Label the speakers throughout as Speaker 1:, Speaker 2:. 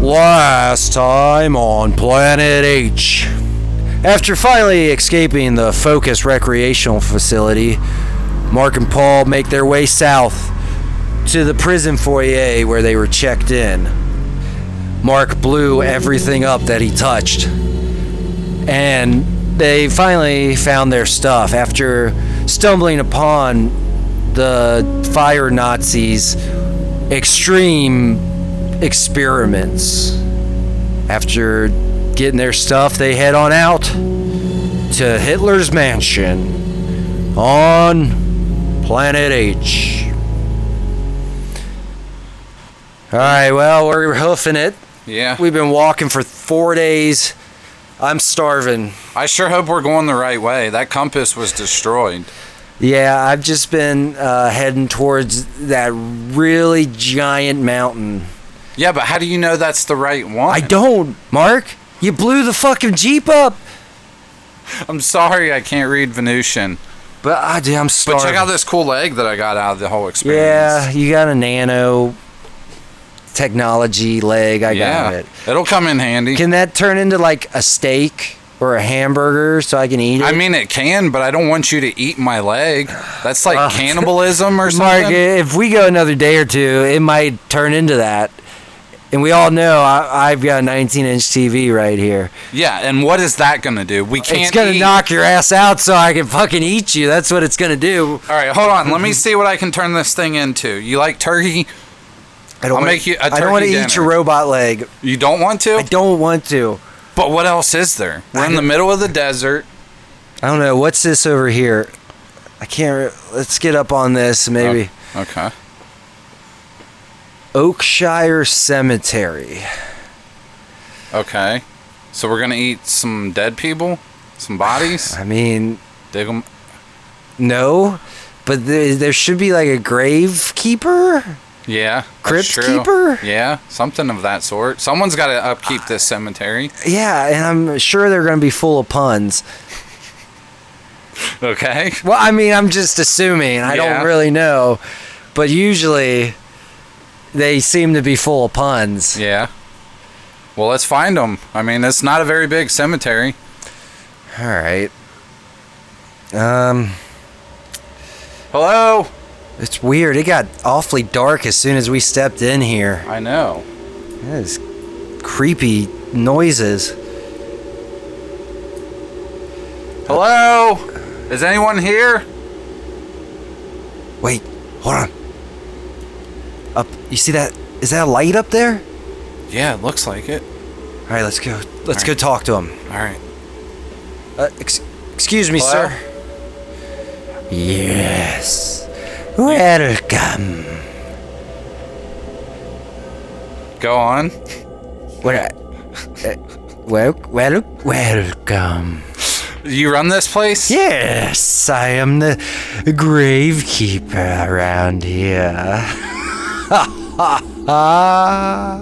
Speaker 1: Last time on Planet H. After finally escaping the Focus Recreational Facility, Mark and Paul make their way south to the prison foyer where they were checked in. Mark blew everything up that he touched. And they finally found their stuff after stumbling upon the fire Nazis' extreme experiments. After getting their stuff, they head on out to Hitler's mansion on Planet H. All right, well, we're hoofing it.
Speaker 2: Yeah.
Speaker 1: We've been walking for four days. I'm starving.
Speaker 2: I sure hope we're going the right way. That compass was destroyed.
Speaker 1: Yeah, I've just been uh, heading towards that really giant mountain.
Speaker 2: Yeah, but how do you know that's the right one?
Speaker 1: I don't, Mark. You blew the fucking Jeep up.
Speaker 2: I'm sorry I can't read Venusian.
Speaker 1: But I do, I'm
Speaker 2: But
Speaker 1: starving.
Speaker 2: check out this cool egg that I got out of the whole experience.
Speaker 1: Yeah, you got a nano technology leg. I got it.
Speaker 2: It'll come in handy.
Speaker 1: Can that turn into like a steak or a hamburger so I can eat it?
Speaker 2: I mean, it can, but I don't want you to eat my leg. That's like
Speaker 1: Uh,
Speaker 2: cannibalism or something.
Speaker 1: Mark, if we go another day or two, it might turn into that. And we all know I, I've got a 19 inch TV right here.
Speaker 2: Yeah, and what is that going to do? We can't.
Speaker 1: it's gonna
Speaker 2: eat-
Speaker 1: knock your ass out so I can fucking eat you. That's what it's gonna do.
Speaker 2: All right, hold on. Let
Speaker 1: Mm-hmm.
Speaker 2: me see what I can turn this thing into. You like turkey?
Speaker 1: I don't
Speaker 2: I'll
Speaker 1: wanna,
Speaker 2: make you a
Speaker 1: I don't wanna
Speaker 2: turkey
Speaker 1: eat your
Speaker 2: dinner.
Speaker 1: robot leg.
Speaker 2: You don't want to?
Speaker 1: I don't want to.
Speaker 2: But what else is there? We're
Speaker 1: I
Speaker 2: in the
Speaker 1: don't-
Speaker 2: middle of the desert.
Speaker 1: I don't know what's this over here. I can't. Re- Let's get up on this maybe.
Speaker 2: Okay.
Speaker 1: Oakshire Cemetery.
Speaker 2: Okay. So we're gonna eat some dead people, some bodies.
Speaker 1: I mean,
Speaker 2: Dig them.
Speaker 1: no, but there, there should be like a grave keeper.
Speaker 2: Yeah. that's
Speaker 1: Crypt
Speaker 2: true.
Speaker 1: keeper?
Speaker 2: Yeah, something of that sort. Someone's got to upkeep this cemetery.
Speaker 1: Yeah, and I'm sure they're gonna be full of puns.
Speaker 2: Okay.
Speaker 1: Well, I mean, I'm just assuming. I
Speaker 2: Yeah.
Speaker 1: don't really know, but usually they seem to be full of puns.
Speaker 2: Yeah. Well, let's find them. I mean, it's not a very big cemetery.
Speaker 1: All right. Um,
Speaker 2: Hello.
Speaker 1: it's weird. It got awfully dark as soon as we stepped in here.
Speaker 2: I know.
Speaker 1: That is creepy noises.
Speaker 2: Hello. Is anyone here?
Speaker 1: Wait, hold on. Up, you see that? Is that a light up there?
Speaker 2: Yeah, it looks like it.
Speaker 1: All right, let's go. Let's
Speaker 2: All
Speaker 1: go talk to him.
Speaker 2: All right.
Speaker 1: Uh, ex- excuse me,
Speaker 2: Hello?
Speaker 1: sir. Yes. Welcome.
Speaker 2: Go on.
Speaker 1: What? I- uh, Well, well, welcome.
Speaker 2: You run this place?
Speaker 1: Yes, I am the gravekeeper around here.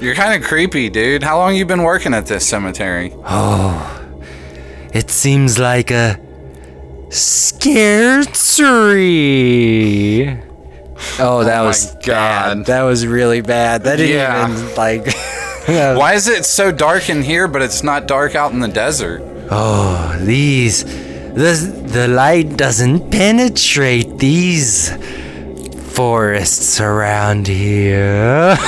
Speaker 2: You're kind of creepy, dude. How long you been working at this cemetery?
Speaker 1: It seems like a scarcery. Oh, that
Speaker 2: my
Speaker 1: was
Speaker 2: God.
Speaker 1: bad. That was really bad. That didn't
Speaker 2: Yeah.
Speaker 1: even like.
Speaker 2: Why is it so dark in here, but it's not dark out in the desert?
Speaker 1: Oh, these. The, the light doesn't penetrate these forests around here.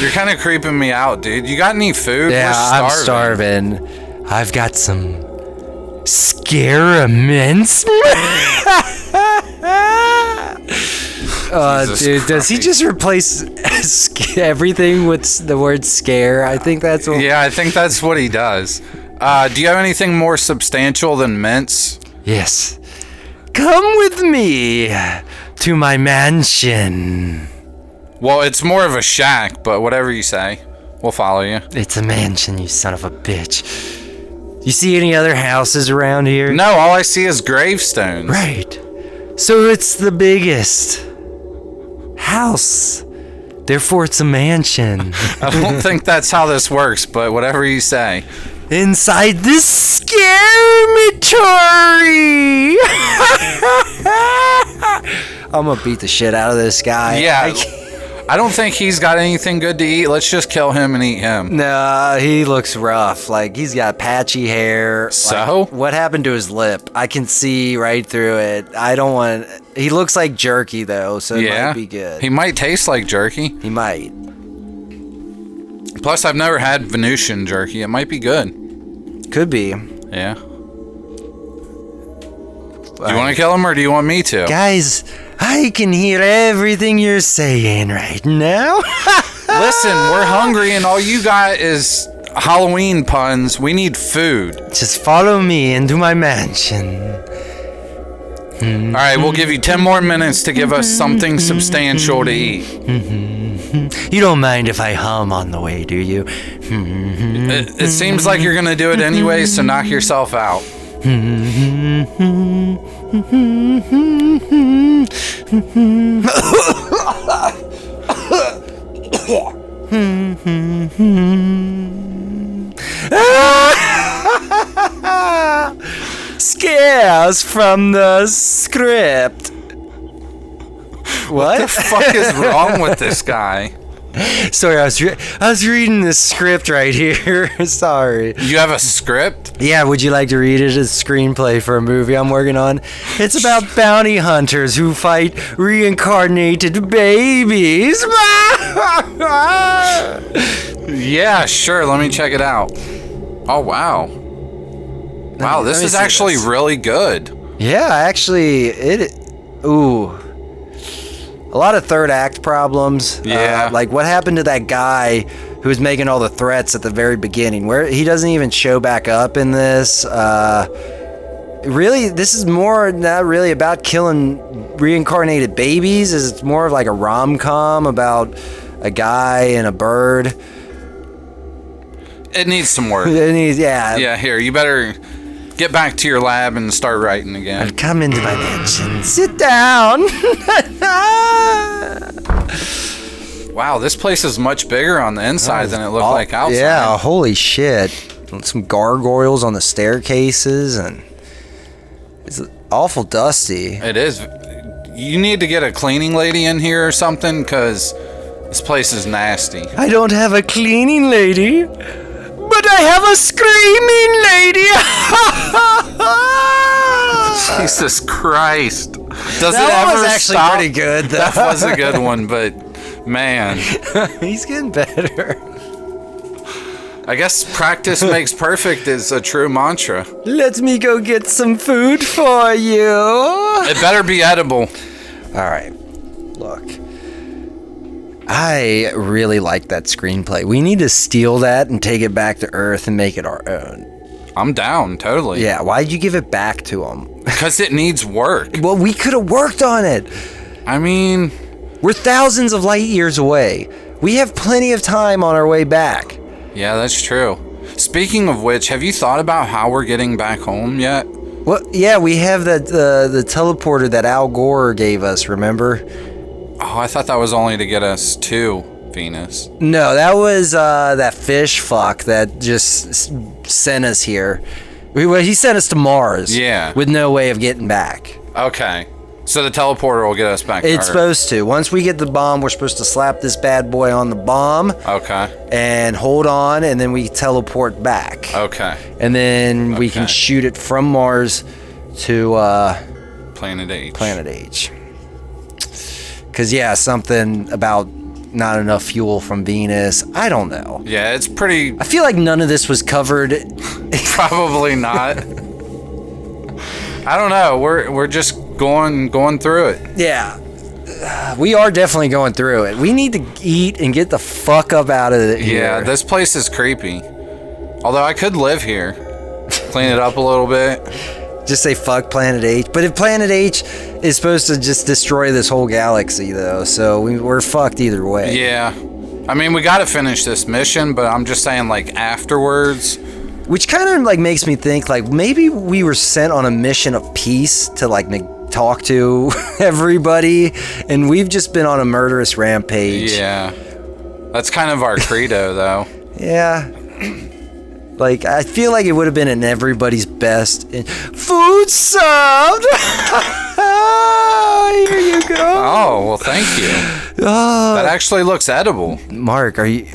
Speaker 2: You're kind of creeping me out, dude. You got any food?
Speaker 1: yeah,
Speaker 2: We're
Speaker 1: I'm starving. I've got some scaraments. Uh,
Speaker 2: Jesus
Speaker 1: dude, does he
Speaker 2: Christ.
Speaker 1: just replace sc- everything with s- the word scare? I think that's what.
Speaker 2: Yeah, I think that's what he does. Uh, do you have anything more substantial than mints?
Speaker 1: Yes. Come with me to my mansion.
Speaker 2: Well, it's more of a shack, but whatever you say, we'll follow you.
Speaker 1: It's a mansion, you son of a bitch. You see any other houses around here?
Speaker 2: No, all I see is gravestones.
Speaker 1: Right. So it's the biggest house. Therefore, it's a mansion.
Speaker 2: I don't think that's how this works, but whatever you say.
Speaker 1: Inside this scaramatory. I'm gonna beat the shit out of this guy.
Speaker 2: Yeah.
Speaker 1: I can't-
Speaker 2: I don't think he's got anything good to eat. Let's just kill him and eat him.
Speaker 1: Nah, he looks rough. Like he's got patchy hair. Like,
Speaker 2: So?
Speaker 1: what happened to his lip? I can see right through it. I don't want. He looks like jerky though, so it
Speaker 2: yeah.
Speaker 1: might be good.
Speaker 2: He
Speaker 1: He,
Speaker 2: might taste like jerky.
Speaker 1: might.
Speaker 2: Plus, I've never had Venusian jerky. It might be good.
Speaker 1: Could be.
Speaker 2: Yeah. Do you want to kill him or do you want me to?
Speaker 1: Guys, I can hear everything you're saying right now.
Speaker 2: Listen, we're hungry and all you got is Halloween puns. We need food.
Speaker 1: Just follow me into my mansion.
Speaker 2: All right, we'll give you 10 more minutes to give us something substantial to eat.
Speaker 1: You don't mind if I hum on the way, do you? Hmm.
Speaker 2: It, it seems like you're going to do it anyway, so knock yourself out.
Speaker 1: Scares from the script. What?
Speaker 2: The fuck is wrong with this guy?
Speaker 1: Sorry, I was re- I was reading this script right here. Sorry.
Speaker 2: You have a script?
Speaker 1: Yeah, would you like to read it as a screenplay for a movie I'm working on? It's about bounty hunters who fight reincarnated babies.
Speaker 2: Yeah, sure. Let me check it out. Oh, wow. Wow,
Speaker 1: me- let
Speaker 2: this
Speaker 1: me
Speaker 2: is
Speaker 1: see
Speaker 2: actually
Speaker 1: this.
Speaker 2: really good.
Speaker 1: yeah, actually, it. Ooh. A lot of third act problems. Uh,
Speaker 2: Yeah.
Speaker 1: like what happened to that guy who was making all the threats at the very beginning? Where he doesn't even show back up in this. Uh, really, this is more not really about killing reincarnated babies. Is it's more of like a rom com about a guy and a bird.
Speaker 2: It needs some work.
Speaker 1: And he's, yeah,
Speaker 2: Yeah, here, you better get back to your lab and start writing again.
Speaker 1: Come into my mansion. Sit down.
Speaker 2: Wow, this place is much bigger on the inside than it looked
Speaker 1: Oh,
Speaker 2: like outside.
Speaker 1: Yeah, holy shit. Some gargoyles on the staircases and it's awful dusty.
Speaker 2: It is. You need to get a cleaning lady in here or something, because this place is nasty.
Speaker 1: I don't have a cleaning lady, but I have a screaming lady.
Speaker 2: Jesus Christ! Does it
Speaker 1: that
Speaker 2: ever
Speaker 1: was actually
Speaker 2: stop?
Speaker 1: pretty good. Though.
Speaker 2: That was a good one, but man,
Speaker 1: He's getting better.
Speaker 2: I guess practice makes perfect is a true mantra.
Speaker 1: Let me go get some food for you.
Speaker 2: It better be edible.
Speaker 1: All right. Look. I really like that screenplay. We need to steal that and take it back to Earth and make it our own.
Speaker 2: I'm down totally.
Speaker 1: Yeah, why'd you give it back to him?
Speaker 2: Because it needs work.
Speaker 1: Well, we could have worked on it.
Speaker 2: I mean,
Speaker 1: We're thousands of light years away. We have plenty of time on our way back.
Speaker 2: yeah, that's true. Speaking of which, have you thought about how we're getting back home yet?
Speaker 1: Well, yeah, we have that uh, the teleporter that Al Gore gave us, remember?
Speaker 2: Oh, I thought that was only to get us to Venus.
Speaker 1: No, that was uh, that fish fuck that just s- sent us here. We, well, he sent us to Mars.
Speaker 2: Yeah.
Speaker 1: With no way of getting back.
Speaker 2: Okay. So the teleporter will get us back.
Speaker 1: It's
Speaker 2: to Earth.
Speaker 1: supposed to. Once we get the bomb, we're supposed to slap this bad boy on the bomb
Speaker 2: okay.
Speaker 1: and hold on, and then we teleport back.
Speaker 2: Okay.
Speaker 1: And then we can
Speaker 2: Oh. Okay.
Speaker 1: shoot it from Mars to uh,
Speaker 2: Planet H.
Speaker 1: Planet H. Because, yeah, something about not enough fuel from Venus. I don't know.
Speaker 2: Yeah, it's pretty.
Speaker 1: I feel like none of this was covered
Speaker 2: Probably not. I don't know. We're we're just going going through it.
Speaker 1: Yeah. Uh, We are definitely going through it. We need to eat and get the fuck up out of it.
Speaker 2: Yeah,
Speaker 1: here.
Speaker 2: this place is creepy. Although I could live here, clean it up a little bit.
Speaker 1: just say fuck Planet H. But if Planet H is supposed to just destroy this whole galaxy, though, so we, we're fucked either way.
Speaker 2: Yeah. I mean, we got to finish this mission, but I'm just saying, like afterwards.
Speaker 1: Which kind of like makes me think like maybe we were sent on a mission of peace to like neg- talk to everybody, and we've just been on a murderous rampage.
Speaker 2: Yeah. That's kind of our credo, though.
Speaker 1: Yeah. Like I feel like it would have been in everybody's best. In- Food served. Oh, here you go.
Speaker 2: Oh well, thank you.
Speaker 1: Oh.
Speaker 2: That actually looks edible.
Speaker 1: Mark, are you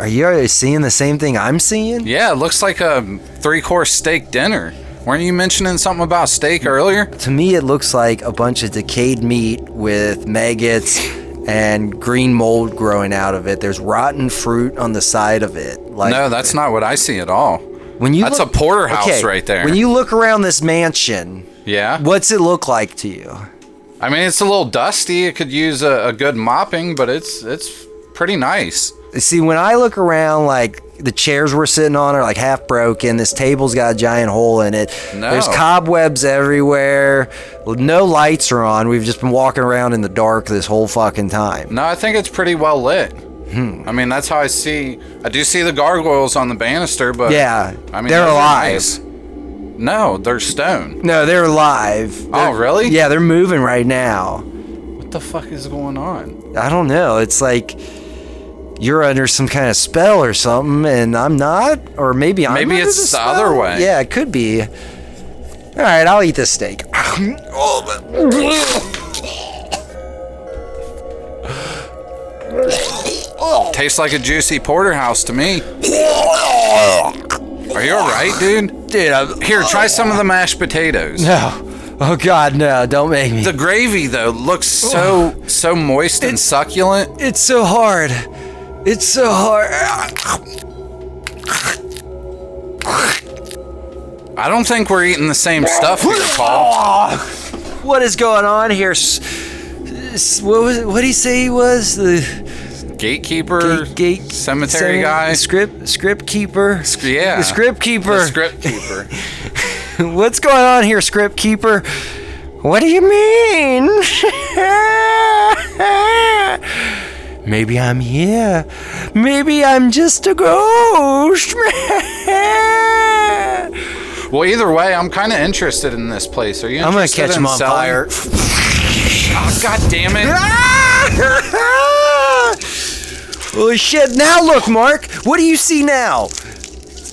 Speaker 1: are you already seeing the same thing I'm seeing?
Speaker 2: Yeah, it looks like a three-course steak dinner. Weren't you mentioning something about steak earlier?
Speaker 1: To me, it looks like a bunch of decayed meat with maggots and green mold growing out of it. There's rotten fruit on the side of it. Like
Speaker 2: No, that's not what I see at all.
Speaker 1: when you
Speaker 2: that's a porterhouse right there.
Speaker 1: When you look around this mansion,
Speaker 2: Yeah.
Speaker 1: what's it look like to you?
Speaker 2: I mean, it's a little dusty. It could use a, a good mopping, but it's it's pretty nice.
Speaker 1: See, when I look around, like the chairs we're sitting on are like half broken. This table's got a giant hole in it.
Speaker 2: No.
Speaker 1: There's cobwebs everywhere. No lights are on. We've just been walking around in the dark this whole fucking time.
Speaker 2: No, I think it's pretty well lit.
Speaker 1: Hmm.
Speaker 2: I mean, that's how I see. I do see the gargoyles on the banister, but
Speaker 1: Yeah,
Speaker 2: I mean
Speaker 1: they're
Speaker 2: those are
Speaker 1: alive.
Speaker 2: nice. No, they're stone.
Speaker 1: No, they're alive.
Speaker 2: Oh, really?
Speaker 1: Yeah, they're moving right now.
Speaker 2: What the fuck is going on?
Speaker 1: I don't know. It's like you're under some kind of spell or something, and I'm not, or maybe I'm.
Speaker 2: Maybe
Speaker 1: under
Speaker 2: it's the other
Speaker 1: spell?
Speaker 2: way.
Speaker 1: Yeah, it could be. All right, I'll eat this steak.
Speaker 2: Tastes like a juicy porterhouse to me. Are you all right, dude?
Speaker 1: Dude, I'm,
Speaker 2: Here, try some of the mashed potatoes.
Speaker 1: No. Oh God, no! Don't make me.
Speaker 2: The gravy though looks so so moist and succulent.
Speaker 1: it's so hard. It's so hard.
Speaker 2: I don't think we're eating the same stuff here, Paul.
Speaker 1: What is going on here? S- s- What was? What did he say he was? The
Speaker 2: Gatekeeper,
Speaker 1: gate, gate
Speaker 2: cemetery
Speaker 1: cem-
Speaker 2: guy.
Speaker 1: script script keeper.
Speaker 2: yeah.
Speaker 1: The script keeper.
Speaker 2: The script keeper.
Speaker 1: What's going on here, script keeper? What do you mean? Maybe I'm here. Maybe I'm just a ghost.
Speaker 2: well, either way, I'm kind of interested in this place. Are you?
Speaker 1: I'm gonna
Speaker 2: interested
Speaker 1: catch
Speaker 2: in
Speaker 1: him on
Speaker 2: selling?
Speaker 1: fire.
Speaker 2: Oh, God damn it!
Speaker 1: Holy shit! Now look, Mark. What do you see now?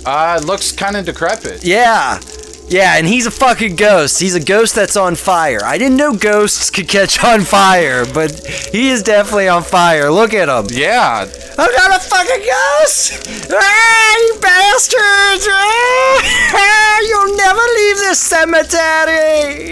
Speaker 2: Uh, it looks kind of decrepit.
Speaker 1: Yeah, yeah, and he's a fucking ghost. He's a ghost that's on fire. I didn't know ghosts could catch on fire, but he is definitely on fire. Look at him.
Speaker 2: Yeah,
Speaker 1: I'm not a fucking ghost! Ah, you bastards! Ah, you'll never leave this cemetery!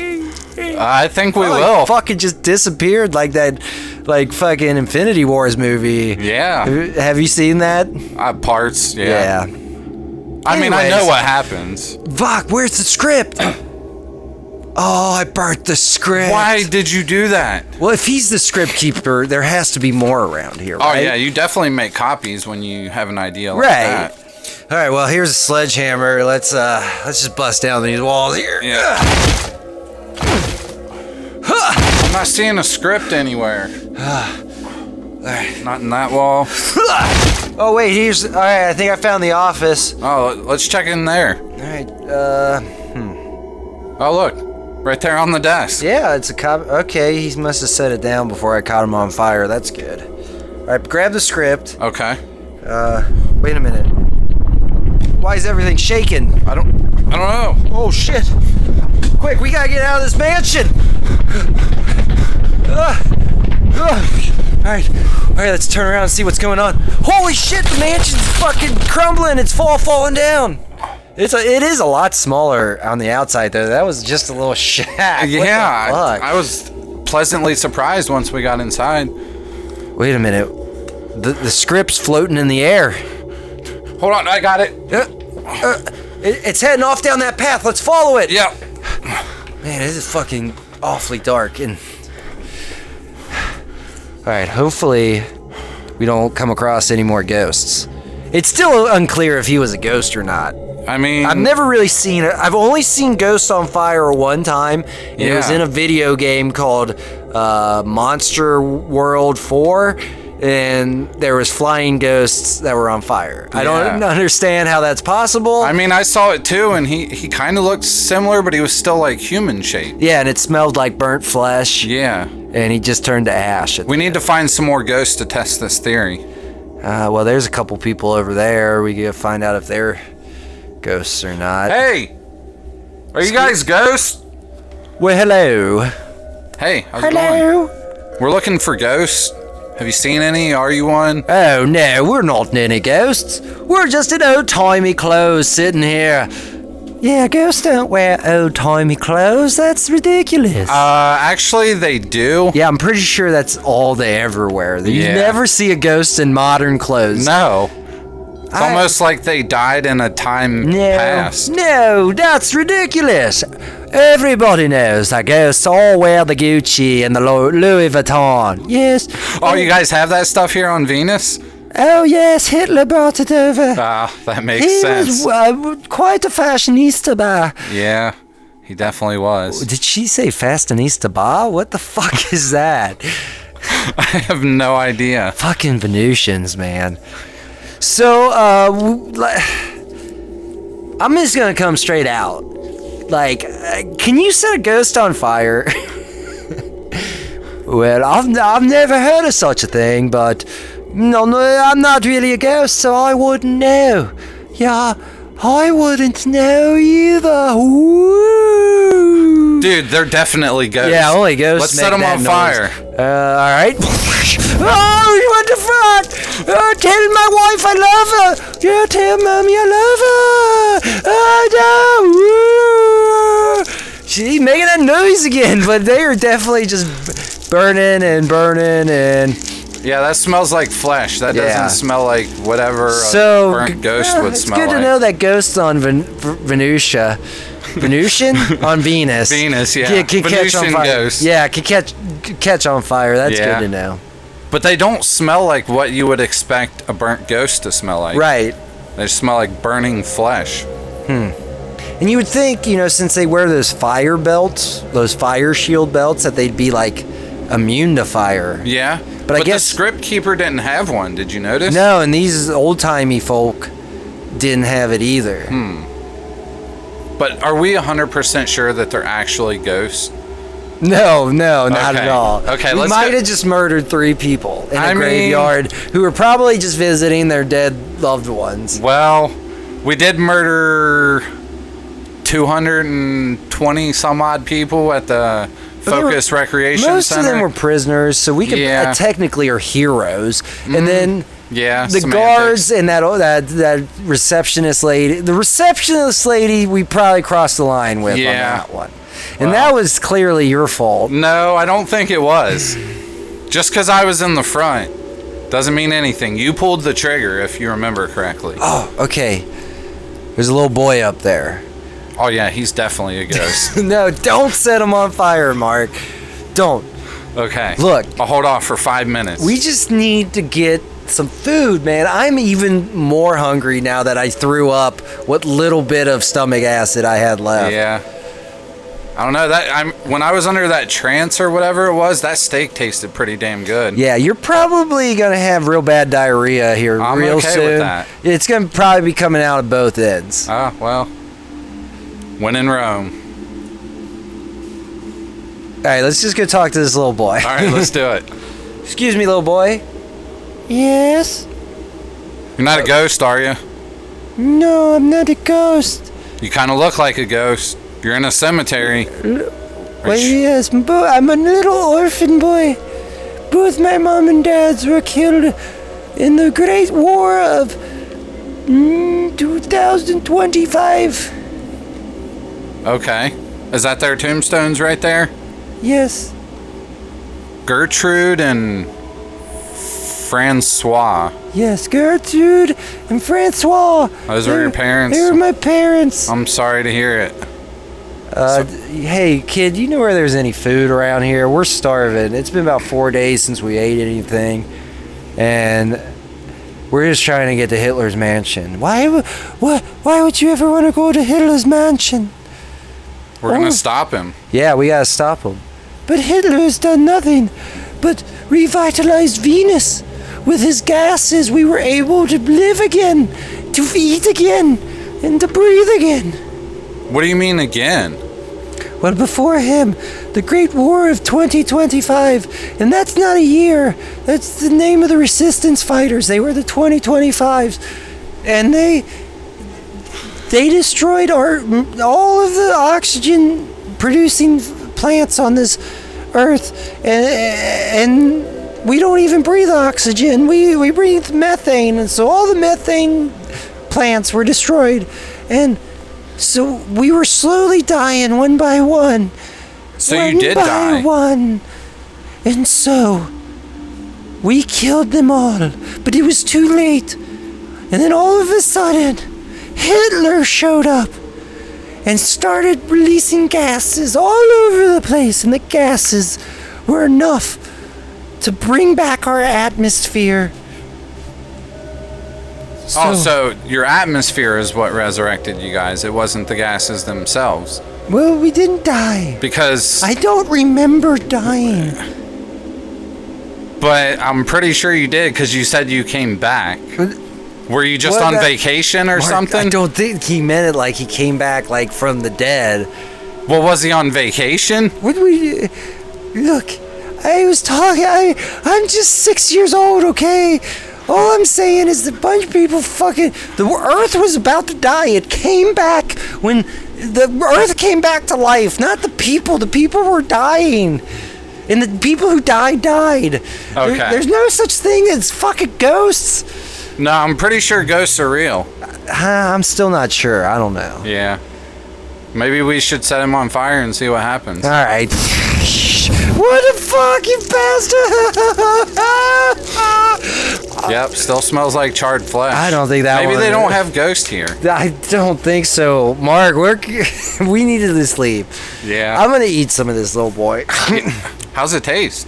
Speaker 2: I think we
Speaker 1: Oh, he
Speaker 2: will.
Speaker 1: fucking just disappeared like that, like fucking Infinity Wars movie.
Speaker 2: Yeah,
Speaker 1: Have have you seen that?
Speaker 2: uh, parts. Yeah. I mean, I
Speaker 1: Anyways.
Speaker 2: know what happens.
Speaker 1: Vok, where's the script? oh, I burnt the script.
Speaker 2: Why did you do that?
Speaker 1: Well, if he's the script keeper, there has to be more around here,
Speaker 2: Oh
Speaker 1: right?
Speaker 2: yeah, you definitely make copies when you have an idea like
Speaker 1: Right.
Speaker 2: that.
Speaker 1: All right. Well, here's a sledgehammer. Let's uh, let's just bust down these walls here.
Speaker 2: Yeah. I'm not seeing a script anywhere. Not in that wall.
Speaker 1: Oh wait, here's. All right. I think I found the office. All
Speaker 2: Oh, let's check in there.
Speaker 1: right. Uh,
Speaker 2: Oh, look. Right there on the desk.
Speaker 1: yeah, it's a cop. Okay, he must have set it down before I caught him on fire. That's good. All right, grab the script.
Speaker 2: Okay.
Speaker 1: Uh, wait a minute. Why is everything shaking?
Speaker 2: I don't I don't know.
Speaker 1: Oh shit! Quick, we gotta get out of this mansion. Ah, ah. All right, all right, let's turn around and see what's going on. Holy shit, the mansion's fucking crumbling. It's fall falling down. It's a, it is a lot smaller on the outside though. That was just a little shack. What the
Speaker 2: yeah, I,
Speaker 1: fuck?
Speaker 2: I was pleasantly surprised once we got inside.
Speaker 1: Wait a minute. The the script's floating in the air.
Speaker 2: Hold on, I got it.
Speaker 1: Uh, uh, it- it's heading off down that path. Let's follow it.
Speaker 2: Yeah.
Speaker 1: Man, this is fucking awfully dark and Alright, hopefully we don't come across any more ghosts. It's still unclear if he was a ghost or not.
Speaker 2: I mean,
Speaker 1: I've never really seen it. I've only seen Ghosts on Fire one time, and it was
Speaker 2: Yeah.
Speaker 1: in a video game called uh, Monster World 4, and there was flying ghosts that were on fire. I don't
Speaker 2: Yeah.
Speaker 1: understand how that's possible.
Speaker 2: I mean, I saw it too, and he he kind of looked similar, but he was still like human shaped.
Speaker 1: yeah, and it smelled like burnt flesh,
Speaker 2: Yeah.
Speaker 1: and he just turned to ash. At
Speaker 2: We need to find some more ghosts to test this theory.
Speaker 1: Uh, well, there's a couple people over there. We gotta find out if they're ghosts or not.
Speaker 2: Hey, are you guys ghosts?
Speaker 1: Well, hello.
Speaker 2: Hey, how's it going? We're looking for ghosts. Have you seen any? Are you one?
Speaker 1: Oh no, we're not any ghosts. We're just in old timey clothes sitting here. Yeah, ghosts don't wear old timey clothes. That's ridiculous.
Speaker 2: Uh, actually, they do.
Speaker 1: yeah, I'm pretty sure that's all they ever wear. You
Speaker 2: Yeah.
Speaker 1: never see a ghost in modern clothes.
Speaker 2: No. It's
Speaker 1: I-
Speaker 2: almost like they died in a time
Speaker 1: No,
Speaker 2: past.
Speaker 1: no, that's ridiculous. Everybody knows that ghosts all wear the Gucci and the Lo- Louis Vuitton. Yes.
Speaker 2: Oh, you guys have that stuff here on Venus?
Speaker 1: Oh yes, Hitler brought it over.
Speaker 2: Ah, that makes
Speaker 1: he
Speaker 2: sense.
Speaker 1: was uh, quite a fashionista bar.
Speaker 2: yeah, he definitely was.
Speaker 1: Did she say Fastinista Bar? What the fuck is that?
Speaker 2: I have no idea.
Speaker 1: Fucking Venusians, man. So, uh, w- like, I'm just gonna come straight out. Like, uh, can you set a ghost on fire? well, I've, I've never heard of such a thing, but no, no, I'm not really a ghost, so I wouldn't know. Yeah, I wouldn't know either. Woo.
Speaker 2: Dude, they're definitely ghosts.
Speaker 1: Yeah, only ghosts.
Speaker 2: Let's
Speaker 1: make
Speaker 2: set 'em
Speaker 1: that
Speaker 2: on
Speaker 1: noise.
Speaker 2: fire.
Speaker 1: Uh, all right. oh, what the fuck? Uh, tell my wife I love her. Yeah, tell mommy I love her. Oh no. She making that noise again, but they are definitely just burning and burning and
Speaker 2: Yeah, that smells like flesh. That
Speaker 1: Yeah.
Speaker 2: doesn't smell like whatever
Speaker 1: so.
Speaker 2: a burnt ghost
Speaker 1: uh,
Speaker 2: would smell
Speaker 1: It's good
Speaker 2: like.
Speaker 1: to know that ghosts on Ven- V- Venusia. Venusian on Venus.
Speaker 2: Venus, yeah.
Speaker 1: can catch on
Speaker 2: Venusian
Speaker 1: fire.
Speaker 2: ghosts.
Speaker 1: Yeah, can catch can catch on fire. That's
Speaker 2: Yeah.
Speaker 1: good to know.
Speaker 2: But they don't smell like what you would expect a burnt ghost to smell like.
Speaker 1: Right.
Speaker 2: They smell like burning flesh.
Speaker 1: And you would think, you know, since they wear those fire belts, those fire shield belts, that they'd be like immune to fire.
Speaker 2: Yeah.
Speaker 1: But I guess-
Speaker 2: the script keeper didn't have one. Did you notice?
Speaker 1: No, and these old timey folk didn't have it either.
Speaker 2: Hmm. But are we 100% sure that they're actually ghosts?
Speaker 1: No, no, not
Speaker 2: Okay.
Speaker 1: at all.
Speaker 2: Okay,
Speaker 1: we
Speaker 2: let's
Speaker 1: might
Speaker 2: go-
Speaker 1: have just murdered three people in a
Speaker 2: I mean-
Speaker 1: graveyard who were probably just visiting their dead loved ones.
Speaker 2: Well, we did murder 220 some odd people at the
Speaker 1: But they were-
Speaker 2: Focus Recreation
Speaker 1: Most
Speaker 2: Center.
Speaker 1: of them were prisoners, so we could
Speaker 2: Yeah. Hmm.
Speaker 1: uh, technically are heroes. And then
Speaker 2: yeah,
Speaker 1: the
Speaker 2: semantics.
Speaker 1: guards and that oh, that that receptionist lady, the receptionist lady, we probably crossed the line with on
Speaker 2: Yeah.
Speaker 1: that one, and that was clearly your fault.
Speaker 2: No, I don't think it was. Just because I was in the front doesn't mean anything. You pulled the trigger, if you remember correctly.
Speaker 1: Oh, okay. There's a little boy up there.
Speaker 2: Oh yeah, he's definitely a ghost.
Speaker 1: no, don't set him on fire, Mark. Don't.
Speaker 2: Okay.
Speaker 1: Look.
Speaker 2: I'll hold off for five minutes.
Speaker 1: We just need to get some food, man. I'm even more hungry now that I threw up what little bit of stomach acid I had left.
Speaker 2: Yeah. I don't know that I'm when I was under that trance or whatever it was, that steak tasted pretty damn good.
Speaker 1: Yeah, you're probably gonna have real bad diarrhea here
Speaker 2: I'm
Speaker 1: real
Speaker 2: okay with
Speaker 1: soon.
Speaker 2: that.
Speaker 1: It's gonna probably be coming out of both ends.
Speaker 2: Ah, well. When in Rome.
Speaker 1: All right, let's just go talk to this little boy.
Speaker 2: All right, let's do it.
Speaker 1: Excuse me, little boy. Yes.
Speaker 2: You're not a ghost, are you?
Speaker 1: No, I'm not a ghost.
Speaker 2: You kind of look like a ghost. You're in a cemetery.
Speaker 1: Well,
Speaker 2: sh-
Speaker 1: yes, but I'm a little orphan boy. Both my mom and dads were killed in the Great War of mm, 2025.
Speaker 2: Okay. Is that their tombstones right there?
Speaker 1: Yes.
Speaker 2: Gertrude and Francois.
Speaker 1: Yes, Gertrude and Francois.
Speaker 2: Those were
Speaker 1: They-
Speaker 2: your parents?
Speaker 1: They were my parents.
Speaker 2: I'm sorry to hear it. Oh,
Speaker 1: uh, d- hey, kid, you know where there's any food around here? We're starving. It's been about four days since we ate anything, and we're just trying to get to Hitler's mansion. Why? w- What? Why would you ever want to go to Hitler's mansion?
Speaker 2: We're going
Speaker 1: Oh.
Speaker 2: to stop him.
Speaker 1: Yeah, we gotta stop him. But Hitler has done nothing but revitalized Venus. With his gases, we were able to live again, to eat again, and to breathe again.
Speaker 2: What do you mean again?
Speaker 1: Well, before him, the Great War of 2025, and that's not a year. That's the name of the resistance fighters. They were the 2025s, and they they destroyed our all of the oxygen producing plants on this Earth, and and we don't even breathe oxygen. We we breathe methane, and so all the methane plants were destroyed, and so we were slowly dying one by one.
Speaker 2: So
Speaker 1: one
Speaker 2: you did
Speaker 1: by
Speaker 2: die.
Speaker 1: one, and so we killed them all, but it was too late. And then all of a sudden, Hitler showed up and started releasing gases all over the place, and the gases were enough to bring back our atmosphere.
Speaker 2: Oh, so your atmosphere is what resurrected you guys. It wasn't the gases themselves.
Speaker 1: well, we didn't die.
Speaker 2: Because,
Speaker 1: I don't remember dying.
Speaker 2: but I'm pretty sure you did because you said you came back. Were you just
Speaker 1: Well,
Speaker 2: on
Speaker 1: that-
Speaker 2: vacation or
Speaker 1: I
Speaker 2: something?
Speaker 1: don't think he meant it like he came back like from the dead.
Speaker 2: Well, was he on vacation?
Speaker 1: What do we look? I was talking. I I'm just six years old. Okay. All I'm saying is the bunch of people fucking the Earth was about to die. It came back when the Earth came back to life. Not the people. The people were dying, and the people who died died. There-
Speaker 2: Okay.
Speaker 1: there's no such thing as fucking ghosts.
Speaker 2: No, I'm pretty sure ghosts are real.
Speaker 1: Ah, I'm still not sure. I don't know.
Speaker 2: Yeah. Maybe we should set him on fire and see what happens.
Speaker 1: All right. What the fuck, you bastard!
Speaker 2: Yep, still smells like charred flesh.
Speaker 1: I don't think that
Speaker 2: Maybe
Speaker 1: one-
Speaker 2: they don't have ghosts here.
Speaker 1: I don't think so, Mark. We're we needed to sleep.
Speaker 2: Yeah.
Speaker 1: I'm gonna eat some of this little boy.
Speaker 2: How's it taste?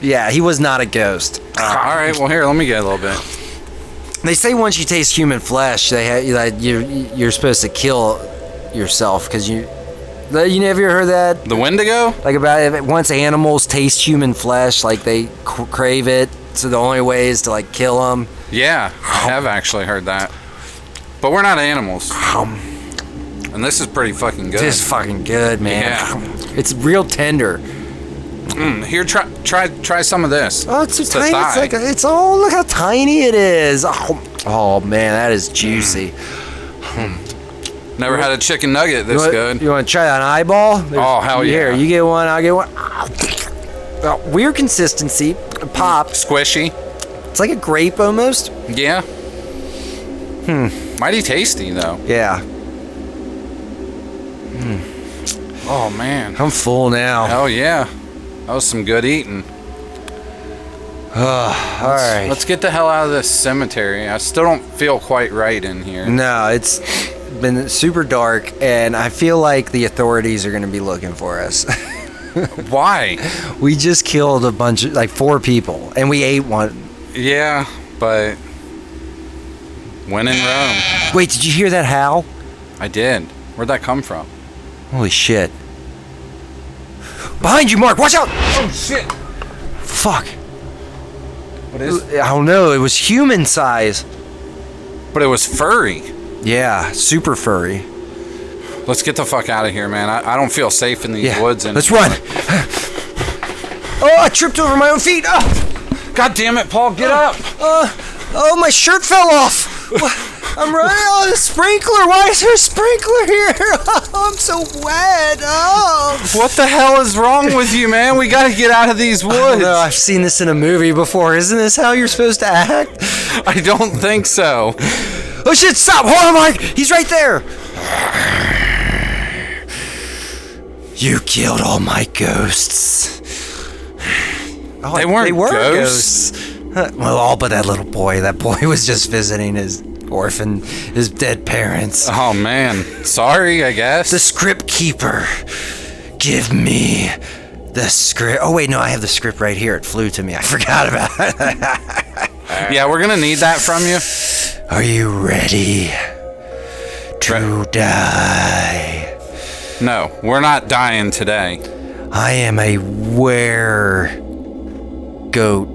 Speaker 1: yeah, he was not a ghost.
Speaker 2: All right, well here, let me get a little bit.
Speaker 1: They say once you taste human flesh, they ha- that you you're supposed to kill yourself because you. You never heard that?
Speaker 2: The Wendigo?
Speaker 1: Like about if once animals taste human flesh, like they c- crave it. So the only way is to like kill them.
Speaker 2: Yeah, I have actually heard that. But we're not animals. And this is pretty fucking good.
Speaker 1: This is fucking good, man.
Speaker 2: Yeah.
Speaker 1: It's real tender.
Speaker 2: Mm, here, try try try some of this.
Speaker 1: Oh, it's so
Speaker 2: It's the
Speaker 1: tiny. It's
Speaker 2: thigh.
Speaker 1: like a, it's oh, look how tiny it is. Oh, oh man, that is juicy.
Speaker 2: Mm. Never had a chicken nugget
Speaker 1: you
Speaker 2: this
Speaker 1: want,
Speaker 2: good.
Speaker 1: You want to try that eyeball?
Speaker 2: Oh, hell
Speaker 1: Here,
Speaker 2: yeah.
Speaker 1: you get one. I'll get one. Oh, weird consistency. It pops.
Speaker 2: Squishy.
Speaker 1: It's like a grape almost.
Speaker 2: Yeah. Hmm.
Speaker 1: Hmm.
Speaker 2: Mighty tasty though.
Speaker 1: Yeah,
Speaker 2: Oh man.
Speaker 1: I'm full now.
Speaker 2: Oh yeah. That was some good eating.
Speaker 1: All right.
Speaker 2: Let's get the hell out of this cemetery. I still don't feel quite right in here.
Speaker 1: no, it's been super dark, and I feel like the authorities are going to be looking for us.
Speaker 2: Why?
Speaker 1: we just killed a bunch of like four people, and we ate one.
Speaker 2: Yeah, but when in Rome,
Speaker 1: Wait, did you hear that howl?
Speaker 2: I did. Where'd that come from?
Speaker 1: Holy shit. Behind you, Mark! Watch out!
Speaker 2: Oh shit!
Speaker 1: Fuck.
Speaker 2: What is?
Speaker 1: I don't know, it was human size.
Speaker 2: But it was furry.
Speaker 1: Yeah, super furry.
Speaker 2: Let's get the fuck out of here, man. I, I don't feel safe in these
Speaker 1: Yeah.
Speaker 2: woods. And
Speaker 1: Let's run! Oh, I tripped over my own feet! Oh,
Speaker 2: God damn it, Paul, get up!
Speaker 1: uh, oh my shirt fell off! What? I'm running on a sprinkler! Why is there a sprinkler here? Oh, I'm so wet! Oh!
Speaker 2: What the hell is wrong with you, man? We gotta get out of these woods.
Speaker 1: No, I've seen this in a movie before. Isn't this how you're supposed to act?
Speaker 2: I don't think so.
Speaker 1: Oh shit, stop! Hold on, Mark! He's right there! You killed all my ghosts. Oh,
Speaker 2: They weren't ghosts.
Speaker 1: Huh, Well, all but that little boy. That boy was just visiting his orphan, his dead parents.
Speaker 2: Oh man, sorry, I guess.
Speaker 1: The script keeper. Give me the script. Oh, wait, no, I have the script right here. It flew to me. I forgot about it.
Speaker 2: yeah, we're gonna need that from you.
Speaker 1: Are you ready to die?
Speaker 2: No, we're not dying today.
Speaker 1: I am a were goat.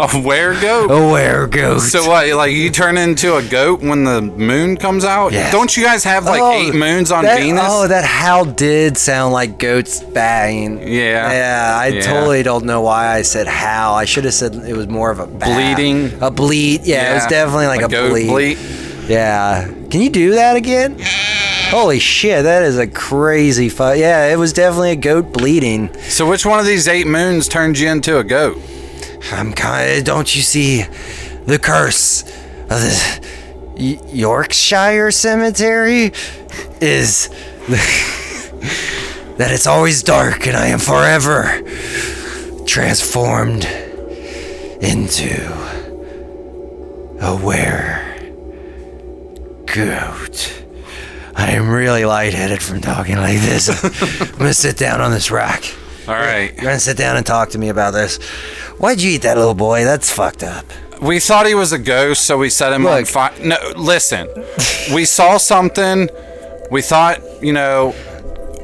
Speaker 2: A where goat?
Speaker 1: A were goat.
Speaker 2: So what? Like you turn into a goat when the moon comes out?
Speaker 1: Yeah.
Speaker 2: Don't you guys have like eight moons on
Speaker 1: Oh, that,
Speaker 2: Venus?
Speaker 1: Oh, that howl did sound like goats baying.
Speaker 2: Yeah.
Speaker 1: Yeah, I
Speaker 2: Yeah.
Speaker 1: totally don't know why I said howl. I should have said it was more of a bah.
Speaker 2: Bleating.
Speaker 1: A bleat. Yeah, it was
Speaker 2: Yeah.
Speaker 1: definitely like a,
Speaker 2: goat
Speaker 1: bleat. Yeah. Can you do that again? Holy shit, that is a crazy fight. Yeah, it was definitely a goat bleeding.
Speaker 2: So which one of these eight moons turned you into a goat?
Speaker 1: I'm kind of. Don't you see the curse of the Y- Yorkshire Cemetery? Is that it's always dark and I am forever transformed into a were goat. I am really lightheaded from talking like this. I'm gonna sit down on this rock.
Speaker 2: All right.
Speaker 1: You're gonna sit down and talk to me about this. Why'd you eat that little boy? That's fucked up.
Speaker 2: We thought he was a ghost, so we set him on
Speaker 1: Look.
Speaker 2: fire. No, listen. we saw something. We thought, you know,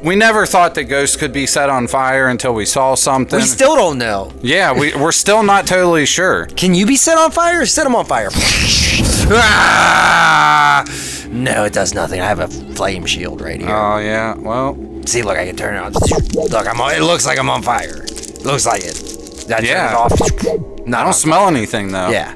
Speaker 2: we never thought that ghosts could be set on fire until we saw something.
Speaker 1: We still don't know.
Speaker 2: yeah, we, we're still not totally sure.
Speaker 1: Can you be set on fire or set him on fire? Ah! no, it does nothing. I have a flame shield right here.
Speaker 2: Oh, yeah. Well,
Speaker 1: See, look, I can turn it on. Look, I'm on, it looks like I'm on fire. Looks like it. I
Speaker 2: Yeah.
Speaker 1: turn it off. Not
Speaker 2: I
Speaker 1: on
Speaker 2: don't smell anything, though.
Speaker 1: Uh, Yeah.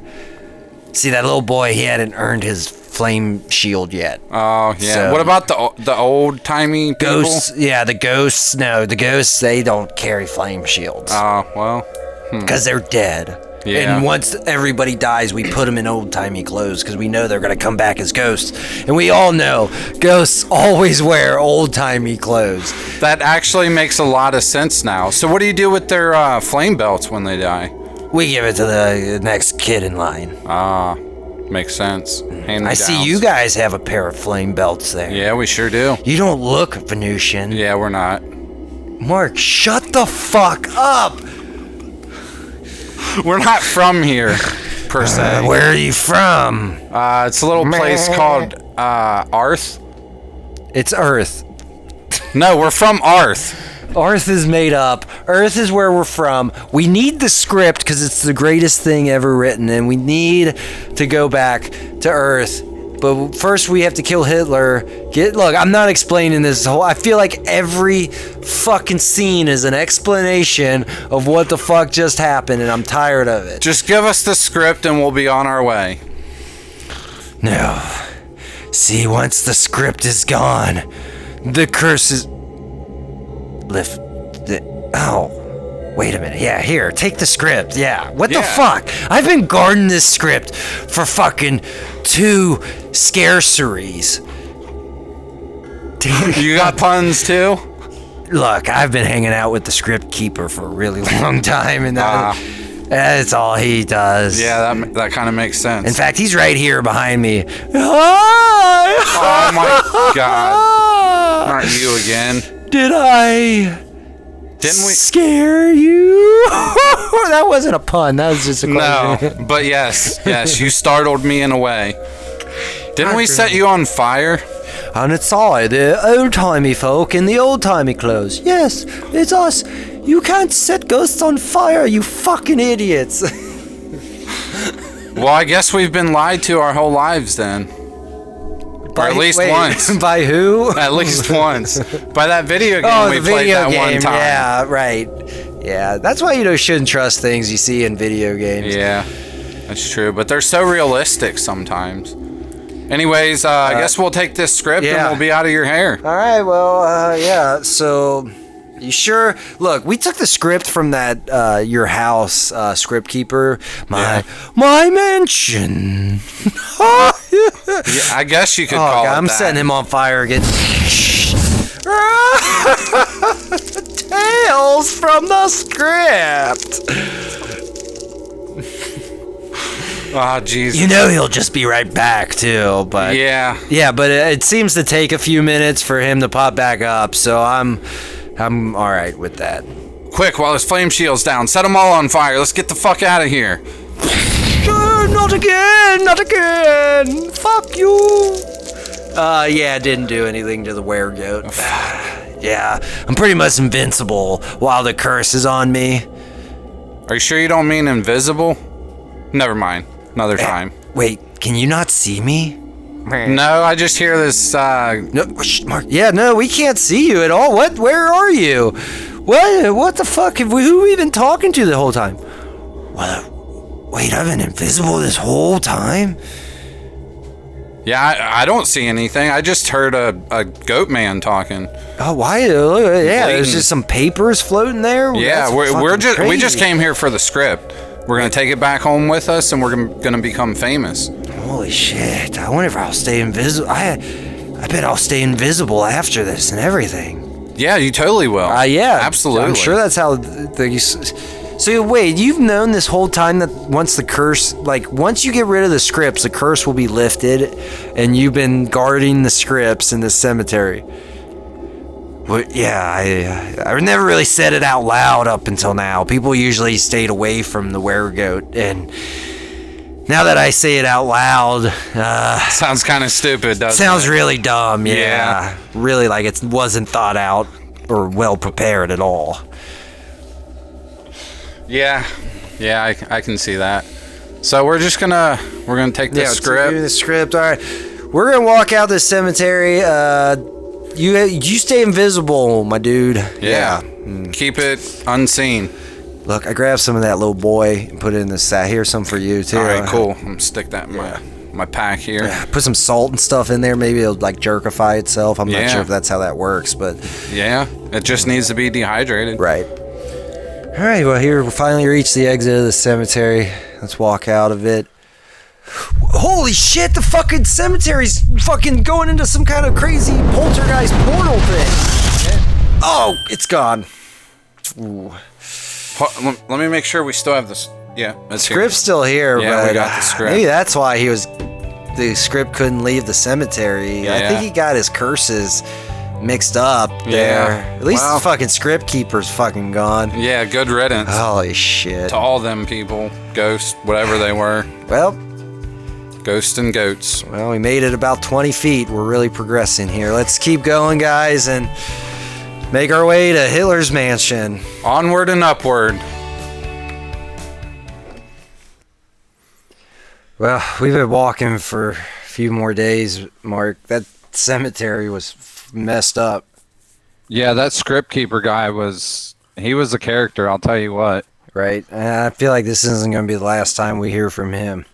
Speaker 1: See, that little boy, he hadn't earned his flame shield yet.
Speaker 2: Oh, yeah.
Speaker 1: So-
Speaker 2: What about the o- the old timey people?
Speaker 1: Ghosts, yeah, the ghosts, no, the ghosts, they don't carry flame shields.
Speaker 2: Oh, well.
Speaker 1: because they're dead.
Speaker 2: Yeah.
Speaker 1: And once everybody dies, we put them in old timey clothes because we know they're going to come back as ghosts. And we all know ghosts always wear old timey clothes.
Speaker 2: That actually makes a lot of sense now. So, what do you do with their uh, flame belts when they die?
Speaker 1: We give it to the next kid in line.
Speaker 2: Ah, makes sense. Hand
Speaker 1: I see you guys have a pair of flame belts there.
Speaker 2: Yeah, we sure do.
Speaker 1: You don't look Venusian.
Speaker 2: Yeah, we're not.
Speaker 1: Mark, shut the fuck up.
Speaker 2: We're not from here, per
Speaker 1: Uh,
Speaker 2: se.
Speaker 1: where are you from?
Speaker 2: Uh, it's a little place called uh, Arth.
Speaker 1: It's Earth.
Speaker 2: No, we're from Arth.
Speaker 1: Earth is made up. Earth is where we're from. We need the script because it's the greatest thing ever written, and we need to go back to Earth. But first, we have to kill Hitler. Get look. I'm not explaining this whole. I feel like every fucking scene is an explanation of what the fuck just happened, and I'm tired of it.
Speaker 2: Just give us the script and we'll be on our way.
Speaker 1: No. See, once the script is gone, the curse is. Lift. The, oh. Wait a minute. Yeah, here, take the script. Yeah. What the
Speaker 2: Yeah.
Speaker 1: fuck? I've been guarding this script for fucking two scarceries.
Speaker 2: You got puns too?
Speaker 1: Look, I've been hanging out with the script keeper for a really long time, and
Speaker 2: Ah.
Speaker 1: that, that's all he does.
Speaker 2: Yeah, that, that kind of makes
Speaker 1: In
Speaker 2: sense.
Speaker 1: fact, he's right here behind me. Hi!
Speaker 2: Oh my god. Not you again.
Speaker 1: Ah, Did I
Speaker 2: Didn't we?
Speaker 1: scare you? that wasn't a pun. That was just a question.
Speaker 2: No. But yes, yes, you startled me in a way. Didn't we set you on fire?
Speaker 1: And it's I, the old timey folk in the old timey clothes. Yes, it's us. You can't set ghosts on fire, you fucking idiots.
Speaker 2: Well, I guess we've been lied to our whole lives then.
Speaker 1: By,
Speaker 2: at least once.
Speaker 1: By who?
Speaker 2: At least once. By that video game
Speaker 1: Oh,
Speaker 2: we
Speaker 1: the
Speaker 2: played
Speaker 1: video
Speaker 2: that
Speaker 1: game.
Speaker 2: one time.
Speaker 1: Yeah, right. Yeah, that's why you know, shouldn't trust things you see in video games.
Speaker 2: Yeah, that's true. But they're so realistic sometimes. Anyways, uh, I guess we'll take this script
Speaker 1: yeah.
Speaker 2: and we'll be out of your hair.
Speaker 1: All right. Well, uh, yeah. So, you sure? Look, we took the script from that uh, your house uh, script keeper. My
Speaker 2: Yeah.
Speaker 1: my mansion. oh
Speaker 2: Yeah, I guess you could call
Speaker 1: God,
Speaker 2: it
Speaker 1: I'm
Speaker 2: that.
Speaker 1: setting him on fire again. Tales from the script.
Speaker 2: Oh, jeez.
Speaker 1: You know he'll just be right back too, but
Speaker 2: Yeah.
Speaker 1: Yeah, but it, it seems to take a few minutes for him to pop back up, so I'm I'm all right with that.
Speaker 2: Quick, while his flame shield's down, set them all on fire. Let's get the fuck out of here.
Speaker 1: No, not again! Not again! Fuck you! Uh, yeah, didn't do anything to the weregoat. yeah, I'm pretty much invincible while the curse is on me.
Speaker 2: Are you sure you don't mean invisible? Never mind. Another time.
Speaker 1: Wait, can you not see me?
Speaker 2: No, I just hear this. Uh,
Speaker 1: No, shh, Mark. Yeah, no, we can't see you at all. What? Where are you? What? What the fuck? Have we, who have we been talking to the whole time? Well, wait, I've been invisible this whole time.
Speaker 2: Yeah, I, I don't see anything. I just heard a, a goat man talking.
Speaker 1: Oh, why? Look, Yeah, there's
Speaker 2: Blatant.
Speaker 1: just some papers floating there.
Speaker 2: Yeah,
Speaker 1: That's
Speaker 2: we're, we're
Speaker 1: fucking
Speaker 2: just we just
Speaker 1: crazy.
Speaker 2: came here for the script. We're gonna take it back home with us, and we're gonna, gonna become famous.
Speaker 1: Holy shit! I wonder if I'll stay invisible. I, I bet I'll stay invisible after this and everything.
Speaker 2: Yeah, you totally will.
Speaker 1: Uh, yeah,
Speaker 2: absolutely.
Speaker 1: I'm sure that's how th- things. So wait, you've known this whole time that once the curse, like once you get rid of the scripts, the curse will be lifted, and you've been guarding the scripts in the cemetery. But yeah, I I never really said it out loud up until now. People usually stayed away from the weregoat, and now that I say it out loud, uh,
Speaker 2: sounds kind of stupid, doesn't
Speaker 1: Sounds
Speaker 2: it?
Speaker 1: really dumb, yeah.
Speaker 2: Yeah.
Speaker 1: Really like it wasn't thought out or well prepared at all.
Speaker 2: yeah, yeah. I, I can see that. So we're just gonna we're gonna take this script.
Speaker 1: The script. All right. We're gonna walk out this cemetery. Uh, you you stay invisible, my dude.
Speaker 2: yeah. Mm. keep it unseen.
Speaker 1: Look, I grabbed some of that little boy and put it in the sack. Here's some for you too.
Speaker 2: All right, cool. I'm gonna stick that in my my pack here. Yeah.
Speaker 1: Put some salt and stuff in there. Maybe it'll like jerkify itself. I'm
Speaker 2: Yeah.
Speaker 1: not sure if that's how that works, but
Speaker 2: it just needs to be dehydrated.
Speaker 1: Right. All right. Well, here we finally reached the exit of the cemetery. Let's walk out of it. Holy shit! The fucking cemetery's fucking going into some kind of crazy poltergeist portal thing. Oh, it's gone.
Speaker 2: Ho- lem- let me make sure we still have this. Yeah, that's here.
Speaker 1: Script's still here,
Speaker 2: Yeah, we
Speaker 1: but
Speaker 2: got the
Speaker 1: uh,
Speaker 2: script.
Speaker 1: maybe that's why he was. The script couldn't leave the cemetery. I
Speaker 2: Yeah.
Speaker 1: think he got his curses mixed up there. At least
Speaker 2: Wow.
Speaker 1: the fucking script keeper's fucking gone.
Speaker 2: Yeah, good riddance
Speaker 1: Holy shit.
Speaker 2: to all them people, ghosts, whatever they were,
Speaker 1: Well,
Speaker 2: ghosts and goats.
Speaker 1: Well, we made it about 20 feet. We're really progressing here. Let's keep going, guys, and make our way to Hitler's mansion.
Speaker 2: Onward and upward.
Speaker 1: Well, we've been walking for a few more days, Mark. That cemetery was f- messed up.
Speaker 3: Yeah, that script keeper guy was he was a character, I'll tell you what.
Speaker 1: Right. And I feel like this isn't going to be the last time we hear from him.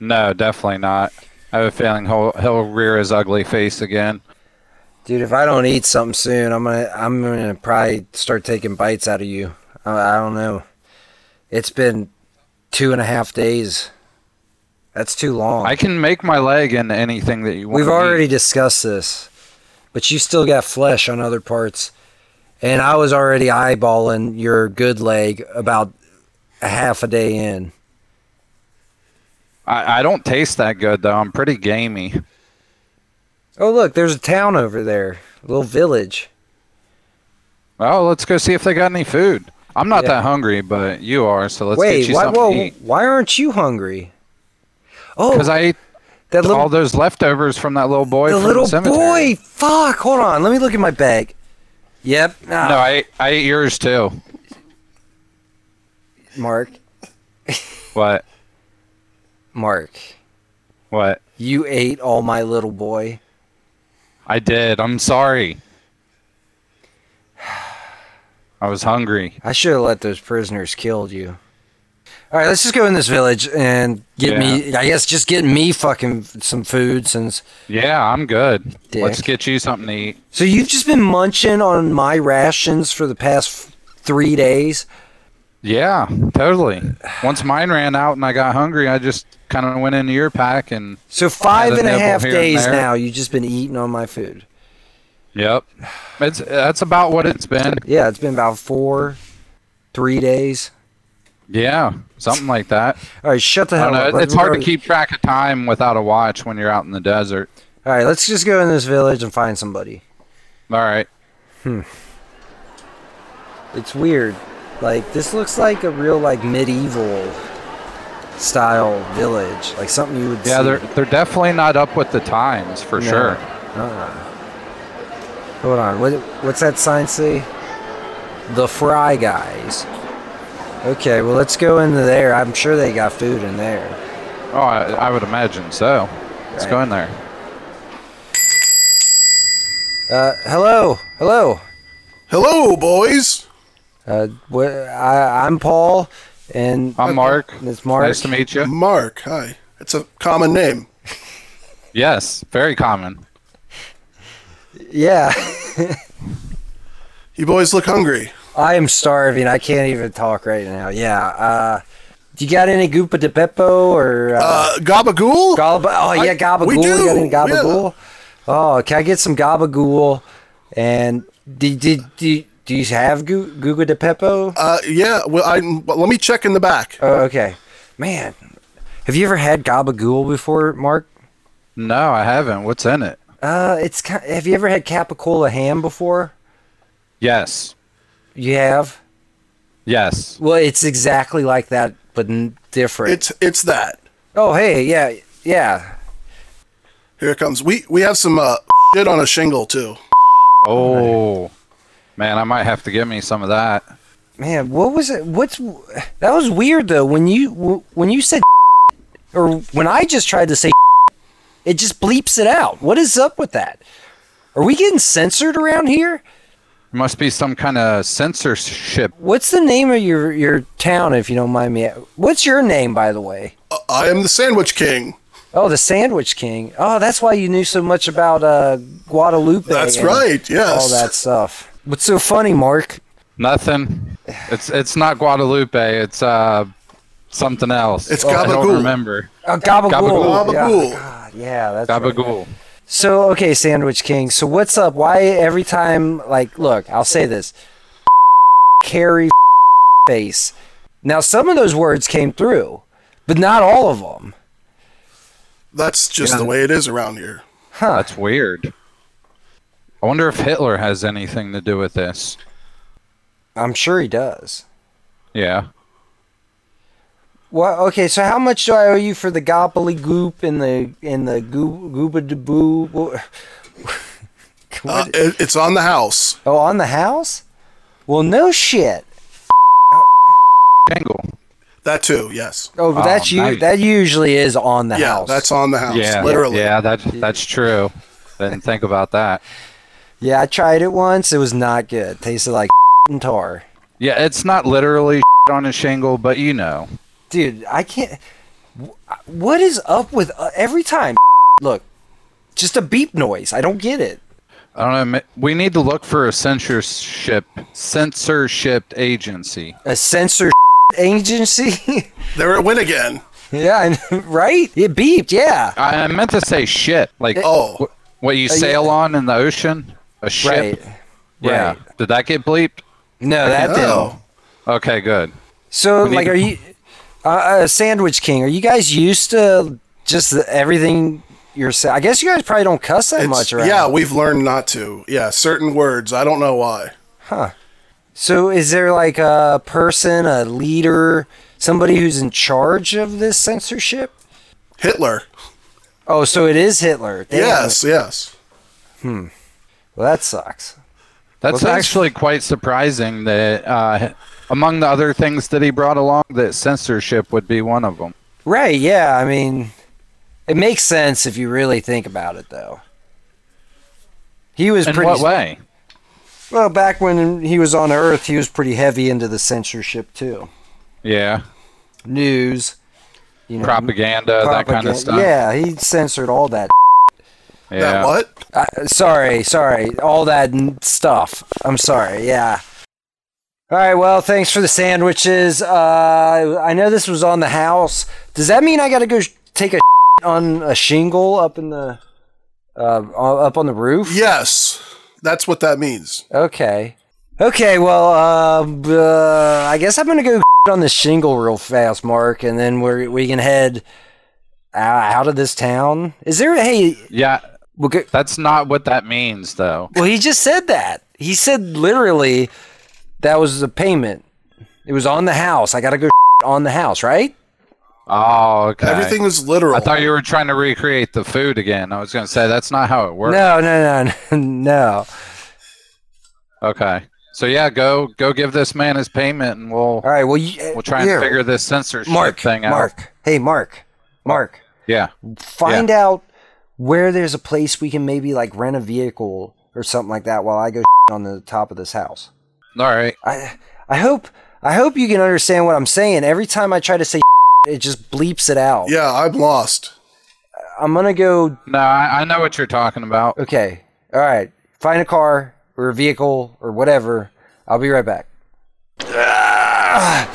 Speaker 3: No, definitely not. I have a feeling he'll, he'll rear his ugly face again.
Speaker 1: Dude, if I don't eat something soon, I'm going to I'm going to probably start taking bites out of you. I, I don't know. It's been two and a half days. That's too long.
Speaker 3: I can make my leg into anything that you want.
Speaker 1: We've
Speaker 3: me-
Speaker 1: already discussed this, but you still got flesh on other parts. And I was already eyeballing your good leg about a half a day in.
Speaker 3: I, I don't taste that good though. I'm pretty gamey.
Speaker 1: Oh, look, there's a town over there, a little village.
Speaker 3: Oh, let's go see if they got any food. I'm not
Speaker 1: Yeah.
Speaker 3: that hungry, but you are, so let's get
Speaker 1: Wait,
Speaker 3: you
Speaker 1: why,
Speaker 3: something
Speaker 1: whoa,
Speaker 3: to eat.
Speaker 1: why aren't you hungry? Oh,
Speaker 3: Because I ate
Speaker 1: that little,
Speaker 3: all those leftovers from that little boy.
Speaker 1: the
Speaker 3: from
Speaker 1: little
Speaker 3: the cemetery.
Speaker 1: boy. Fuck, hold on. Let me look at my bag. Yep. ah,
Speaker 3: No, I I ate yours too.
Speaker 1: Mark,
Speaker 3: What?
Speaker 1: Mark,
Speaker 3: What?
Speaker 1: you ate all my little boy.
Speaker 3: I did. I'm sorry. I was hungry.
Speaker 1: I should have let those prisoners killed you. All right, let's just go in this village and get me. I guess just get me fucking some food since.
Speaker 3: Yeah, I'm good.
Speaker 1: Dick.
Speaker 3: Let's get you something to eat.
Speaker 1: So you've just been munching on my rations for the past f- three days.
Speaker 3: Yeah, totally. Once mine ran out and I got hungry, I just kind of went into your pack and
Speaker 1: So five
Speaker 3: Had a
Speaker 1: and a
Speaker 3: nibble
Speaker 1: half
Speaker 3: here and
Speaker 1: days
Speaker 3: there.
Speaker 1: now. You've just been eating on my food.
Speaker 3: yep. It's that's about what it's been.
Speaker 1: Yeah, it's been about four, three days.
Speaker 3: Yeah, something like that.
Speaker 1: All right, shut the
Speaker 3: I
Speaker 1: hell
Speaker 3: don't know.
Speaker 1: up.
Speaker 3: it-
Speaker 1: Let's
Speaker 3: It's hard to
Speaker 1: go-
Speaker 3: keep track of time without a watch when you're out in the desert.
Speaker 1: All right, let's just go in this village and find somebody.
Speaker 3: All right.
Speaker 1: It's weird. Like this looks like a real like medieval style village, like something you would
Speaker 3: Yeah,
Speaker 1: see.
Speaker 3: they're they're definitely not up with the times for
Speaker 1: No.
Speaker 3: sure.
Speaker 1: Hold on. What, what's that sign say? The Fry Guys. Okay, well let's go into there. I'm sure they got food in there.
Speaker 3: Oh, I, I would imagine so. Let's go in there.
Speaker 1: Uh, hello, hello.
Speaker 4: Hello, boys.
Speaker 1: Uh, wh- I, I'm Paul, and
Speaker 3: I'm Mark.
Speaker 1: It's Mark.
Speaker 3: Nice to meet you.
Speaker 4: Mark. Hi. It's a common name.
Speaker 2: Yes, very common.
Speaker 1: Yeah.
Speaker 4: You boys look hungry.
Speaker 1: I am starving. I can't even talk right now. Yeah. Uh, do you got any Goopa de Beppo or uh,
Speaker 4: Uh, Gabagool?
Speaker 1: Galba? Oh,
Speaker 4: I-
Speaker 1: yeah, Gabagool.
Speaker 4: we
Speaker 1: You got
Speaker 4: do,
Speaker 1: any Gabagool? Oh, can I get some Gabagool? And do, do, do, do you have Goo- Goopa de Beppo?
Speaker 4: uh, yeah, well, I, well, let me check in the back.
Speaker 1: Oh, okay. Man, have you ever had Gabagool before, Mark?
Speaker 2: No, I haven't. What's in it?
Speaker 1: Uh, it's ki Have you ever had capicola ham before?
Speaker 2: Yes.
Speaker 1: You have.
Speaker 2: Yes.
Speaker 1: Well, it's exactly like that, but n- different.
Speaker 4: It's it's that.
Speaker 1: oh, hey, yeah, yeah.
Speaker 4: Here it comes. We we have some uh, shit on a shingle too.
Speaker 2: Oh. Man, I might have to get me some of that.
Speaker 1: Man, what was it? What's that was weird though. When you when you said or when I just tried to say, it just bleeps it out. What is up with that? Are we getting censored around here?
Speaker 2: Must be some kind of censorship.
Speaker 1: What's the name of your your town, if you don't mind me? What's your name, by the way?
Speaker 4: Uh, I am the Sandwich King.
Speaker 1: Oh, the Sandwich King. Oh, that's why you knew so much about uh, Guadalupe.
Speaker 4: That's
Speaker 1: and
Speaker 4: right.
Speaker 1: All
Speaker 4: Yes.
Speaker 1: that stuff. What's so funny, Mark?
Speaker 2: Nothing. It's it's not Guadalupe. It's uh something else.
Speaker 4: It's
Speaker 2: I
Speaker 4: Gabagool.
Speaker 2: don't remember.
Speaker 1: Oh, Gabagool.
Speaker 2: Gabagool.
Speaker 1: Yeah.
Speaker 4: Gabagool.
Speaker 1: God, yeah, that's right.
Speaker 2: Gabagool.
Speaker 1: So okay, Sandwich King. So what's up? Why every time? Like, look, I'll say this. Carry face. Now some of those words came through, but not all of them.
Speaker 4: That's just the way it is around here.
Speaker 1: Huh?
Speaker 2: That's weird. I wonder if Hitler has anything to do with this.
Speaker 1: I'm sure he does.
Speaker 2: Yeah.
Speaker 1: Well, okay. So how much do I owe you for the gobbly goop and the and the goo gooba de boo? Wha-
Speaker 4: Uh,
Speaker 1: What?
Speaker 4: it, it's on the house.
Speaker 1: oh, on the house? Well, no shit.
Speaker 2: Angle.
Speaker 4: That too. Yes.
Speaker 1: Oh, but
Speaker 2: Oh,
Speaker 1: that's you.
Speaker 2: nice.
Speaker 1: That usually is on the
Speaker 4: yeah,
Speaker 1: house.
Speaker 4: that's on the house.
Speaker 2: Yeah.
Speaker 4: literally.
Speaker 2: Yeah, that that's true. Didn't think about that.
Speaker 1: Yeah, I tried it once. It was not good. Tasted like and tar.
Speaker 2: Yeah, it's not literally on a shingle, but you know.
Speaker 1: Dude, I can't. wh- What is up with uh, every time? Look, just a beep noise. I don't get it.
Speaker 2: I don't know. ma- We need to look for a censorship censorship agency.
Speaker 1: A censor agency?
Speaker 4: There it went again.
Speaker 1: yeah, I know, right? It beeped. Yeah.
Speaker 2: I, I meant to say shit, like
Speaker 4: Oh,
Speaker 2: wh- what you
Speaker 1: yeah.
Speaker 2: sail on in the ocean, a ship.
Speaker 1: Uh, Right.
Speaker 2: Yeah.
Speaker 1: right.
Speaker 2: Did that get bleeped?
Speaker 1: No, that
Speaker 4: Oh.
Speaker 1: didn't.
Speaker 4: no.
Speaker 2: Okay, good.
Speaker 1: So,
Speaker 2: We need
Speaker 1: like,
Speaker 2: to-
Speaker 1: are you uh, uh, Sandwich King? Are you guys used to just the, everything yourself? I guess you guys probably don't cuss that
Speaker 4: It's-
Speaker 1: much, right?
Speaker 4: yeah, we've learned not to. Yeah, certain words. I don't know why.
Speaker 1: So is there like a person, a leader, somebody who's in charge of this censorship?
Speaker 4: Hitler.
Speaker 1: Oh, so it is Hitler. Damn.
Speaker 4: Yes, yes.
Speaker 1: Well, that sucks.
Speaker 2: That's
Speaker 1: Well, thanks.
Speaker 2: actually quite surprising that uh, among the other things that he brought along, that censorship would be one of them.
Speaker 1: Right, yeah. I mean, it makes sense if you really think about it, though. He was
Speaker 2: In
Speaker 1: pretty.
Speaker 2: what way?
Speaker 1: Well, back when he was on Earth, he was pretty heavy into the censorship, too.
Speaker 2: Yeah,
Speaker 1: News, you know,
Speaker 2: propaganda, that kind of
Speaker 1: Mm-hmm. propaganda.
Speaker 2: stuff.
Speaker 1: Yeah, he censored all that.
Speaker 2: yeah.
Speaker 4: That what?
Speaker 1: Uh, sorry, sorry. All that n- stuff. I'm sorry. Yeah. All right. Well, thanks for the sandwiches. Uh, I know this was on the house. Does that mean I got to go sh- take a on a shingle up in the uh, o- up on the roof?
Speaker 4: Yes. That's what that means.
Speaker 1: Okay. Okay. Well, uh, b- uh, I guess I'm gonna go on the shingle real fast, Mark, and then we we can head o- out of this town. Is there? Hey,
Speaker 2: Yeah,
Speaker 1: we'll go,
Speaker 2: that's not what that means, though.
Speaker 1: Well, he just said that. He said literally that was the payment. It was on the house. I got to go on the house, right?
Speaker 2: Oh, okay.
Speaker 4: Everything is literal.
Speaker 2: I thought you were trying to recreate the food again. I was going to say that's not how it works.
Speaker 1: No, no, no, no.
Speaker 2: Okay. So yeah, go go give this man his payment, and we'll
Speaker 1: All right. Well, you,
Speaker 2: we'll try and
Speaker 1: here,
Speaker 2: figure this censorship
Speaker 1: Mark,
Speaker 2: thing out.
Speaker 1: Mark. Hey, Mark. Mark.
Speaker 2: Yeah.
Speaker 1: Find out where there's a place we can maybe like rent a vehicle or something like that while I go on the top of this house.
Speaker 2: All right.
Speaker 1: I I hope I hope you can understand what I'm saying. Every time I try to say it just bleeps it out.
Speaker 4: yeah, I'm lost.
Speaker 1: I'm gonna go.
Speaker 2: No, I, I know what you're talking about.
Speaker 1: Okay. All right. Find a car or a vehicle or whatever. I'll be right back. Ah!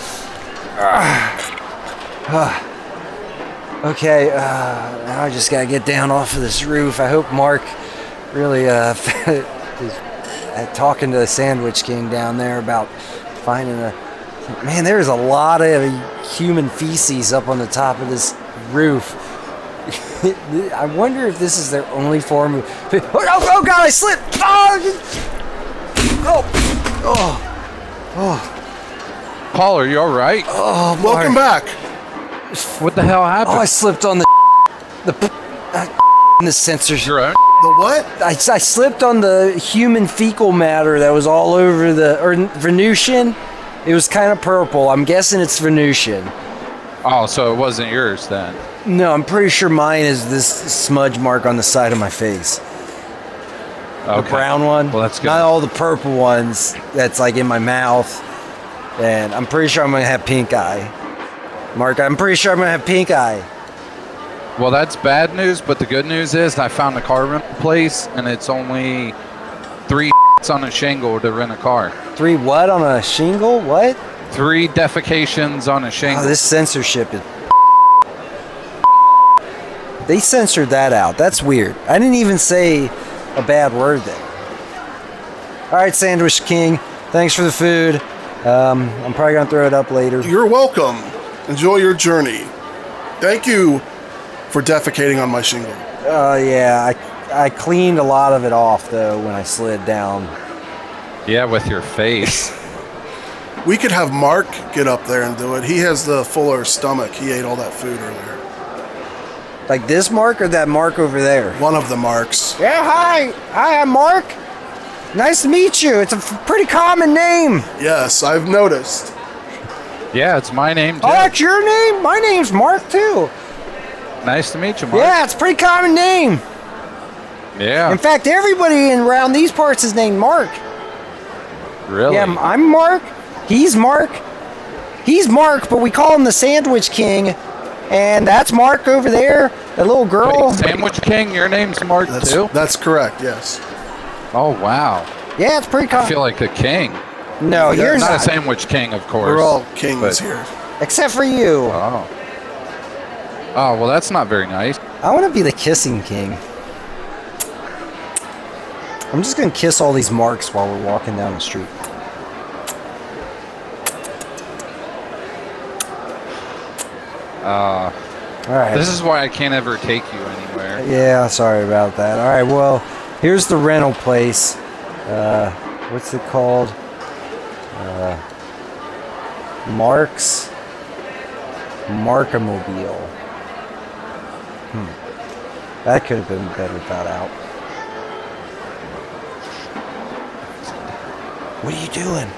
Speaker 1: Ah. Ah. Okay. Uh, now I just gotta get down off of this roof. I hope Mark really uh, is uh, talking to the Sandwich King down there about finding a. Man, there's a lot of human feces up on the top of this roof. I wonder if this is their only form of. Oh, oh, oh God, I slipped! Oh, oh, oh,
Speaker 2: Paul, are you all right?
Speaker 1: oh
Speaker 4: Welcome
Speaker 1: Mark.
Speaker 4: back.
Speaker 2: What the hell happened?
Speaker 1: Oh, I slipped on the the p- uh, the sensors.
Speaker 2: Your own-
Speaker 4: The what?
Speaker 1: I, I slipped on the human fecal matter that was all over the or Venusian. It was kind of purple. I'm guessing it's Venusian.
Speaker 2: Oh, so it wasn't yours then.
Speaker 1: No, I'm pretty sure mine is this smudge mark on the side of my face.
Speaker 2: Okay.
Speaker 1: The brown one.
Speaker 2: Well, that's good.
Speaker 1: Not all the purple ones that's like in my mouth. And I'm pretty sure I'm gonna have pink eye. Mark, I'm pretty sure I'm gonna have pink eye.
Speaker 2: Well, that's bad news, but the good news is I found a car rental place, and it's only three on a shingle to rent a car.
Speaker 1: Three what on a shingle? What?
Speaker 2: Three defecations on a shingle.
Speaker 1: Oh, this censorship is. They censored that out. That's weird. I didn't even say a bad word there. All right, Sandwich King. Thanks for the food. Um, I'm probably gonna throw it up later.
Speaker 4: You're welcome. Enjoy your journey. Thank you for defecating on my shingle.
Speaker 1: Oh yeah, I I cleaned a lot of it off though when I slid down.
Speaker 2: yeah, with your face.
Speaker 4: We could have Mark get up there and do it. He has the fuller stomach. He ate all that food earlier.
Speaker 1: Like this mark or that mark over there?
Speaker 4: One of the marks.
Speaker 1: Yeah, hi. Hi, I'm Mark. Nice to meet you. It's a f- pretty common name.
Speaker 4: Yes, I've noticed.
Speaker 2: yeah, it's my name too.
Speaker 1: Oh, that's your name? My name's Mark too.
Speaker 2: Nice to meet you, Mark.
Speaker 1: Yeah, it's a pretty common name.
Speaker 2: Yeah,
Speaker 1: In fact, everybody in around these parts is named Mark.
Speaker 2: really.
Speaker 1: Yeah, I'm Mark. He's Mark. He's Mark, but we call him the Sandwich King. And that's Mark over there, that little girl.
Speaker 2: Wait, Sandwich King, your name's Mark
Speaker 4: That's
Speaker 2: too.
Speaker 4: that's correct. Yes.
Speaker 2: Oh wow,
Speaker 1: Yeah, it's pretty
Speaker 2: I
Speaker 1: common.
Speaker 2: feel like a king.
Speaker 1: no, you're
Speaker 2: not,
Speaker 1: not.
Speaker 2: a Sandwich King, of course.
Speaker 4: We're all kings
Speaker 2: but-
Speaker 4: here.
Speaker 1: Except for you.
Speaker 2: Oh. Oh well, that's not very nice.
Speaker 1: I want to be the kissing king. I'm just going to kiss all these marks while we're walking down the street.
Speaker 2: Uh,
Speaker 1: All right.
Speaker 2: this is why I can't ever take you anywhere.
Speaker 1: Yeah, sorry about that. All right, well, here's the rental place. Uh, what's it called? Uh, Mark's Markamobile. Hmm. That could have been better thought out. What are you doing?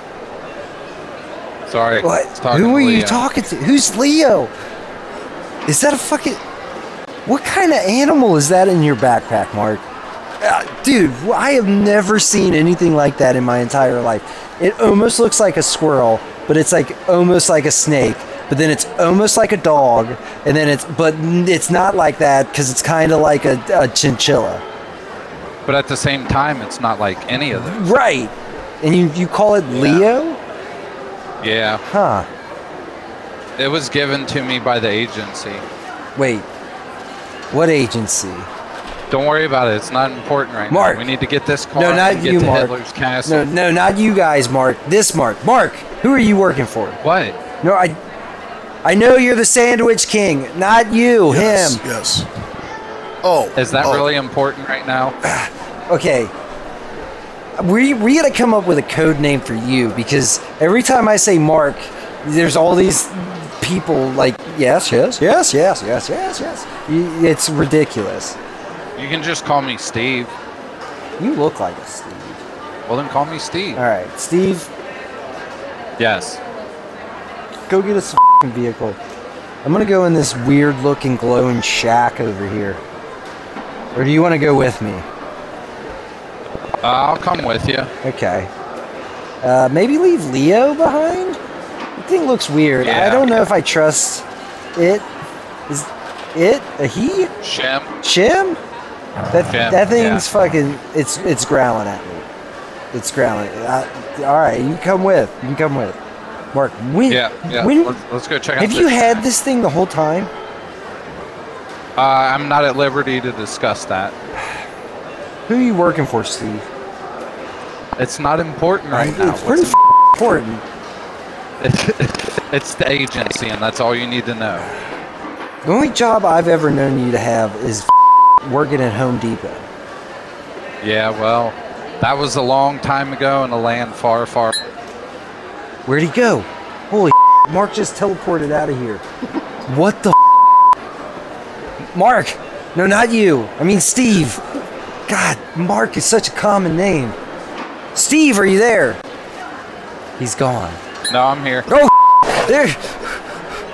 Speaker 2: Sorry.
Speaker 1: What?
Speaker 2: was talking
Speaker 1: Who
Speaker 2: to
Speaker 1: are you
Speaker 2: Leo.
Speaker 1: talking to? Who's Leo? Is that a fucking. What kind of animal is that in your backpack, Mark? Uh, dude, wh- I have never seen anything like that in my entire life. It almost looks like a squirrel, but it's like almost like a snake. But then it's almost like a dog, and then it's but n- it's not like that because it's kind of like a, a chinchilla,
Speaker 2: But at the same time, it's not like any of them.
Speaker 1: right? And you you call it Leo,
Speaker 2: Yeah.
Speaker 1: huh?
Speaker 2: It was given to me by the agency.
Speaker 1: Wait, what agency?
Speaker 2: Don't worry about it. It's not important right
Speaker 1: Mark.
Speaker 2: now. We need to get this car.
Speaker 1: No, not
Speaker 2: and get
Speaker 1: you,
Speaker 2: to
Speaker 1: Mark.
Speaker 2: Hitler's
Speaker 1: No,
Speaker 2: castle.
Speaker 1: no, not you guys, Mark. This Mark. Mark, who are you working for?
Speaker 2: What?
Speaker 1: No, I I know you're the sandwich king, not you,
Speaker 4: Yes.
Speaker 1: him.
Speaker 4: Yes. Oh.
Speaker 2: Is that
Speaker 4: oh.
Speaker 2: really important right now?
Speaker 1: Okay. We we gotta come up with a code name for you because every time I say Mark, there's all these people like yes, yes, yes, yes, yes, yes, yes. Y- It's ridiculous.
Speaker 2: You can just call me Steve.
Speaker 1: You look like a Steve.
Speaker 2: Well, then call me Steve.
Speaker 1: All right, Steve,
Speaker 2: Yes.
Speaker 1: go get us a f***ing vehicle. I'm gonna go in this weird looking glowing shack over here. Or do you wanna go with me?
Speaker 2: Uh, I'll come with you.
Speaker 1: Okay. Uh, maybe leave Leo behind? The thing looks weird. I
Speaker 2: Yeah.
Speaker 1: don't know if I trust it. Is it? A he?
Speaker 2: Shem.
Speaker 1: Shim? That
Speaker 2: Shim,
Speaker 1: that thing's
Speaker 2: yeah.
Speaker 1: fucking. It's it's growling at me. It's growling. I, all right, you can come with. You can come with. Mark, when?
Speaker 2: Yeah, yeah.
Speaker 1: When,
Speaker 2: let's, let's go check out.
Speaker 1: have you had this thing the whole time?
Speaker 2: Uh, I'm not at liberty to discuss that.
Speaker 1: Who are you working for, Steve?
Speaker 2: It's not important right
Speaker 1: it's
Speaker 2: now.
Speaker 1: pretty
Speaker 2: What's-
Speaker 1: f- important.
Speaker 2: it's the agency, and that's all you need to know.
Speaker 1: The only job I've ever known you to have is working at Home Depot.
Speaker 2: Yeah, well, that was a long time ago in a land far, far.
Speaker 1: Where'd he go? Holy Mark just teleported out of here. What the Mark! No, not you. I mean, Steve. God, Mark is such a common name. Steve, are you there? He's gone.
Speaker 2: No, I'm here.
Speaker 1: Oh, there.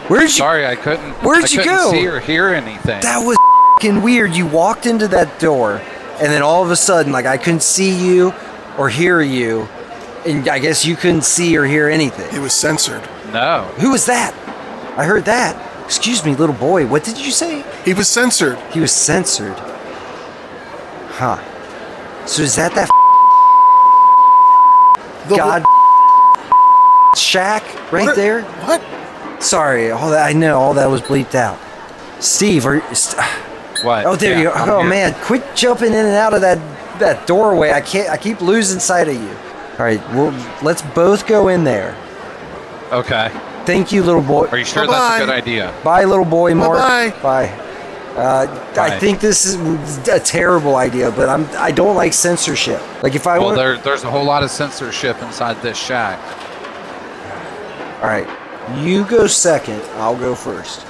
Speaker 1: Where'd you?
Speaker 2: Sorry, I couldn't.
Speaker 1: Where'd
Speaker 2: I
Speaker 1: you
Speaker 2: couldn't
Speaker 1: go?
Speaker 2: See or hear anything?
Speaker 1: That was fing weird. You walked into that door, and then all of a sudden, like, I couldn't see you or hear you, and I guess you couldn't see or hear anything.
Speaker 4: It was censored.
Speaker 2: no.
Speaker 1: Who was that? I heard that. Excuse me, little boy, what did you say?
Speaker 4: He was censored.
Speaker 1: He was censored. Huh. So is that that
Speaker 4: The
Speaker 1: god shack right
Speaker 4: what are-
Speaker 1: there?
Speaker 4: What?
Speaker 1: Sorry, all that I know, all that was bleeped out. Steve, are st-
Speaker 2: What?
Speaker 1: oh there
Speaker 2: Yeah,
Speaker 1: you
Speaker 2: I'm
Speaker 1: are. Oh
Speaker 2: here.
Speaker 1: man, quit jumping in and out of that that doorway. I can't. I keep losing sight of you. All right, well, let's both go in there.
Speaker 2: Okay.
Speaker 1: Thank you, little boy.
Speaker 2: Are you sure that's
Speaker 4: Bye-bye.
Speaker 2: a good idea?
Speaker 1: Bye, little boy, Mark.
Speaker 4: Bye-bye.
Speaker 1: Bye. Uh, I
Speaker 2: Bye.
Speaker 1: think this is a terrible idea, but I'm I don't like censorship. Like if I
Speaker 2: Well,
Speaker 1: want,
Speaker 2: there, there's a whole lot of censorship inside this shack.
Speaker 1: all right, you go second, I'll go first.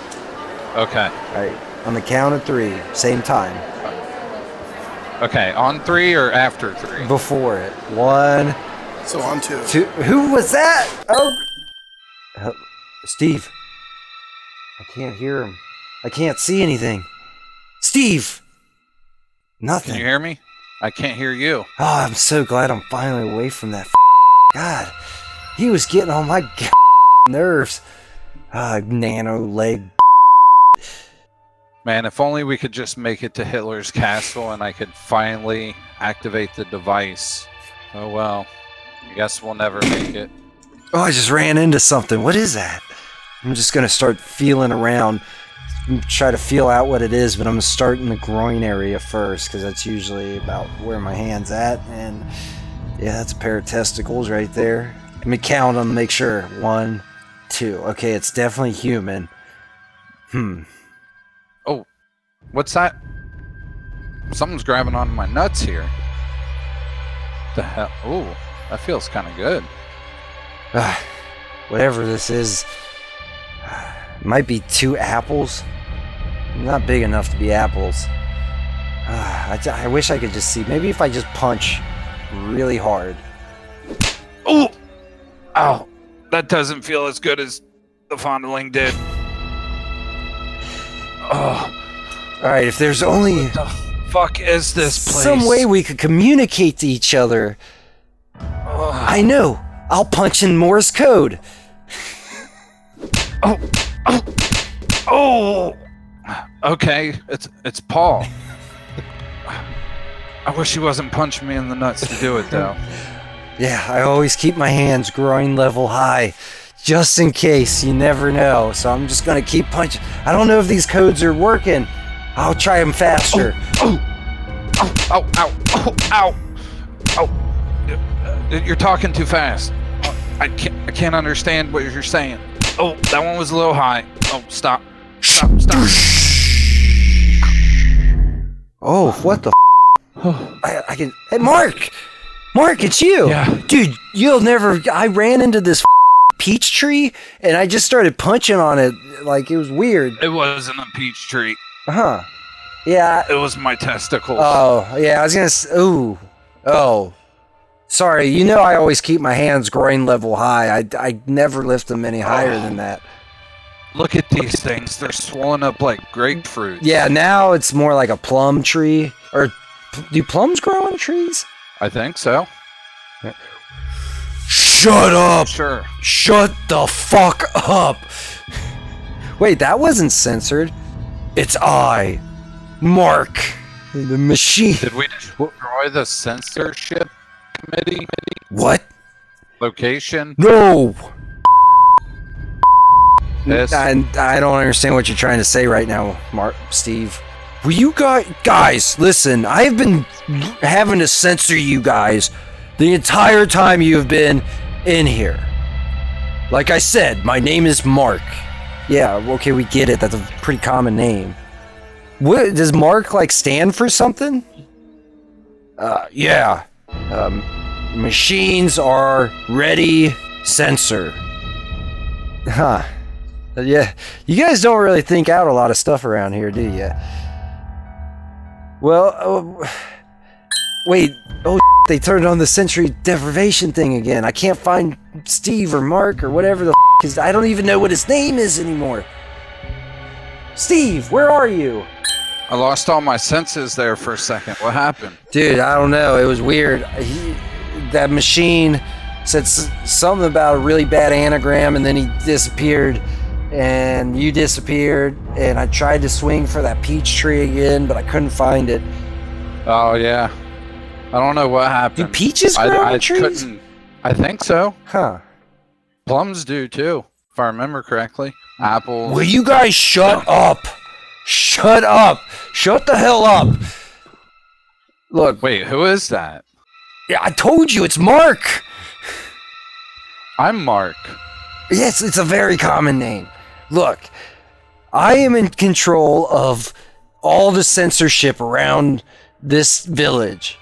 Speaker 2: Okay.
Speaker 1: All right, on the count of three, same time,
Speaker 2: Okay. On three or after three?
Speaker 1: before it. One,
Speaker 4: So on two.
Speaker 1: two. Who was that? Oh, Uh, Steve. I can't hear him. I can't see anything. Steve. Nothing.
Speaker 2: Can you hear me? I can't hear you.
Speaker 1: Oh, I'm so glad I'm finally away from that. F- God, he was getting on my g- nerves. Uh, nano leg.
Speaker 2: Man, if only we could just make it to Hitler's castle and I could finally activate the device. Oh well. I guess we'll never make it.
Speaker 1: Oh, I just ran into something. What is that? I'm just gonna start feeling around, and try to feel out what it is, but I'm gonna start in the groin area first, because that's usually about where my hand's at. And yeah, that's a pair of testicles right there. Let me count them, make sure. One, two. Okay, it's definitely human.
Speaker 2: Oh, what's that? Something's grabbing on my nuts here. The hell? Ooh, that feels kind of good.
Speaker 1: Ah, whatever this is, it might be two apples. Not big enough to be apples. Ah, I, ju- I wish I could just see. Maybe if I just punch really hard.
Speaker 2: Ooh! Ow. That doesn't feel as good as the fondling did. Oh,
Speaker 1: All right, if there's only
Speaker 2: the fuck is this place?
Speaker 1: some way we could communicate to each other,
Speaker 2: Ugh.
Speaker 1: I know. I'll punch in Morse code.
Speaker 2: Oh. Okay, it's it's Paul. I wish he wasn't punching me in the nuts to do it though.
Speaker 1: Yeah, I always keep my hands groin level high, just in case. You never know. So I'm just gonna keep punching. I don't know if these codes are working. I'll try them faster.
Speaker 2: Ow, ow, ow, ow, ow. Uh, You're talking too fast. I can't, I can't understand what you're saying. Oh, that one was a little high. Oh, stop. Stop, stop.
Speaker 1: Oh, what the? f- I, I can. Hey, Mark! Mark, it's you!
Speaker 2: Yeah.
Speaker 1: Dude, you'll never. I ran into this f- peach tree and I just started punching on it like it was weird.
Speaker 2: It wasn't a peach tree.
Speaker 1: Huh. Yeah.
Speaker 2: It was my testicles.
Speaker 1: Oh, yeah, I was gonna. s- Ooh. Oh. Sorry, you know I always keep my hands groin level high. I, I never lift them any higher than that.
Speaker 2: Look at these things. They're swollen up like grapefruits.
Speaker 1: Yeah, now it's more like a plum tree. Or p- do plums grow on trees?
Speaker 2: I think so.
Speaker 5: Shut up!
Speaker 2: Sure.
Speaker 5: Shut the fuck up!
Speaker 1: Wait, that wasn't censored. It's I, Mark, the machine.
Speaker 2: Did we destroy the censorship committee
Speaker 1: What?
Speaker 2: location?
Speaker 1: No!
Speaker 2: Yes.
Speaker 1: I, I don't understand what you're trying to say right now, Mark, Steve. Will you guys, guys, listen, I've been having to censor you guys the entire time you've been in here. Like I said, my name is Mark. Yeah, okay, we get it. That's a pretty common name. What does Mark like stand for something? Uh, yeah. Um, machines are ready censor. Huh. Uh, Yeah, you guys don't really think out a lot of stuff around here, do you? Well, uh, wait. Oh, they turned on the sensory deprivation thing again. I can't find Steve or Mark or whatever the is. I don't even know what his name is anymore. Steve, where are you?
Speaker 2: I lost all my senses there for a second. What happened?
Speaker 1: Dude, I don't know. It was weird. He, that machine said s- something about a really bad anagram, and then he disappeared, and you disappeared, and I tried to swing for that peach tree again, but I couldn't find it.
Speaker 2: Oh yeah, I don't know what
Speaker 1: Do
Speaker 2: happened.
Speaker 1: peaches grow
Speaker 2: I,
Speaker 1: on
Speaker 2: I
Speaker 1: trees?
Speaker 2: couldn't. I think so.
Speaker 1: Huh?
Speaker 2: Plums do too, if I remember correctly. Apples.
Speaker 1: Will you guys shut up? Shut up! Shut the hell up! Look,
Speaker 2: Wait, who is that?
Speaker 1: yeah, I told you it's Mark.
Speaker 2: I'm Mark.
Speaker 1: Yes, it's a very common name. Look, I am in control of all the censorship around this village.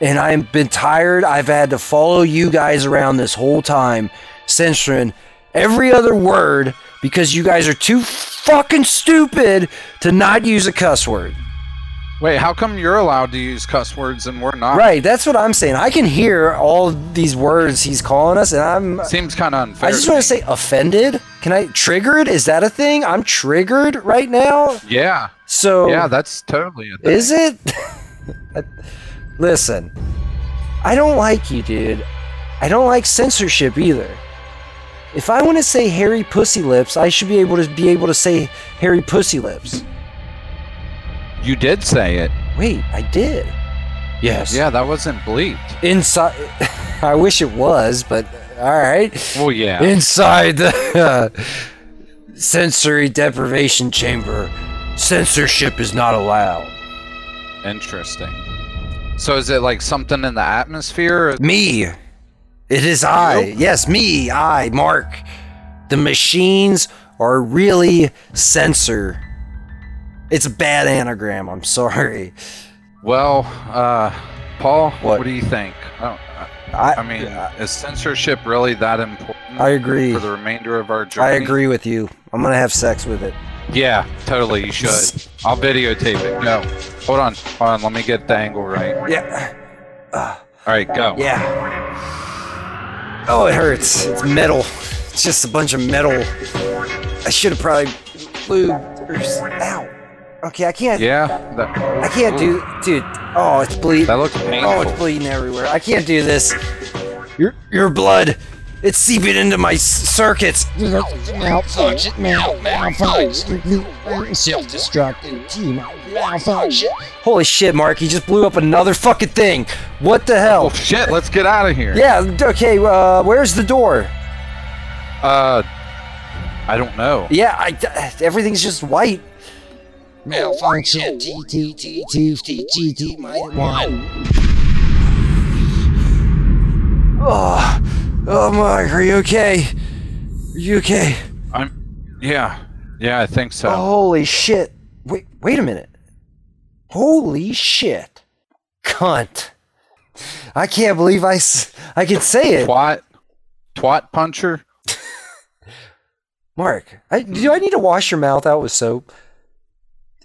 Speaker 1: And I've been tired. I've had to follow you guys around this whole time, censoring every other word because you guys are too fucking stupid to not use a cuss word.
Speaker 2: Wait, how come you're allowed to use cuss words and we're not?
Speaker 1: Right, that's what I'm saying. I can hear all these words he's calling us, and I'm
Speaker 2: Seems kind of unfair.
Speaker 1: I just want to
Speaker 2: me.
Speaker 1: say offended. Can I triggered? Is that a thing? I'm triggered right now.
Speaker 2: Yeah,
Speaker 1: So
Speaker 2: yeah, that's totally a thing.
Speaker 1: is it? I- Listen, I don't like you, dude. I don't like censorship either. If I want to say hairy pussy lips, I should be able to be able to say hairy pussy lips.
Speaker 2: You did say it.
Speaker 1: Wait, I did. Yes.
Speaker 2: Yeah, that wasn't bleeped.
Speaker 1: Inside. I wish it was, but all right.
Speaker 2: Well, yeah.
Speaker 1: inside the uh, sensory deprivation chamber, censorship is not allowed.
Speaker 2: Interesting. So is it like something in the atmosphere?
Speaker 1: Me. It is I.
Speaker 2: Nope.
Speaker 1: Yes, me, I, Mark. The machines are really censor. It's a bad anagram, I'm sorry.
Speaker 2: Well, uh, Paul, what,
Speaker 1: What?
Speaker 2: do you think? Oh, I, don't, I- I
Speaker 1: I
Speaker 2: mean, is censorship really that important?
Speaker 1: I agree.
Speaker 2: For the remainder of our journey.
Speaker 1: I agree with you. I'm gonna have sex with it.
Speaker 2: Yeah, totally. You should. I'll videotape it. Go. Hold on. Hold on. Let me get the angle right.
Speaker 1: Yeah.
Speaker 2: All right, go.
Speaker 1: Yeah. Oh, it hurts. It's metal. It's just a bunch of metal. I should have probably lubed. or s- Ow. Okay, I can't.
Speaker 2: Yeah. That,
Speaker 1: I can't do, dude. Oh, it's
Speaker 2: that
Speaker 1: bleeding.
Speaker 2: looks
Speaker 1: Oh, it's
Speaker 2: painful.
Speaker 1: bleeding everywhere. I can't do this. Your your blood, it's seeping into my s- circuits.
Speaker 6: malfunction, mal- malfunction, self-destructing, malfunction.
Speaker 1: Holy shit, Mark! He just blew up another fucking thing. What the
Speaker 2: Oh
Speaker 1: hell?
Speaker 2: shit! Let's get out of here.
Speaker 1: Yeah. d- Okay. Uh, where's the door?
Speaker 2: Uh, I don't know.
Speaker 1: Yeah. I. d- Everything's just white.
Speaker 6: Malfunction, GTT2, minus 1.
Speaker 1: Oh, oh, Mark, are you okay? Are you okay?
Speaker 2: I'm. Yeah. Yeah, I think so.
Speaker 1: Holy shit. Wait, wait a minute. Holy shit. Cunt. I can't believe I, s- I could say it.
Speaker 2: Twat. Twat puncher.
Speaker 1: Mark, I, do I need to wash your mouth out with soap?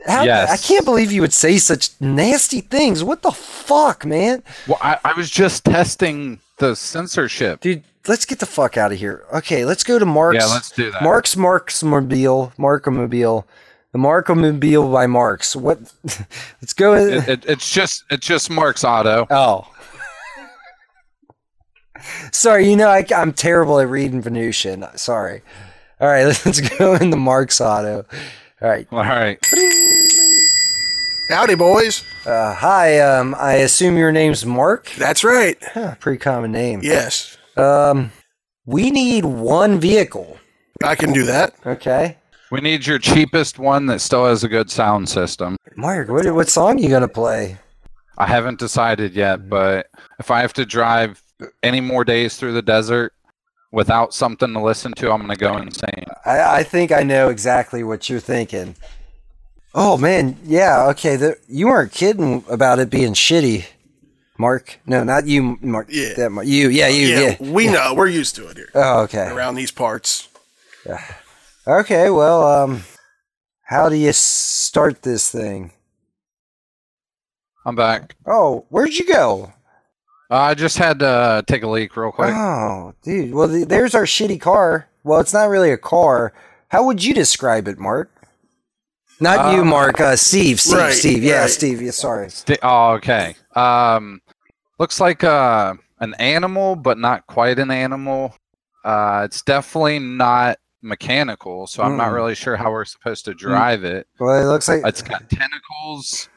Speaker 1: How,
Speaker 2: Yes.
Speaker 1: I can't believe you would say such nasty things. What the fuck, man?
Speaker 2: Well, I, I was just testing the censorship.
Speaker 1: Dude, let's get the fuck out of here. Okay, let's go to Mark's.
Speaker 2: Yeah, let's do that.
Speaker 1: Mark's Marksmobile, Markomobile, the Markomobile by Marks. What? Let's go.
Speaker 2: It, it, it's just it's just Mark's auto.
Speaker 1: oh, sorry. You know I, am terrible at reading Venusian. Sorry. All right, let's go in the Marks Auto. All right.
Speaker 2: All right.
Speaker 4: Howdy, boys.
Speaker 1: Uh, hi. Um, I assume your name's Mark.
Speaker 4: That's right.
Speaker 1: Huh, pretty common name.
Speaker 4: Yes,
Speaker 1: Um, we need one vehicle.
Speaker 4: I can do that.
Speaker 1: Okay.
Speaker 2: We need your cheapest one that still has a good sound system.
Speaker 1: Mark, what, what song you gonna play?
Speaker 2: I haven't decided yet, but if I have to drive any more days through the desert without something to listen to, I'm going to go insane.
Speaker 1: I, I think I know exactly what you're thinking. Oh man, yeah, okay. The, you weren't kidding about it being shitty, Mark. No, not you, Mark.
Speaker 4: Yeah.
Speaker 1: that Mark. you. Yeah, you.
Speaker 4: Yeah,
Speaker 1: Yeah.
Speaker 4: we know. We're used to it here
Speaker 1: Oh, okay.
Speaker 4: around these parts.
Speaker 1: Okay. Well, um, how do you s- start this thing?
Speaker 2: I'm back.
Speaker 1: Oh, where'd you go?
Speaker 2: Uh, I just had to take a leak real quick.
Speaker 1: Oh, dude. Well, th there's our shitty car. Well, it's not really a car. How would you describe it, Mark? Not you,
Speaker 2: Um,
Speaker 1: Mark. Uh, Steve. Steve.
Speaker 4: Right,
Speaker 1: Steve. Yeah,
Speaker 4: right.
Speaker 1: Steve. Yeah, sorry.
Speaker 2: Sti- oh, okay. Um, looks like uh, an animal, but not quite an animal. Uh, it's definitely not mechanical, so I'm not
Speaker 1: Mm.
Speaker 2: really sure how we're supposed to drive it.
Speaker 1: Well, it looks like
Speaker 2: It's got tentacles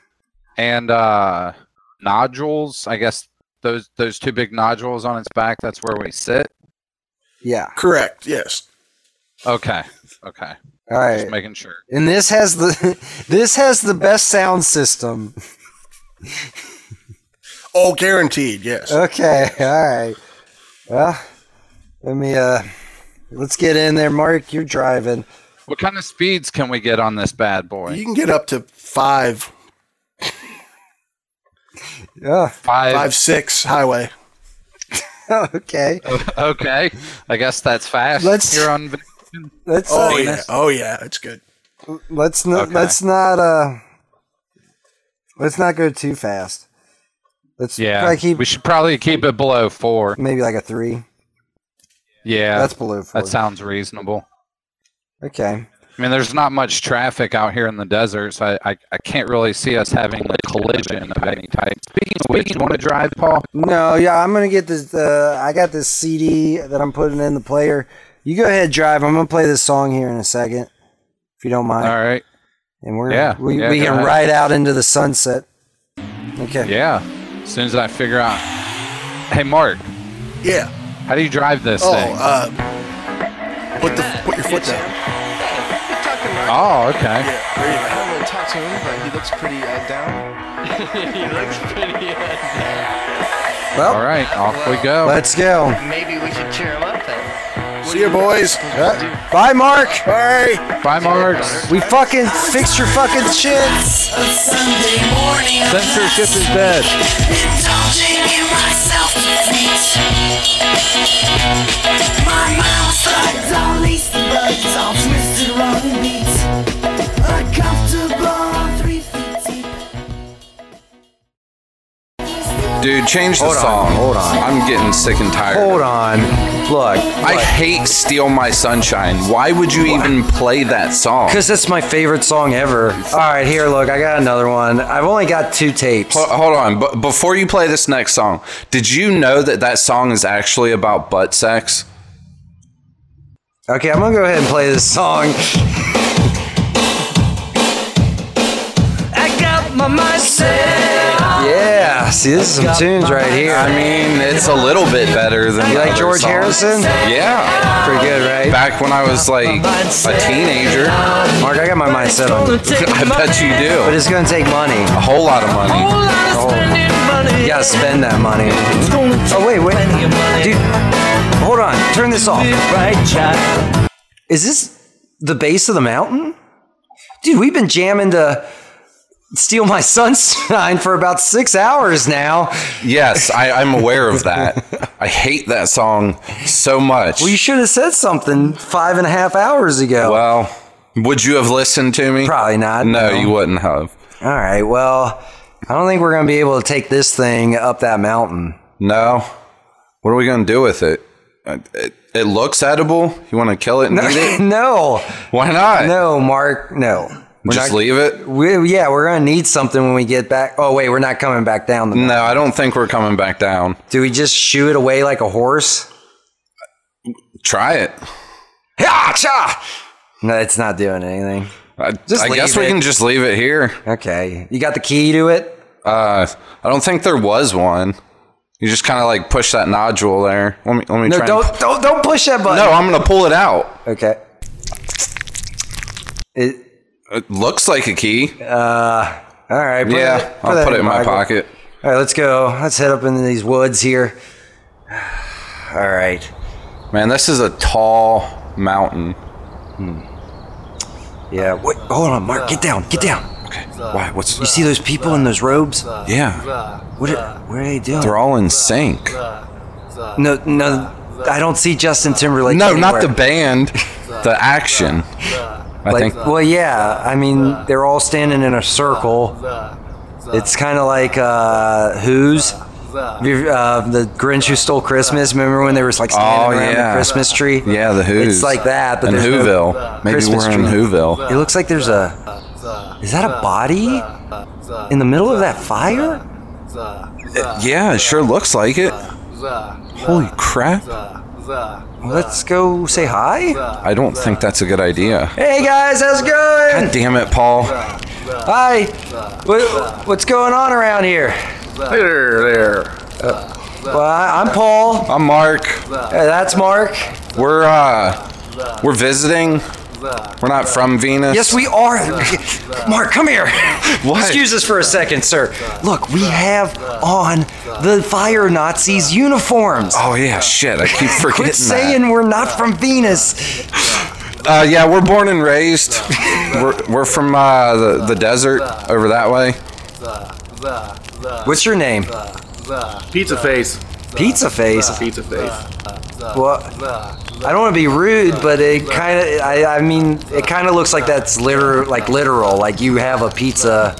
Speaker 2: and uh, nodules. I guess those those two big nodules on its back. That's where we sit.
Speaker 1: yeah.
Speaker 4: Correct. Yes.
Speaker 2: Okay. Okay.
Speaker 1: All right.
Speaker 2: Just making sure.
Speaker 1: And this has the this has the best sound system.
Speaker 4: Oh, guaranteed. Yes.
Speaker 1: Uh, Okay, all right. Well, let me uh let's get in there, Mark. You're driving.
Speaker 2: What kind of speeds can we get on this bad boy?
Speaker 4: you can get up to five,
Speaker 1: Yeah.
Speaker 4: five, six highway.
Speaker 1: Okay.
Speaker 2: Okay, I guess that's fast.
Speaker 1: Let's-
Speaker 2: You're on. vi-
Speaker 1: Let's uh,
Speaker 4: Oh yeah. Oh yeah. It's good.
Speaker 1: let's not
Speaker 2: Okay.
Speaker 1: let's not uh let's not go too fast. Let's
Speaker 2: Yeah,
Speaker 1: try to keep
Speaker 2: we should probably keep it below four.
Speaker 1: maybe like a three.
Speaker 2: Yeah,
Speaker 1: That's below four.
Speaker 2: that sounds reasonable.
Speaker 1: okay.
Speaker 2: I mean, there's not much traffic out here in the desert, so I, I, I can't really see us having a collision of any type. Speaking of which, you want to drive, Paul?
Speaker 1: No, yeah, I'm gonna get this. Uh, I got this CD that I'm putting in the player. You go ahead, drive. I'm gonna play this song here in a second, if you don't
Speaker 2: All
Speaker 1: mind.
Speaker 2: right.
Speaker 1: And we're
Speaker 2: Yeah,
Speaker 1: we,
Speaker 2: yeah,
Speaker 1: we
Speaker 2: go
Speaker 1: can
Speaker 2: ahead.
Speaker 1: ride out into the sunset. Okay.
Speaker 2: Yeah. As soon as I figure out. Hey, Mark,
Speaker 4: Yeah.
Speaker 2: how do you drive this
Speaker 4: Oh.
Speaker 2: thing?
Speaker 4: Uh, put the put your foot down.
Speaker 7: You're talking about
Speaker 2: oh, okay.
Speaker 4: Yeah. There you go.
Speaker 7: I don't really talk to him, but he looks pretty uh, down.
Speaker 1: Well,
Speaker 2: All right, off we go.
Speaker 1: let's go.
Speaker 7: Maybe we should cheer him up then.
Speaker 4: See you, boys.
Speaker 1: Bye, Mark.
Speaker 4: Bye.
Speaker 2: Bye, Marks.
Speaker 1: We fucking fixed your fucking shit.
Speaker 2: Censorship is dead.
Speaker 8: Indulging in myself defeat. My mouth thuds on these buds on twisted wrong beat. Uncomfortable on three feet deep.
Speaker 9: Dude, change the song. hold on. I'm getting sick and tired.
Speaker 10: Hold on. Look,
Speaker 9: I hate Steal My Sunshine. Why would you even play that song?
Speaker 10: because it's my favorite song ever. All right, here, look, I got another one. I've only got two tapes.
Speaker 9: Ho- Uh, Hold on, but before you play this next song, did you know that that song is actually about butt sex?
Speaker 10: Okay, I'm gonna go ahead and play this song. I got my Yeah, see, this is some tunes right here.
Speaker 9: I mean, it's a little bit better than
Speaker 10: you
Speaker 9: the
Speaker 10: like
Speaker 9: other
Speaker 10: George
Speaker 9: songs.
Speaker 10: Harrison?
Speaker 9: Yeah,
Speaker 10: Pretty good, right?
Speaker 9: back when I was like a teenager.
Speaker 10: Mark, I got my mind set
Speaker 1: "Oh,
Speaker 10: on, it.
Speaker 9: I bet you
Speaker 10: but Oh.
Speaker 9: do.
Speaker 10: it's gonna take money.
Speaker 9: A whole lot of money.
Speaker 10: You gotta spend that money. Oh wait, wait, dude, hold on. Turn this off. Is this the base of the mountain? Dude, we've been jamming to steal my sunshine for about six hours now.
Speaker 9: Yes, I, I'm aware of that. I hate that song so much.
Speaker 10: Well, you should have said something five and a half hours ago.
Speaker 9: Well, would you have listened to me?
Speaker 10: Probably not.
Speaker 9: No, you wouldn't have.
Speaker 10: All right. Well, I don't think we're gonna be able to take this thing up that mountain.
Speaker 9: No. What are we going to do with it? Uh, It, it looks edible. You want to kill it and eat it?
Speaker 10: no,
Speaker 9: Why not?
Speaker 10: no, Mark, no.
Speaker 9: Just leave it?
Speaker 10: We, yeah, we're gonna need something when we get back. Oh wait, we're not coming back down. The,
Speaker 9: No, I don't think we're coming back down.
Speaker 10: do we just shoo it away like a horse?
Speaker 9: Try it.
Speaker 10: Yacha! No, it's not doing anything.
Speaker 2: I,
Speaker 1: Just
Speaker 2: I guess
Speaker 1: leave
Speaker 2: we
Speaker 1: it.
Speaker 2: can just leave it here.
Speaker 1: Okay. You got the key to it?
Speaker 2: Uh, I don't think there was one. You just kind of like push that nodule there. Let me let me
Speaker 1: No,
Speaker 2: try.
Speaker 1: don't don't don't push that
Speaker 2: And, no,
Speaker 1: button.
Speaker 2: I'm gonna pull it out.
Speaker 1: No. Okay. It,
Speaker 2: It looks like a key.
Speaker 1: all right. put
Speaker 2: yeah,
Speaker 1: that-
Speaker 2: I'll
Speaker 1: that
Speaker 2: put it in my pocket.
Speaker 1: All right, let's go. Let's head up into these woods here. All right.
Speaker 2: Man, this is a tall mountain.
Speaker 1: Yeah. Wait, hold on, Mark. Get down. Get down.
Speaker 2: Okay. Why? What's
Speaker 1: You see those people in those robes?
Speaker 2: Yeah,
Speaker 1: What are, what are they doing?
Speaker 2: they're all in sync.
Speaker 1: No, no, I don't see Justin Timberlake.
Speaker 2: No, not
Speaker 1: anywhere.
Speaker 2: the band. The action. I
Speaker 1: Like,
Speaker 2: think.
Speaker 1: well, yeah. I mean, they're all standing in a circle. It's kind of like uh, who's uh, the Grinch who stole Christmas. Remember when they were like standing
Speaker 2: Oh,
Speaker 1: around
Speaker 2: yeah.
Speaker 1: the Christmas tree?
Speaker 2: Yeah, the Who's.
Speaker 1: It's like that, but
Speaker 2: in
Speaker 1: there's no
Speaker 2: Whoville. Maybe
Speaker 1: Christmas
Speaker 2: we're in
Speaker 1: tree.
Speaker 2: Whoville.
Speaker 1: It looks like there's a. Is that a body in the middle of that fire?
Speaker 2: Yeah, it sure looks like it. Holy crap!
Speaker 1: Let's go say hi.
Speaker 2: I don't think that's a good idea.
Speaker 1: Hey guys, how's it
Speaker 2: God
Speaker 1: going?
Speaker 2: damn it, Paul.
Speaker 1: Hi. What, what's going on around here?
Speaker 11: There, there.
Speaker 1: Well, I- I'm Paul.
Speaker 2: I'm Mark.
Speaker 1: Uh, That's Mark.
Speaker 2: We're uh we're visiting. We're not from Venus.
Speaker 1: Yes, we are. Mark, come here.
Speaker 2: What?
Speaker 1: Excuse us for a second, sir. Look, we have on the fire Nazis' uniforms.
Speaker 2: Oh yeah, shit. I keep forgetting
Speaker 1: Quit saying we're not from Venus.
Speaker 2: that. Uh, yeah, we're born and raised. we're, we're from uh, the, the desert over that way.
Speaker 1: What's your name?
Speaker 12: Pizza face.
Speaker 1: Pizza Face.
Speaker 12: Pizza face.
Speaker 1: Well, I don't want to be rude, but it kind of, I, I mean, it kind of looks like that's liter, like literal, like you have a pizza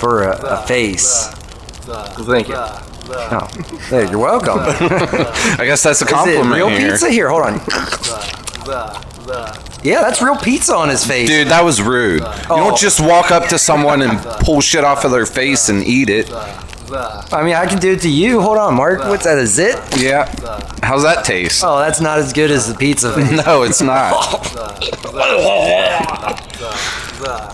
Speaker 1: for a, a face.
Speaker 12: Thank you.
Speaker 1: Oh, hey, you're welcome.
Speaker 2: I guess that's a
Speaker 1: Is it
Speaker 2: compliment
Speaker 1: real
Speaker 2: here.
Speaker 1: pizza here? Hold on. Yeah, that's real pizza on his face.
Speaker 2: Dude, that was rude. You
Speaker 1: Oh.
Speaker 2: don't just walk up to someone and pull shit off of their face and eat it.
Speaker 1: I mean, I can do it to you. Hold on, Mark. What's that? A zit?
Speaker 2: Yeah. How's that taste?
Speaker 1: Oh, that's not as good as the pizza. face.
Speaker 2: No, it's not.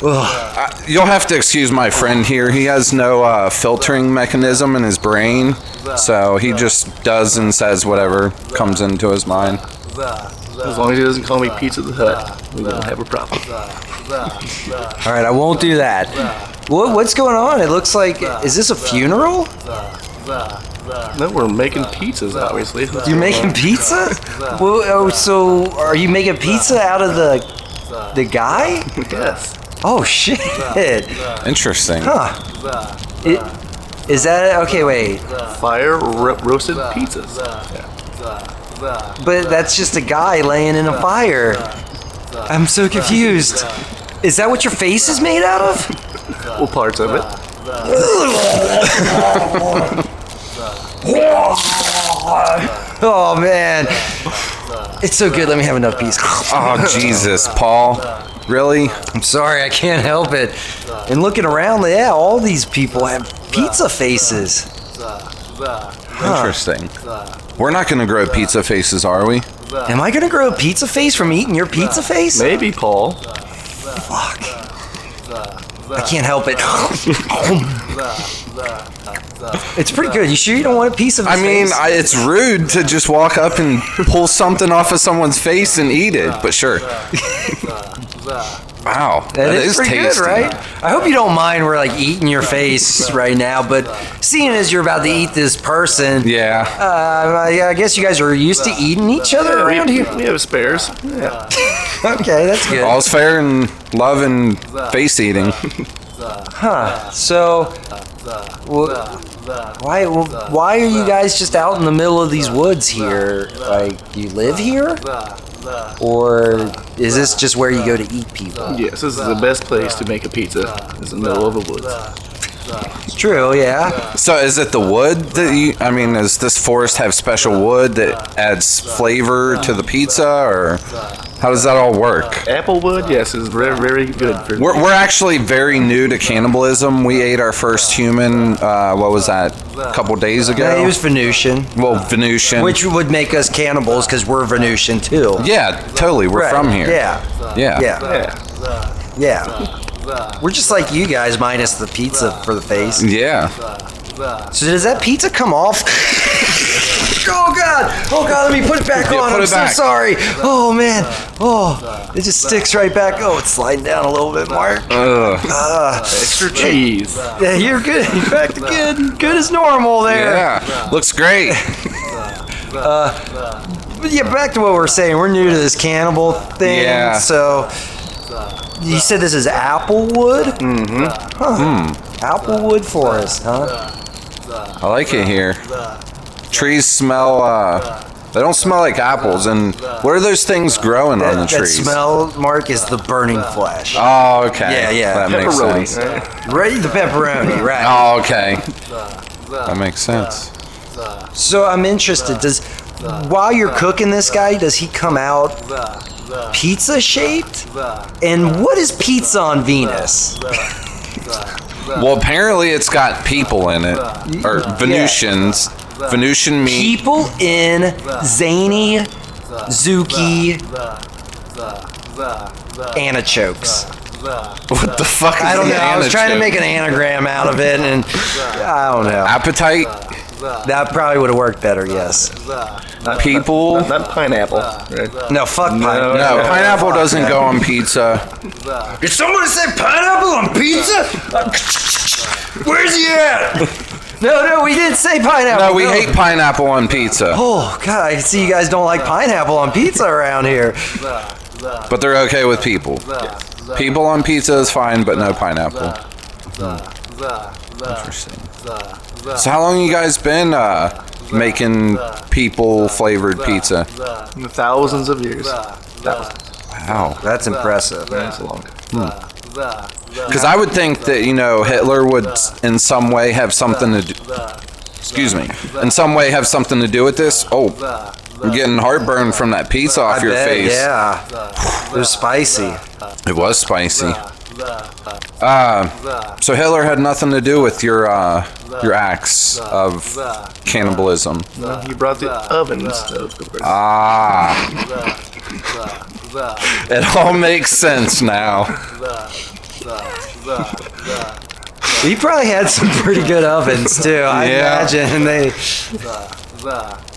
Speaker 2: Uh, you'll have to excuse my friend here. He has no uh, filtering mechanism in his brain, so he just does and says whatever comes into his mind.
Speaker 12: As long as he doesn't call me Pizza the Hut, we won't have a problem.
Speaker 1: All right, I won't do that. What, what's going on? It looks like is this a funeral?
Speaker 12: No, we're making pizzas, obviously.
Speaker 1: You're making pizza? Well, oh, so are you making pizza out of the the guy?
Speaker 12: Yes.
Speaker 1: Oh shit!
Speaker 2: Interesting.
Speaker 1: Huh? It, is that okay? Wait,
Speaker 12: Fire ro- roasted pizzas. Yeah.
Speaker 1: but that's just a guy laying in a fire. I'm so confused. Is that what your face is made out of?
Speaker 12: Well, parts of it.
Speaker 1: Oh man, it's so good. Let me have another piece.
Speaker 2: Oh Jesus, Paul. Really?
Speaker 1: I'm sorry, I can't help it. And looking around, yeah, all these people have pizza faces.
Speaker 2: Interesting. We're not gonna grow pizza faces, are we?
Speaker 1: Am I gonna grow a pizza face from eating your pizza face?
Speaker 12: Maybe, Paul.
Speaker 1: Fuck. I can't help it. it's pretty good. You sure you don't want a piece of his
Speaker 2: I mean,
Speaker 1: face?
Speaker 2: I, it's rude to just walk up and pull something off of someone's face and eat it, but sure. wow,
Speaker 1: That is, pretty
Speaker 2: tasty.
Speaker 1: good, right? I hope you don't mind we're like eating your face right now, but seeing as you're about to eat this person,
Speaker 2: Yeah.
Speaker 1: uh, I I guess you guys are used to eating each other
Speaker 12: Yeah,
Speaker 1: around
Speaker 12: we,
Speaker 1: here.
Speaker 12: we have spares. Yeah.
Speaker 1: Okay, that's good.
Speaker 2: All's fair in love and face eating.
Speaker 1: Huh. So, well, why well, why are you guys just out in the middle of these woods here? Like, you live here, or is this just where you go to eat people?
Speaker 12: Yes, this is the best place to make a pizza. Is in the middle of the woods.
Speaker 1: It's true, yeah.
Speaker 2: So is it the wood that you? I mean, does this forest have special wood that adds flavor to the pizza, or how does that all work?
Speaker 12: Applewood, yes, is very, very good for.
Speaker 2: We're, we're actually very new to cannibalism. We ate our first human. Uh, what was that? A couple days
Speaker 1: Yeah, he
Speaker 2: ago.
Speaker 1: was Venusian,
Speaker 2: Well, Venusian.
Speaker 1: which would make us cannibals because we're Venusian too.
Speaker 2: Yeah, totally. We're
Speaker 1: Right,
Speaker 2: from here.
Speaker 1: Yeah,
Speaker 2: Yeah.
Speaker 1: yeah.
Speaker 12: yeah.
Speaker 1: Yeah. We're just like you guys, minus the pizza for the face.
Speaker 2: Yeah.
Speaker 1: So does that pizza come off? oh god! Oh god! Let me put it back
Speaker 2: Yeah,
Speaker 1: on.
Speaker 2: put
Speaker 1: I'm
Speaker 2: it
Speaker 1: so
Speaker 2: back.
Speaker 1: sorry. Oh man. Oh, it just sticks right back. Oh, it's sliding down a little bit, Mark.
Speaker 2: Ugh.
Speaker 1: Ah.
Speaker 2: Extra cheese.
Speaker 1: Yeah, you're good. You're back to good. Good as normal there.
Speaker 2: Yeah. Looks great.
Speaker 1: Uh, but yeah, back to what we're saying. We're new to this cannibal thing,
Speaker 2: Yeah.
Speaker 1: so you said this is applewood.
Speaker 2: Mm-hmm.
Speaker 1: Huh. Applewood forest, huh?
Speaker 2: I like it here. Trees smell. uh They don't smell like apples. And what are those things growing on the
Speaker 1: That
Speaker 2: trees?
Speaker 1: smell, Mark, is the burning flesh.
Speaker 2: Oh, okay.
Speaker 1: Yeah, yeah.
Speaker 2: That makes
Speaker 1: Pepperoni.
Speaker 2: sense.
Speaker 1: Right, the pepperoni, right?
Speaker 2: Oh, okay. That makes sense.
Speaker 1: So I'm interested. Does while you're cooking this guy, does he come out pizza shaped? And what is pizza on Venus?
Speaker 2: Well, apparently it's got people in it, or Venusians. Venusian meat.
Speaker 1: People in zany, zuki anachokes.
Speaker 2: What the fuck is
Speaker 1: I don't
Speaker 2: an
Speaker 1: know. I was trying to
Speaker 2: anachoke?
Speaker 1: make an anagram out of it, and I don't know.
Speaker 2: Appetite.
Speaker 1: That probably would have worked better. Yes.
Speaker 2: people.
Speaker 12: Not, not pineapple.
Speaker 1: No, fuck
Speaker 2: No,
Speaker 1: pineapple.
Speaker 2: pineapple doesn't go on pizza.
Speaker 1: Did someone say pineapple on pizza? Where's he at? no, no, we didn't say pineapple.
Speaker 2: No, we hate pineapple on pizza,
Speaker 1: Oh God! I can see you guys don't like pineapple on pizza around here.
Speaker 2: but they're okay with people. People on pizza is fine, but no pineapple. Interesting. So how long you guys been uh, making people flavored pizza?
Speaker 12: Thousands of years. Thousands.
Speaker 2: Wow.
Speaker 1: That's impressive.
Speaker 12: That's a long.
Speaker 2: Because I would think that you know Hitler would, s- in some way, have something to. Do, excuse me, in some way, have something to do with this. Oh, I'm getting heartburn from that pizza off
Speaker 1: I
Speaker 2: your
Speaker 1: bet,
Speaker 2: face.
Speaker 1: Yeah, it was spicy.
Speaker 2: It was spicy. Uh, so Hitler had nothing to do with your uh, your acts of cannibalism.
Speaker 12: No, he brought the oven stove.
Speaker 2: Ah, it all makes sense now.
Speaker 1: You probably had some pretty good ovens too. I
Speaker 2: Yeah.
Speaker 1: imagine they.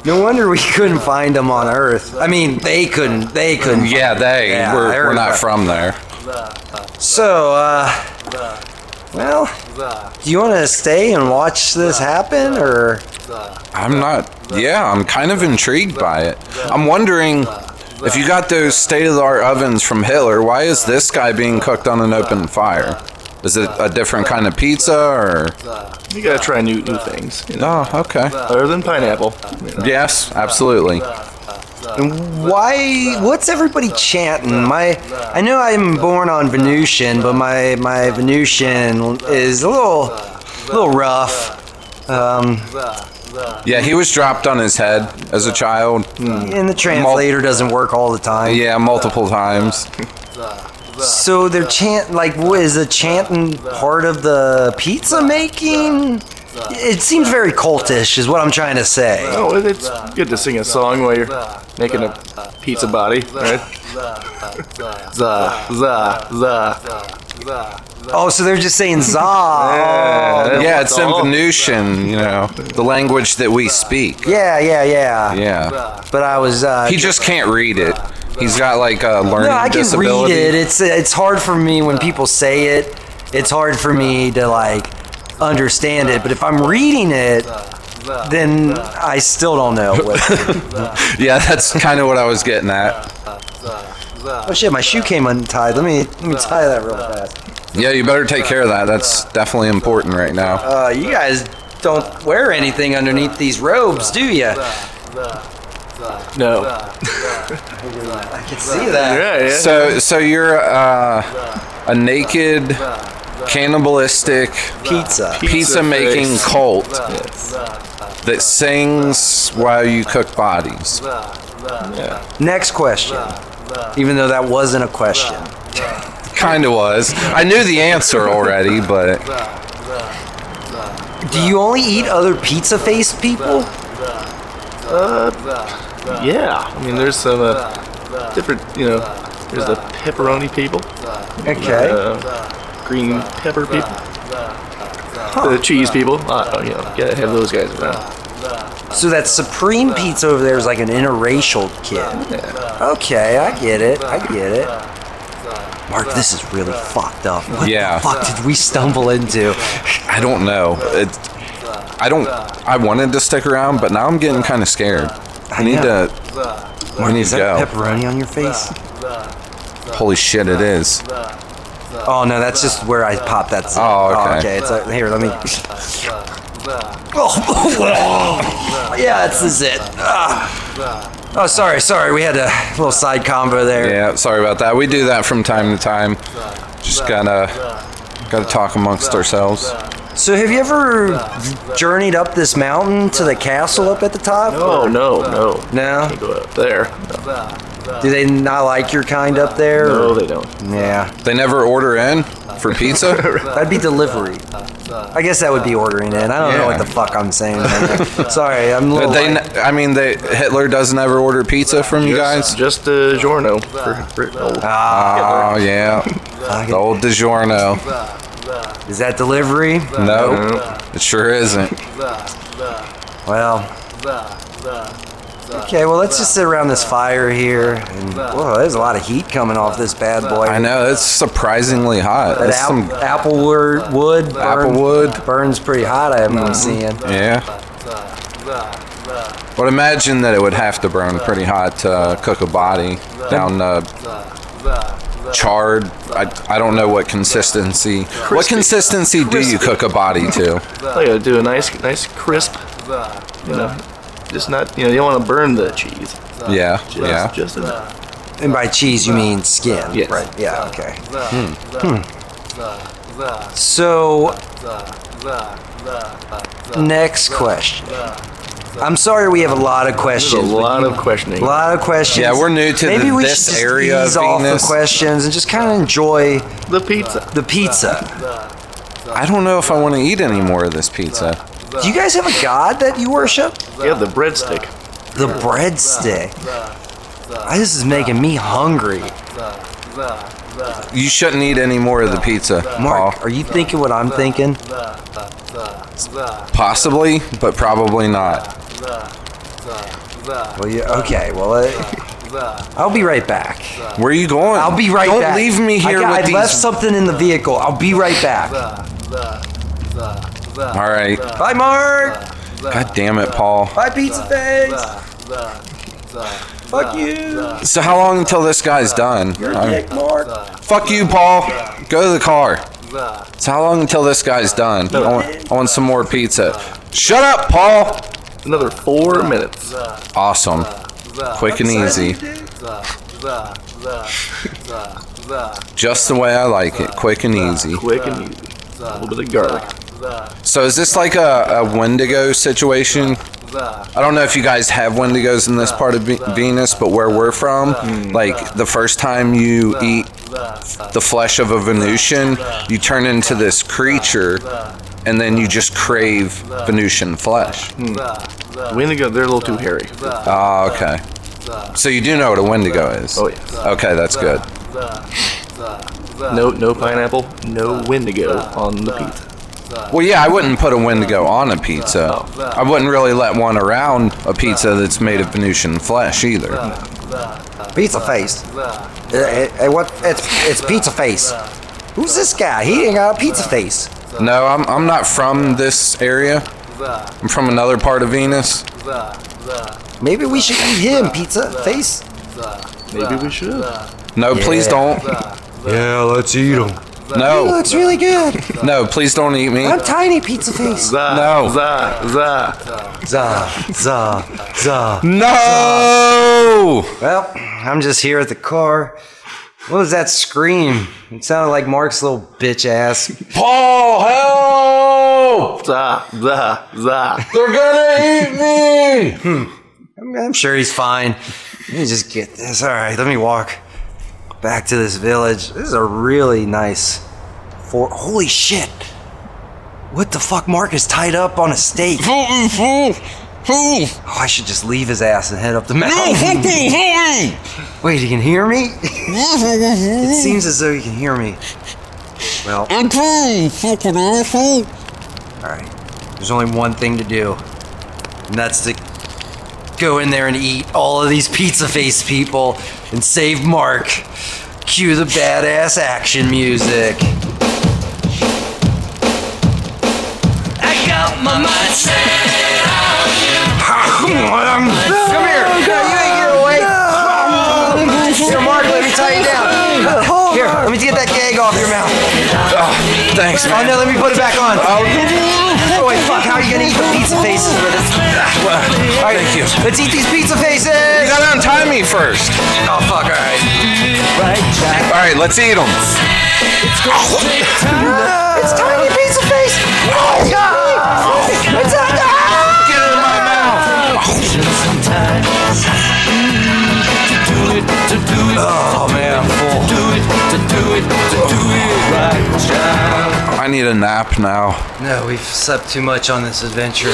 Speaker 1: No wonder we couldn't find them on Earth. I mean, they couldn't. They couldn't.
Speaker 2: Yeah, they
Speaker 1: Yeah,
Speaker 2: we're,
Speaker 1: I
Speaker 2: we're not
Speaker 1: remember.
Speaker 2: from there.
Speaker 1: So, uh, well, do you want to stay and watch this happen, or
Speaker 2: I'm not. Yeah, I'm kind of intrigued by it. I'm wondering if you got those state of the art ovens from Hitler, why is this guy being cooked on an open fire? Is it a different kind of pizza or?
Speaker 12: You gotta try new new things. You know?
Speaker 2: Oh, okay.
Speaker 12: Other than pineapple. you know.
Speaker 2: Yes, absolutely.
Speaker 1: and why? What's everybody chanting? My, I know I'm born on Venusian, but my my Venusian is a little, little rough. Um,
Speaker 2: Yeah, he was dropped on his head as a child. Hmm.
Speaker 1: and the translator doesn't work all the time.
Speaker 2: Yeah, multiple times.
Speaker 1: So they're chant like what is the chanting part of the pizza making? It seems very cultish, is what I'm trying to say.
Speaker 12: Oh, it- it's good to sing a song while you're making a pizza body, right? Za, za, za.
Speaker 1: Oh, so they're just saying za.
Speaker 12: Yeah.
Speaker 2: Yeah, it's in Venusian, you know, the language that we speak.
Speaker 1: Yeah, yeah, yeah.
Speaker 2: Yeah.
Speaker 1: But I was. Uh,
Speaker 2: He just can't read it. He's got like a
Speaker 1: no,
Speaker 2: learning
Speaker 1: I can
Speaker 2: disability.
Speaker 1: read it. It's it's hard for me when people say it. It's hard for me to like understand it. But if I'm reading it, then I still don't know. What,
Speaker 2: Yeah, that's kind of what I was getting at.
Speaker 1: oh shit, my shoe came untied. Let me let me tie that real fast.
Speaker 2: Yeah, you better take care of that. That's definitely important right now.
Speaker 1: Uh, you guys don't wear anything underneath these robes, do you?
Speaker 12: No.
Speaker 1: I can see that.
Speaker 12: Yeah, yeah.
Speaker 2: So, so you're uh, a naked, cannibalistic
Speaker 1: Pizza.
Speaker 2: pizza-making
Speaker 12: face.
Speaker 2: cult that sings while you cook bodies.
Speaker 1: Next question. Even though that wasn't a question.
Speaker 2: Kind of was. I knew the answer already, but
Speaker 1: Do you only eat other pizza faced people?
Speaker 12: Uh, Yeah. I mean, there's some uh, different, you know, There's the pepperoni people.
Speaker 1: Okay.
Speaker 12: The green pepper people. The cheese people. Uh, you know, gotta have those guys around.
Speaker 1: So that Supreme Pizza over there is like an interracial kid. Okay, I get it. I get it. Mark, this is really fucked up. What
Speaker 2: Yeah.
Speaker 1: the fuck did we stumble into?
Speaker 2: I don't know. It, I don't. I wanted to stick around, but now I'm getting kind of scared. I need
Speaker 1: know.
Speaker 2: to. I
Speaker 1: Mark,
Speaker 2: need
Speaker 1: is
Speaker 2: to
Speaker 1: that
Speaker 2: go.
Speaker 1: pepperoni on your face?
Speaker 2: Holy shit! It is.
Speaker 1: Oh no, that's just where I popped that.
Speaker 2: Oh, okay.
Speaker 1: It's like here, let me. Oh, yeah, this is it. Ah. Oh, sorry, sorry. We had a little side combo there.
Speaker 2: Yeah, sorry about that. We do that from time to time. Just gotta gotta talk amongst ourselves.
Speaker 1: So, have you ever journeyed up this mountain to the castle up at the top?
Speaker 12: Oh no, no.
Speaker 1: No.
Speaker 12: Go up there.
Speaker 1: Do they not like your kind up there?
Speaker 12: No,
Speaker 1: or-
Speaker 12: they don't.
Speaker 1: Yeah.
Speaker 2: They never order in for pizza.
Speaker 1: That'd be delivery. I guess that would be ordering in. I don't know what
Speaker 2: Yeah.
Speaker 1: the fuck I'm saying. man. sorry, I'm a little.
Speaker 2: they,
Speaker 1: light.
Speaker 2: ne- I mean, they Hitler doesn't ever order pizza from you guys.
Speaker 12: Just, just uh, Giorno for, for old.
Speaker 1: ah,
Speaker 2: Oh yeah, the old DiGiorno.
Speaker 1: Is that delivery?
Speaker 2: No, it sure isn't.
Speaker 1: Well. Okay, well, let's just sit around this fire here. And, whoa, there's a lot of heat coming off this bad boy.
Speaker 2: I know it's surprisingly hot.
Speaker 1: That
Speaker 2: That's
Speaker 1: ap-
Speaker 2: some
Speaker 1: apple wor- wood, burn-
Speaker 2: apple wood. Mm-hmm.
Speaker 1: burns pretty hot, I am seeing.
Speaker 2: Yeah. But imagine that it would have to burn pretty hot to uh, cook a body down uh, charred. I, I don't know what consistency. What consistency do you cook a body to?
Speaker 12: I gotta do a nice, nice crisp. You know, just not. You know, you don't want to burn the cheese.
Speaker 2: Yeah,
Speaker 12: Just,
Speaker 2: yeah.
Speaker 12: Just enough.
Speaker 1: And by cheese, you mean skin,
Speaker 12: Yes.
Speaker 1: right? Yeah, okay. Hmm. So, next question. I'm sorry we have a lot of
Speaker 12: There's a
Speaker 1: questions. but
Speaker 12: lot
Speaker 1: you-
Speaker 12: of questioning.
Speaker 1: A lot of questions.
Speaker 2: Yeah, we're new to
Speaker 1: Maybe
Speaker 2: the-
Speaker 1: we
Speaker 2: this
Speaker 1: should just
Speaker 2: area of
Speaker 1: ease off
Speaker 2: Venus.
Speaker 1: the questions and just kind of enjoy
Speaker 12: The pizza.
Speaker 1: the pizza.
Speaker 2: I don't know if I want to eat any more of this pizza.
Speaker 1: Do you guys have a god that you worship?
Speaker 12: Yeah, the breadstick.
Speaker 1: The breadstick. This is making me hungry.
Speaker 2: You shouldn't eat any more of the pizza,
Speaker 1: Mark,
Speaker 2: Paul.
Speaker 1: are you thinking what I'm thinking?
Speaker 2: Possibly, but probably not.
Speaker 1: Well, yeah, okay. Well, uh, I'll be right back.
Speaker 2: Where are you going?
Speaker 1: I'll be right
Speaker 2: Don't
Speaker 1: back.
Speaker 2: leave me here
Speaker 1: I, got-
Speaker 2: with
Speaker 1: I
Speaker 2: these.
Speaker 1: left something in the vehicle. I'll be right back.
Speaker 2: All right.
Speaker 1: Bye, Mark.
Speaker 2: God damn it, Paul.
Speaker 1: Bye, Pizza Face. Fuck you.
Speaker 2: So how long until this guy's done? All right.
Speaker 1: Dick Mark.
Speaker 2: Fuck you, Paul. Go to the car. So how long until this guy's done? I want, I want some more pizza. Shut up, Paul.
Speaker 12: Another four minutes.
Speaker 2: Awesome. Quick and easy. Just the way I like it. Quick and easy.
Speaker 12: Quick and easy. A little bit of garlic.
Speaker 2: So is this like a, a Wendigo situation? I don't know if you guys have Wendigos in this part of Ve- Venus, but where we're from, like the first time you eat the flesh of a Venusian, you turn into this creature, and then you just crave Venusian flesh.
Speaker 12: Wendigo, they're a little too hairy.
Speaker 2: Ah, okay. So you do know what a Wendigo is?
Speaker 12: Oh, yeah.
Speaker 2: Okay, that's good.
Speaker 12: No, no pineapple. No Wendigo on the pizza.
Speaker 2: Well, yeah, I wouldn't put a Wendigo on a pizza. I wouldn't really let one around a pizza that's made of Venusian flesh either.
Speaker 1: Pizza Face. Uh, uh, uh, what? It's it's Pizza Face. Who's this guy? He ain't got a pizza face.
Speaker 2: No, I'm, I'm not from this area. I'm from another part of Venus.
Speaker 1: Maybe we should eat him, Pizza Face.
Speaker 12: Maybe we should.
Speaker 2: No, please
Speaker 1: Yeah.
Speaker 2: don't.
Speaker 1: Yeah, let's eat him. He
Speaker 2: No,
Speaker 1: looks really good.
Speaker 2: no, please don't eat me.
Speaker 1: I'm tiny, Pizza Face.
Speaker 12: Za,
Speaker 2: No.
Speaker 12: Za, za.
Speaker 1: Za, za, za.
Speaker 2: No!
Speaker 1: Well, I'm just here at the car. What was that scream? It sounded like Mark's little bitch ass.
Speaker 2: Paul, help!
Speaker 12: Za, za, za.
Speaker 2: They're gonna eat me!
Speaker 1: I'm, I'm sure he's fine. Let me just get this. All right, let me walk back to this village. This is a really nice for. Holy shit! What the fuck? Mark is tied up on a stake.
Speaker 2: Fool, you fool!
Speaker 1: Who? Oh, I should just leave his ass and head up the mountain. Wait, he can hear me? it seems as though he can hear me. Well,
Speaker 6: Okay, take it easy.
Speaker 1: alright. There's only one thing to do, and that's to go in there and eat all of these pizza face people and save Mark. Cue the badass action music.
Speaker 8: I got my mind set on you.
Speaker 1: Come here. No, you ain't getting away. Here, Mark, let me tie you down. Here, let me get that gag off your mouth.
Speaker 2: Ah,
Speaker 13: thanks, man.
Speaker 1: Oh, no, let me put it back on. Oh, wait, fuck, how are you gonna eat the pizza faces with us? All right,
Speaker 13: Thank you.
Speaker 1: let's eat these pizza faces.
Speaker 13: You gotta untie me first. Oh fuck! All right, all right. Let's eat them.
Speaker 1: It's tiny pizza face. Oh, God. It's a- ah!
Speaker 13: Get it in my mouth. Oh man, I'm full. I need a nap now.
Speaker 1: No, we've slept too much on this adventure.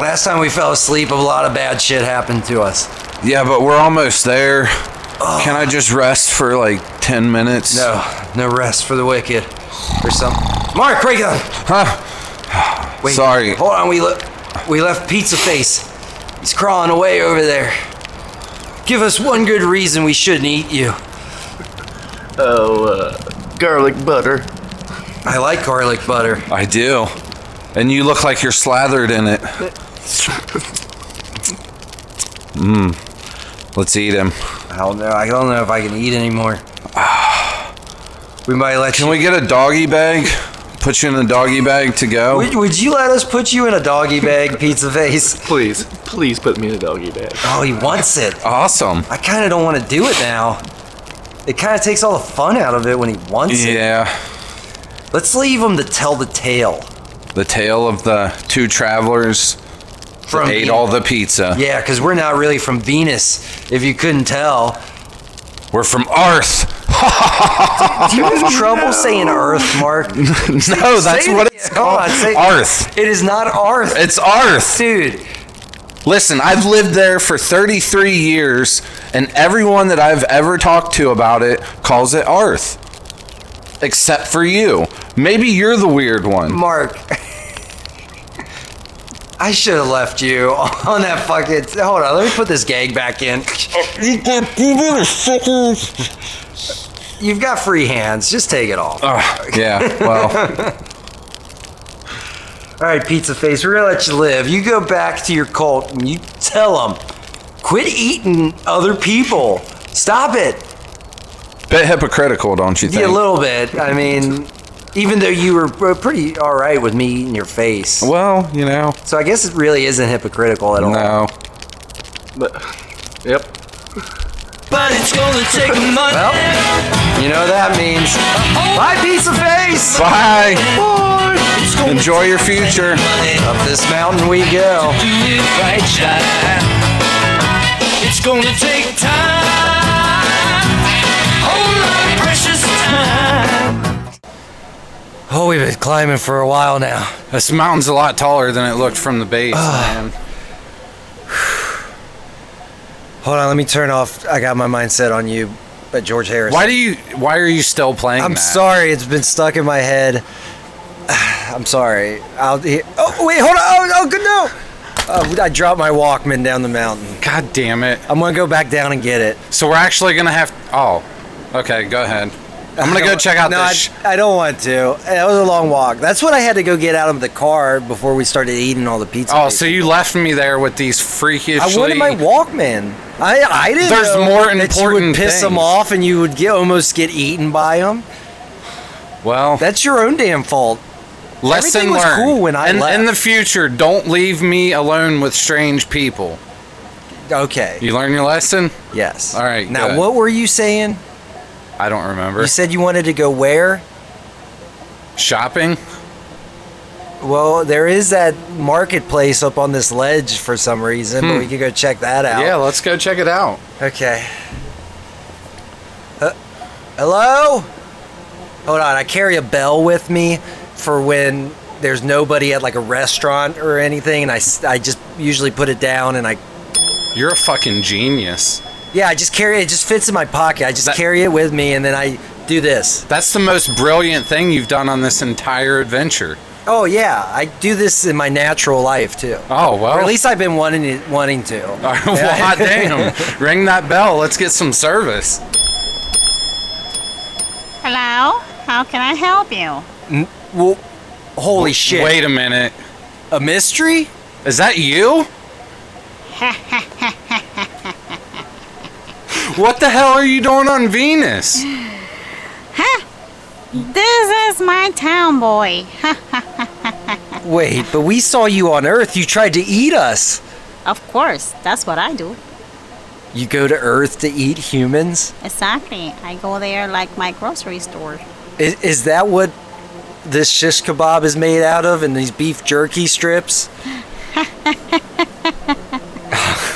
Speaker 1: Last time we fell asleep, a lot of bad shit happened to us.
Speaker 13: Yeah, but we're almost there. Can I just rest for like ten minutes?
Speaker 1: No, no rest for the wicked. Or something. Mark, break it up.
Speaker 13: Huh?
Speaker 1: Wait,
Speaker 13: Sorry.
Speaker 1: Hold on, we le- we left Pizza Face. He's crawling away over there. Give us one good reason we shouldn't eat you.
Speaker 12: Oh, uh, garlic butter.
Speaker 1: I like garlic butter.
Speaker 13: I do. And you look like you're slathered in it. Mmm. Hmm. Let's eat him.
Speaker 1: I don't know. I don't know if I can eat anymore. we might let
Speaker 13: Can
Speaker 1: you.
Speaker 13: we get a doggy bag? Put you in a doggy bag to go?
Speaker 1: Would, would you let us put you in a doggy bag, Pizza Face?
Speaker 12: Please, please put me in a doggy bag.
Speaker 1: Oh, he wants it.
Speaker 13: Awesome.
Speaker 1: I kind of don't want to do it now. It kind of takes all the fun out of it when he wants it.
Speaker 13: Yeah.
Speaker 1: Let's leave him to tell the tale.
Speaker 13: The tale of the two travelers
Speaker 1: From
Speaker 13: that ate
Speaker 1: Venus.
Speaker 13: all the pizza.
Speaker 1: Yeah, because we're not really from Venus, if you couldn't tell.
Speaker 13: We're from Earth.
Speaker 1: Do you have trouble saying Earth, Mark?
Speaker 13: No, that's
Speaker 1: Say it
Speaker 13: what
Speaker 1: again.
Speaker 13: it's
Speaker 1: Come
Speaker 13: called.
Speaker 1: on, say-
Speaker 13: Earth.
Speaker 1: It is not Earth,
Speaker 13: It's Earth.
Speaker 1: dude.
Speaker 13: Listen, I've lived there for 33 years, and everyone that I've ever talked to about it calls it Earth. Except for you. Maybe you're the weird one.
Speaker 1: Mark, I should have left you on that fucking. Hold on, let me put this gag back in. You've got free hands. Just take it off. All
Speaker 13: Ugh, yeah, well,
Speaker 1: right, Pizza Face, we're gonna let you live. You go back to your cult and you tell them, quit eating other people. Stop it.
Speaker 13: bit hypocritical, don't you think?
Speaker 1: Yeah, a little bit. I mean, even though you were pretty all right with me eating your face,
Speaker 13: Well, you know,
Speaker 1: so I guess it really isn't hypocritical at all.
Speaker 13: no.
Speaker 12: But, yep.
Speaker 8: But it's gonna take a month.
Speaker 1: Well, you know what that means. Bye, pizza face.
Speaker 13: Bye.
Speaker 8: It's gonna
Speaker 13: Enjoy your future.
Speaker 8: take
Speaker 1: Up this mountain we go.
Speaker 8: Do it right, child. It's gonna take time. All our precious time.
Speaker 1: Oh, we've been climbing for a while now.
Speaker 2: This mountain's a lot taller than it looked from the base, man.
Speaker 1: Hold on, let me turn off. I got my mindset on you, but George Harris.
Speaker 2: Why do you? Why are you still playing?
Speaker 1: I'm
Speaker 2: that?
Speaker 1: sorry, it's been stuck in my head. I'm sorry. I'll. He, oh wait, hold on. Oh, oh good no. Uh, I dropped my Walkman down the mountain.
Speaker 2: God damn it!
Speaker 1: I'm gonna go back down and get it.
Speaker 2: So we're actually gonna have. Oh, okay. Go ahead. I'm
Speaker 1: I
Speaker 2: gonna go
Speaker 1: don't-
Speaker 2: check out
Speaker 1: no,
Speaker 2: this.
Speaker 1: I,
Speaker 2: sh-
Speaker 1: I don't want to. That was a long walk. That's what I had to go get out of the car before we started eating all the pizza.
Speaker 2: oh,
Speaker 1: faces.
Speaker 2: so you left me there with these freakish.
Speaker 1: I wanted my Walkman. I I didn't.
Speaker 2: There's
Speaker 1: know
Speaker 2: more
Speaker 1: that you would
Speaker 2: important
Speaker 1: piss them
Speaker 2: things.
Speaker 1: off, and you would get almost get eaten by them.
Speaker 2: well,
Speaker 1: That's your own damn fault.
Speaker 2: lesson
Speaker 1: everything was
Speaker 2: learned.
Speaker 1: cool when I
Speaker 2: in,
Speaker 1: left.
Speaker 2: in the future, don't leave me alone with strange people.
Speaker 1: Okay.
Speaker 2: You learn your lesson.
Speaker 1: Yes.
Speaker 2: All right,
Speaker 1: Now,
Speaker 2: good.
Speaker 1: what were you saying?
Speaker 2: I don't remember
Speaker 1: You said you wanted to go where?
Speaker 2: shopping.
Speaker 1: Well, there is that marketplace up on this ledge for some reason,
Speaker 2: Hmm.
Speaker 1: but we could go check that out.
Speaker 2: Yeah, let's go check it out.
Speaker 1: Okay. Uh, hello? Hold on, I carry a bell with me for when there's nobody at like a restaurant or anything, and I, s- I just usually put it down and I
Speaker 2: You're a fucking genius.
Speaker 1: yeah I just carry it. It just fits in my pocket. I just carry it with me, and then I do this.
Speaker 2: That's the most brilliant thing you've done on this entire adventure.
Speaker 1: Oh yeah, I do this in my natural life too.
Speaker 2: Oh well.
Speaker 1: Or at least I've been wanting it, wanting to.
Speaker 2: All right, well, hot damn. Ring that bell. Let's get some service.
Speaker 14: Hello? How can I help you?
Speaker 1: N- well, holy shit.
Speaker 2: Wait a minute.
Speaker 1: A mystery?
Speaker 2: Is that you? What the hell are you doing on Venus?
Speaker 14: this is my town boy.
Speaker 1: Wait, but we saw you on Earth. You tried to eat us.
Speaker 14: of course, that's what I do.
Speaker 1: You go to Earth to eat humans?
Speaker 14: Exactly. I go there like my grocery store.
Speaker 1: Is, is that what this shish kebab is made out of and these beef jerky strips?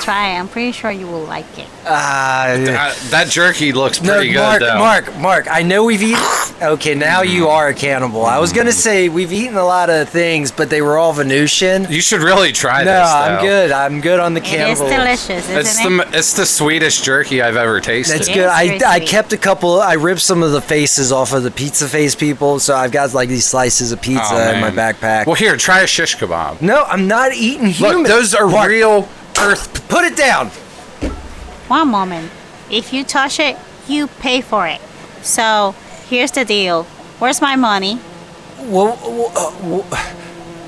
Speaker 14: Try, it. I'm pretty sure you will like it.
Speaker 1: Ah.
Speaker 2: That, that jerky looks pretty good,
Speaker 1: Mark,
Speaker 2: though. Mm-hmm.
Speaker 1: Mark, Mark, I know we've eaten. Okay, now you are a cannibal. I was going to say we've eaten a lot of things, but they were all Venusian.
Speaker 2: You should really try
Speaker 1: no,
Speaker 2: this.
Speaker 1: I'm
Speaker 2: though.
Speaker 1: good. I'm good on the cannibal.
Speaker 2: it's The, it's the sweetest jerky I've ever tasted.
Speaker 1: That's good. I, I kept a couple. I ripped some of the faces off of the pizza face people, so I've got like these slices of pizza
Speaker 2: Oh,
Speaker 1: in my
Speaker 2: man.
Speaker 1: backpack.
Speaker 2: Well, here, try a shish kebab.
Speaker 1: No, I'm not eating human.
Speaker 2: Look, those are
Speaker 1: Mark,
Speaker 2: real Earth.
Speaker 1: Put it down.
Speaker 14: One moment. If you touch it, you pay for it. So here's the deal. Where's my money?
Speaker 1: Well,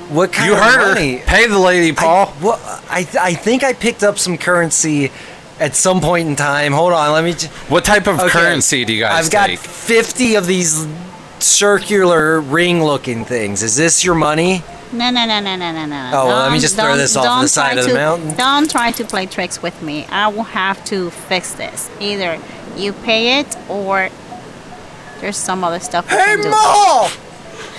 Speaker 1: What kind
Speaker 2: You
Speaker 1: of
Speaker 2: heard her.
Speaker 1: money?
Speaker 2: Pay the lady, Paul.
Speaker 1: I, well, I I think I picked up some currency at some point in time. Hold on, let me. J-
Speaker 2: What type of
Speaker 1: Okay.
Speaker 2: currency do you guys
Speaker 1: I've got
Speaker 2: take?
Speaker 1: fifty of these circular ring-looking things. Is this your money?
Speaker 14: No, no, no, no, no, no, no.
Speaker 1: Oh, well, let me
Speaker 14: Don't-
Speaker 1: just throw
Speaker 14: don't-
Speaker 1: this off to the
Speaker 14: don't
Speaker 1: side
Speaker 14: try
Speaker 1: of the
Speaker 14: to-
Speaker 1: mountain.
Speaker 14: Don't try to play tricks with me. I will have to fix this. Either you pay it or there's some other stuff. we
Speaker 1: Hey,
Speaker 14: can do.
Speaker 1: Ma!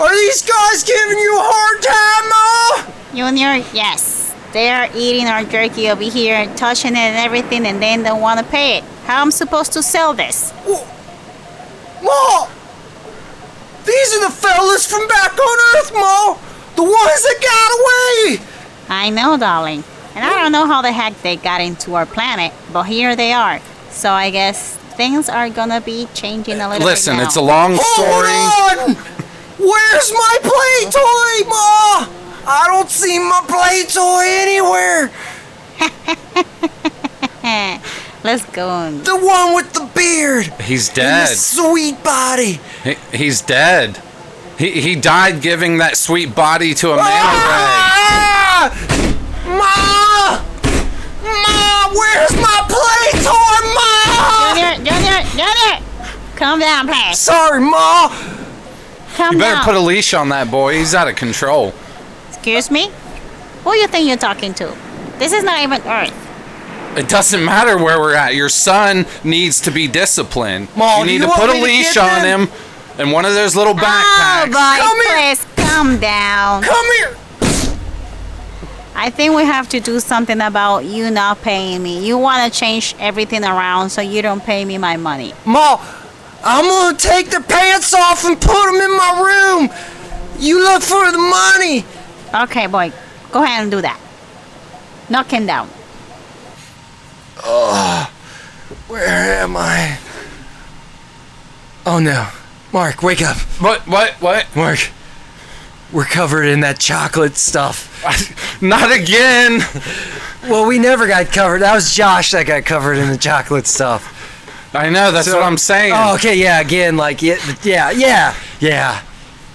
Speaker 1: Are these guys giving you a hard time,
Speaker 14: You and your yes. They're eating our jerky over here and touching it and everything, and then don't want to pay it. How am I supposed to sell this?
Speaker 1: Ma? These are the fellas from back on Earth, Ma! The ones that got away!
Speaker 14: I know, darling. And I don't know how the heck they got into our planet, but here they are. So I guess things are gonna be changing a little
Speaker 2: Listen,
Speaker 14: bit. now.
Speaker 2: it's a long story.
Speaker 1: Hold on! Where's my play toy, Ma? I don't see my play toy anywhere.
Speaker 14: Eh, Let's go on.
Speaker 1: The one with the beard.
Speaker 2: He's dead.
Speaker 1: Sweet body.
Speaker 2: He, he's dead. He, he died giving that sweet body to a man
Speaker 1: Ah! Ma! Ma, where's my play toy, Ma?
Speaker 14: Junior, Junior, Junior! Calm down, please.
Speaker 1: Sorry, Ma.
Speaker 14: Calm
Speaker 2: You better
Speaker 14: down.
Speaker 2: put a leash on that boy. He's out of control.
Speaker 14: Excuse me? Who you think you're talking to? This is not even Earth.
Speaker 2: It doesn't matter where we're at. Your son needs to be disciplined.
Speaker 14: Mom,
Speaker 2: you
Speaker 14: do
Speaker 2: need
Speaker 14: you
Speaker 2: to
Speaker 14: want
Speaker 2: put a
Speaker 14: me to
Speaker 2: leash
Speaker 14: get
Speaker 2: on
Speaker 14: him?
Speaker 2: him and one of those little
Speaker 14: Oh
Speaker 2: backpacks.
Speaker 14: boy, please calm down.
Speaker 1: Come here.
Speaker 14: I think we have to do something about you not paying me. You want to change everything around so you don't pay me my money.
Speaker 1: Ma, I'm gonna take their pants off and put them in my room. You look for the money.
Speaker 14: Okay, boy, go ahead and do that. Knock him down.
Speaker 1: Oh, where am I? Oh no. Mark, wake up.
Speaker 2: What, what, what?
Speaker 1: Mark, we're covered in that chocolate stuff.
Speaker 2: Not again.
Speaker 1: well, we never got covered. That was Josh that got covered in the chocolate stuff.
Speaker 2: I know, that's what I'm saying.
Speaker 1: Oh, okay, yeah, again, like, yeah, yeah, yeah, yeah,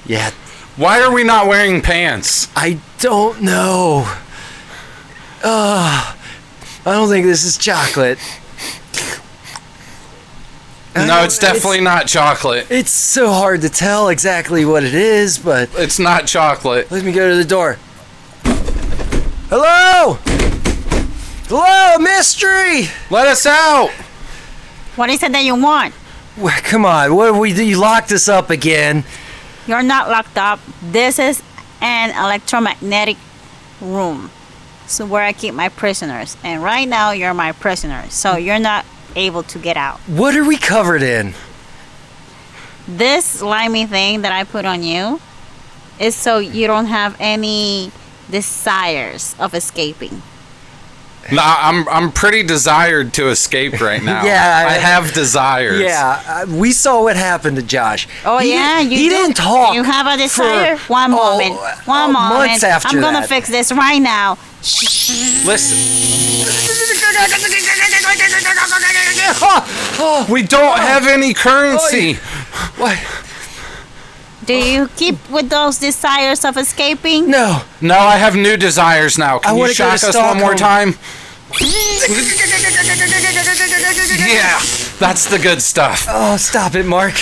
Speaker 1: yeah.
Speaker 2: Why are we not wearing pants?
Speaker 1: I don't know. Uh, I don't think this is chocolate. I
Speaker 2: No,
Speaker 1: don't-
Speaker 2: it's definitely not chocolate.
Speaker 1: It's so hard to tell exactly what it is, but
Speaker 2: it's not chocolate.
Speaker 1: Let me go to the door. Hello? Hello, mystery.
Speaker 2: Let us out.
Speaker 14: What is it that you want?
Speaker 1: Well, come on, what we you locked us up again?
Speaker 14: You're not locked up. This is an electromagnetic room. So where I keep my prisoners. And right now you're my prisoner. So you're not able to get out.
Speaker 1: What are we covered in?
Speaker 14: This slimy thing that I put on you is so you don't have any desires of escaping.
Speaker 2: No, I'm I'm pretty desired to escape right now.
Speaker 1: Yeah,
Speaker 2: I,
Speaker 1: I-
Speaker 2: have desires.
Speaker 1: Yeah, uh, we saw what happened to Josh.
Speaker 14: Oh
Speaker 1: He
Speaker 14: yeah,
Speaker 1: didn't-
Speaker 14: you
Speaker 1: he
Speaker 14: did.
Speaker 1: didn't talk.
Speaker 14: You have a desire.
Speaker 1: for-
Speaker 14: One
Speaker 1: oh,
Speaker 14: moment. One
Speaker 1: oh,
Speaker 14: moment.
Speaker 1: months after
Speaker 14: I'm gonna
Speaker 1: that.
Speaker 14: fix this right now.
Speaker 1: Oh,
Speaker 2: Listen. We don't have any currency.
Speaker 14: Do you keep with those desires of escaping?
Speaker 1: Oh. No.
Speaker 2: No, I have new desires now.
Speaker 14: I
Speaker 2: Can you
Speaker 14: wanna go to
Speaker 2: shock us one more
Speaker 1: Stockholm.
Speaker 2: time? Yeah, that's the good stuff.
Speaker 1: Oh, stop it, Mark.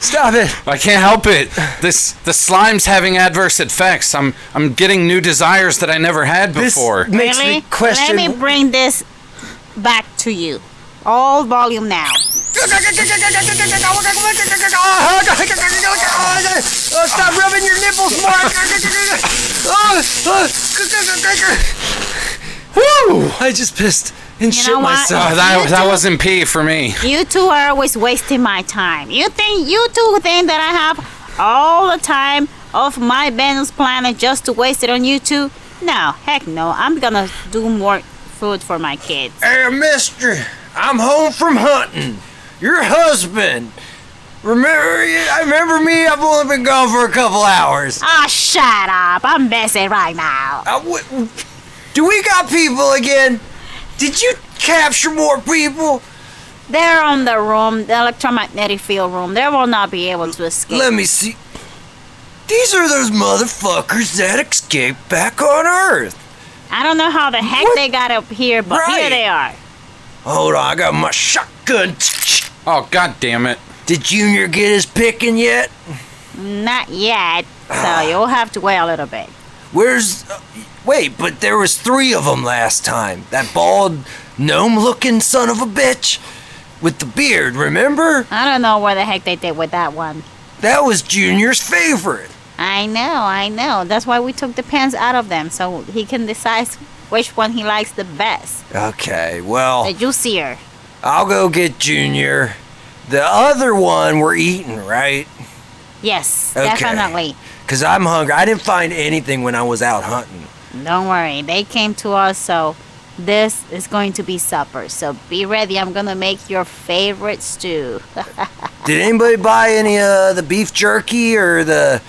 Speaker 1: Stop it.
Speaker 2: I can't help it. This the slime's having adverse effects. I'm I'm getting new desires that I never had before.
Speaker 14: really? Let me bring this back to you. All volume now.
Speaker 8: Oh, stop rubbing your nipples,
Speaker 1: Oh,
Speaker 8: Mark!
Speaker 1: oh, Woo! I just pissed and shit
Speaker 14: know what?
Speaker 1: myself.
Speaker 2: Oh, that that wasn't pee for me.
Speaker 14: You two are always wasting my time. You think you two think that I have all the time of my Venus planet just to waste it on you two? No, heck no. I'm gonna do more food for my kids.
Speaker 10: Eh.
Speaker 1: Hey, mister, I'm home from hunting. Your husband. Remember, I remember me. I've only been gone for a couple hours.
Speaker 14: Ah, shut up. I'm busy right now.
Speaker 1: I w- do we got people again? Did you capture more people?
Speaker 14: They're on the room, the electromagnetic field room. They will not be able to escape.
Speaker 1: Let me see. These are those motherfuckers that escaped back on Earth.
Speaker 14: I don't know how the heck they got up here, but here they are.
Speaker 1: Hold on, I got my shotgun.
Speaker 2: Oh god damn it.
Speaker 1: Did Junior get his picking yet?
Speaker 14: Not yet. So you'll have to wait a little bit.
Speaker 1: Where's? Uh, wait, but there was three of them last time. That bald gnome-looking son of a bitch with the beard. Remember?
Speaker 14: I don't know what the heck they did with that one.
Speaker 1: That was Junior's favorite.
Speaker 14: I know, I know. That's why we took the pants out of them so he can decide which one he likes the best.
Speaker 1: Okay, well,
Speaker 14: The juicier.
Speaker 1: I'll go get Junior. The other one we're eating, right?
Speaker 14: Yes,
Speaker 1: Okay.
Speaker 14: definitely.
Speaker 1: Cause I'm hungry. I didn't find anything when I was out hunting.
Speaker 14: Don't worry. They came to us, so this is going to be supper. So be ready. I'm going to make your favorite stew.
Speaker 1: Did anybody buy any uh, the beef jerky or the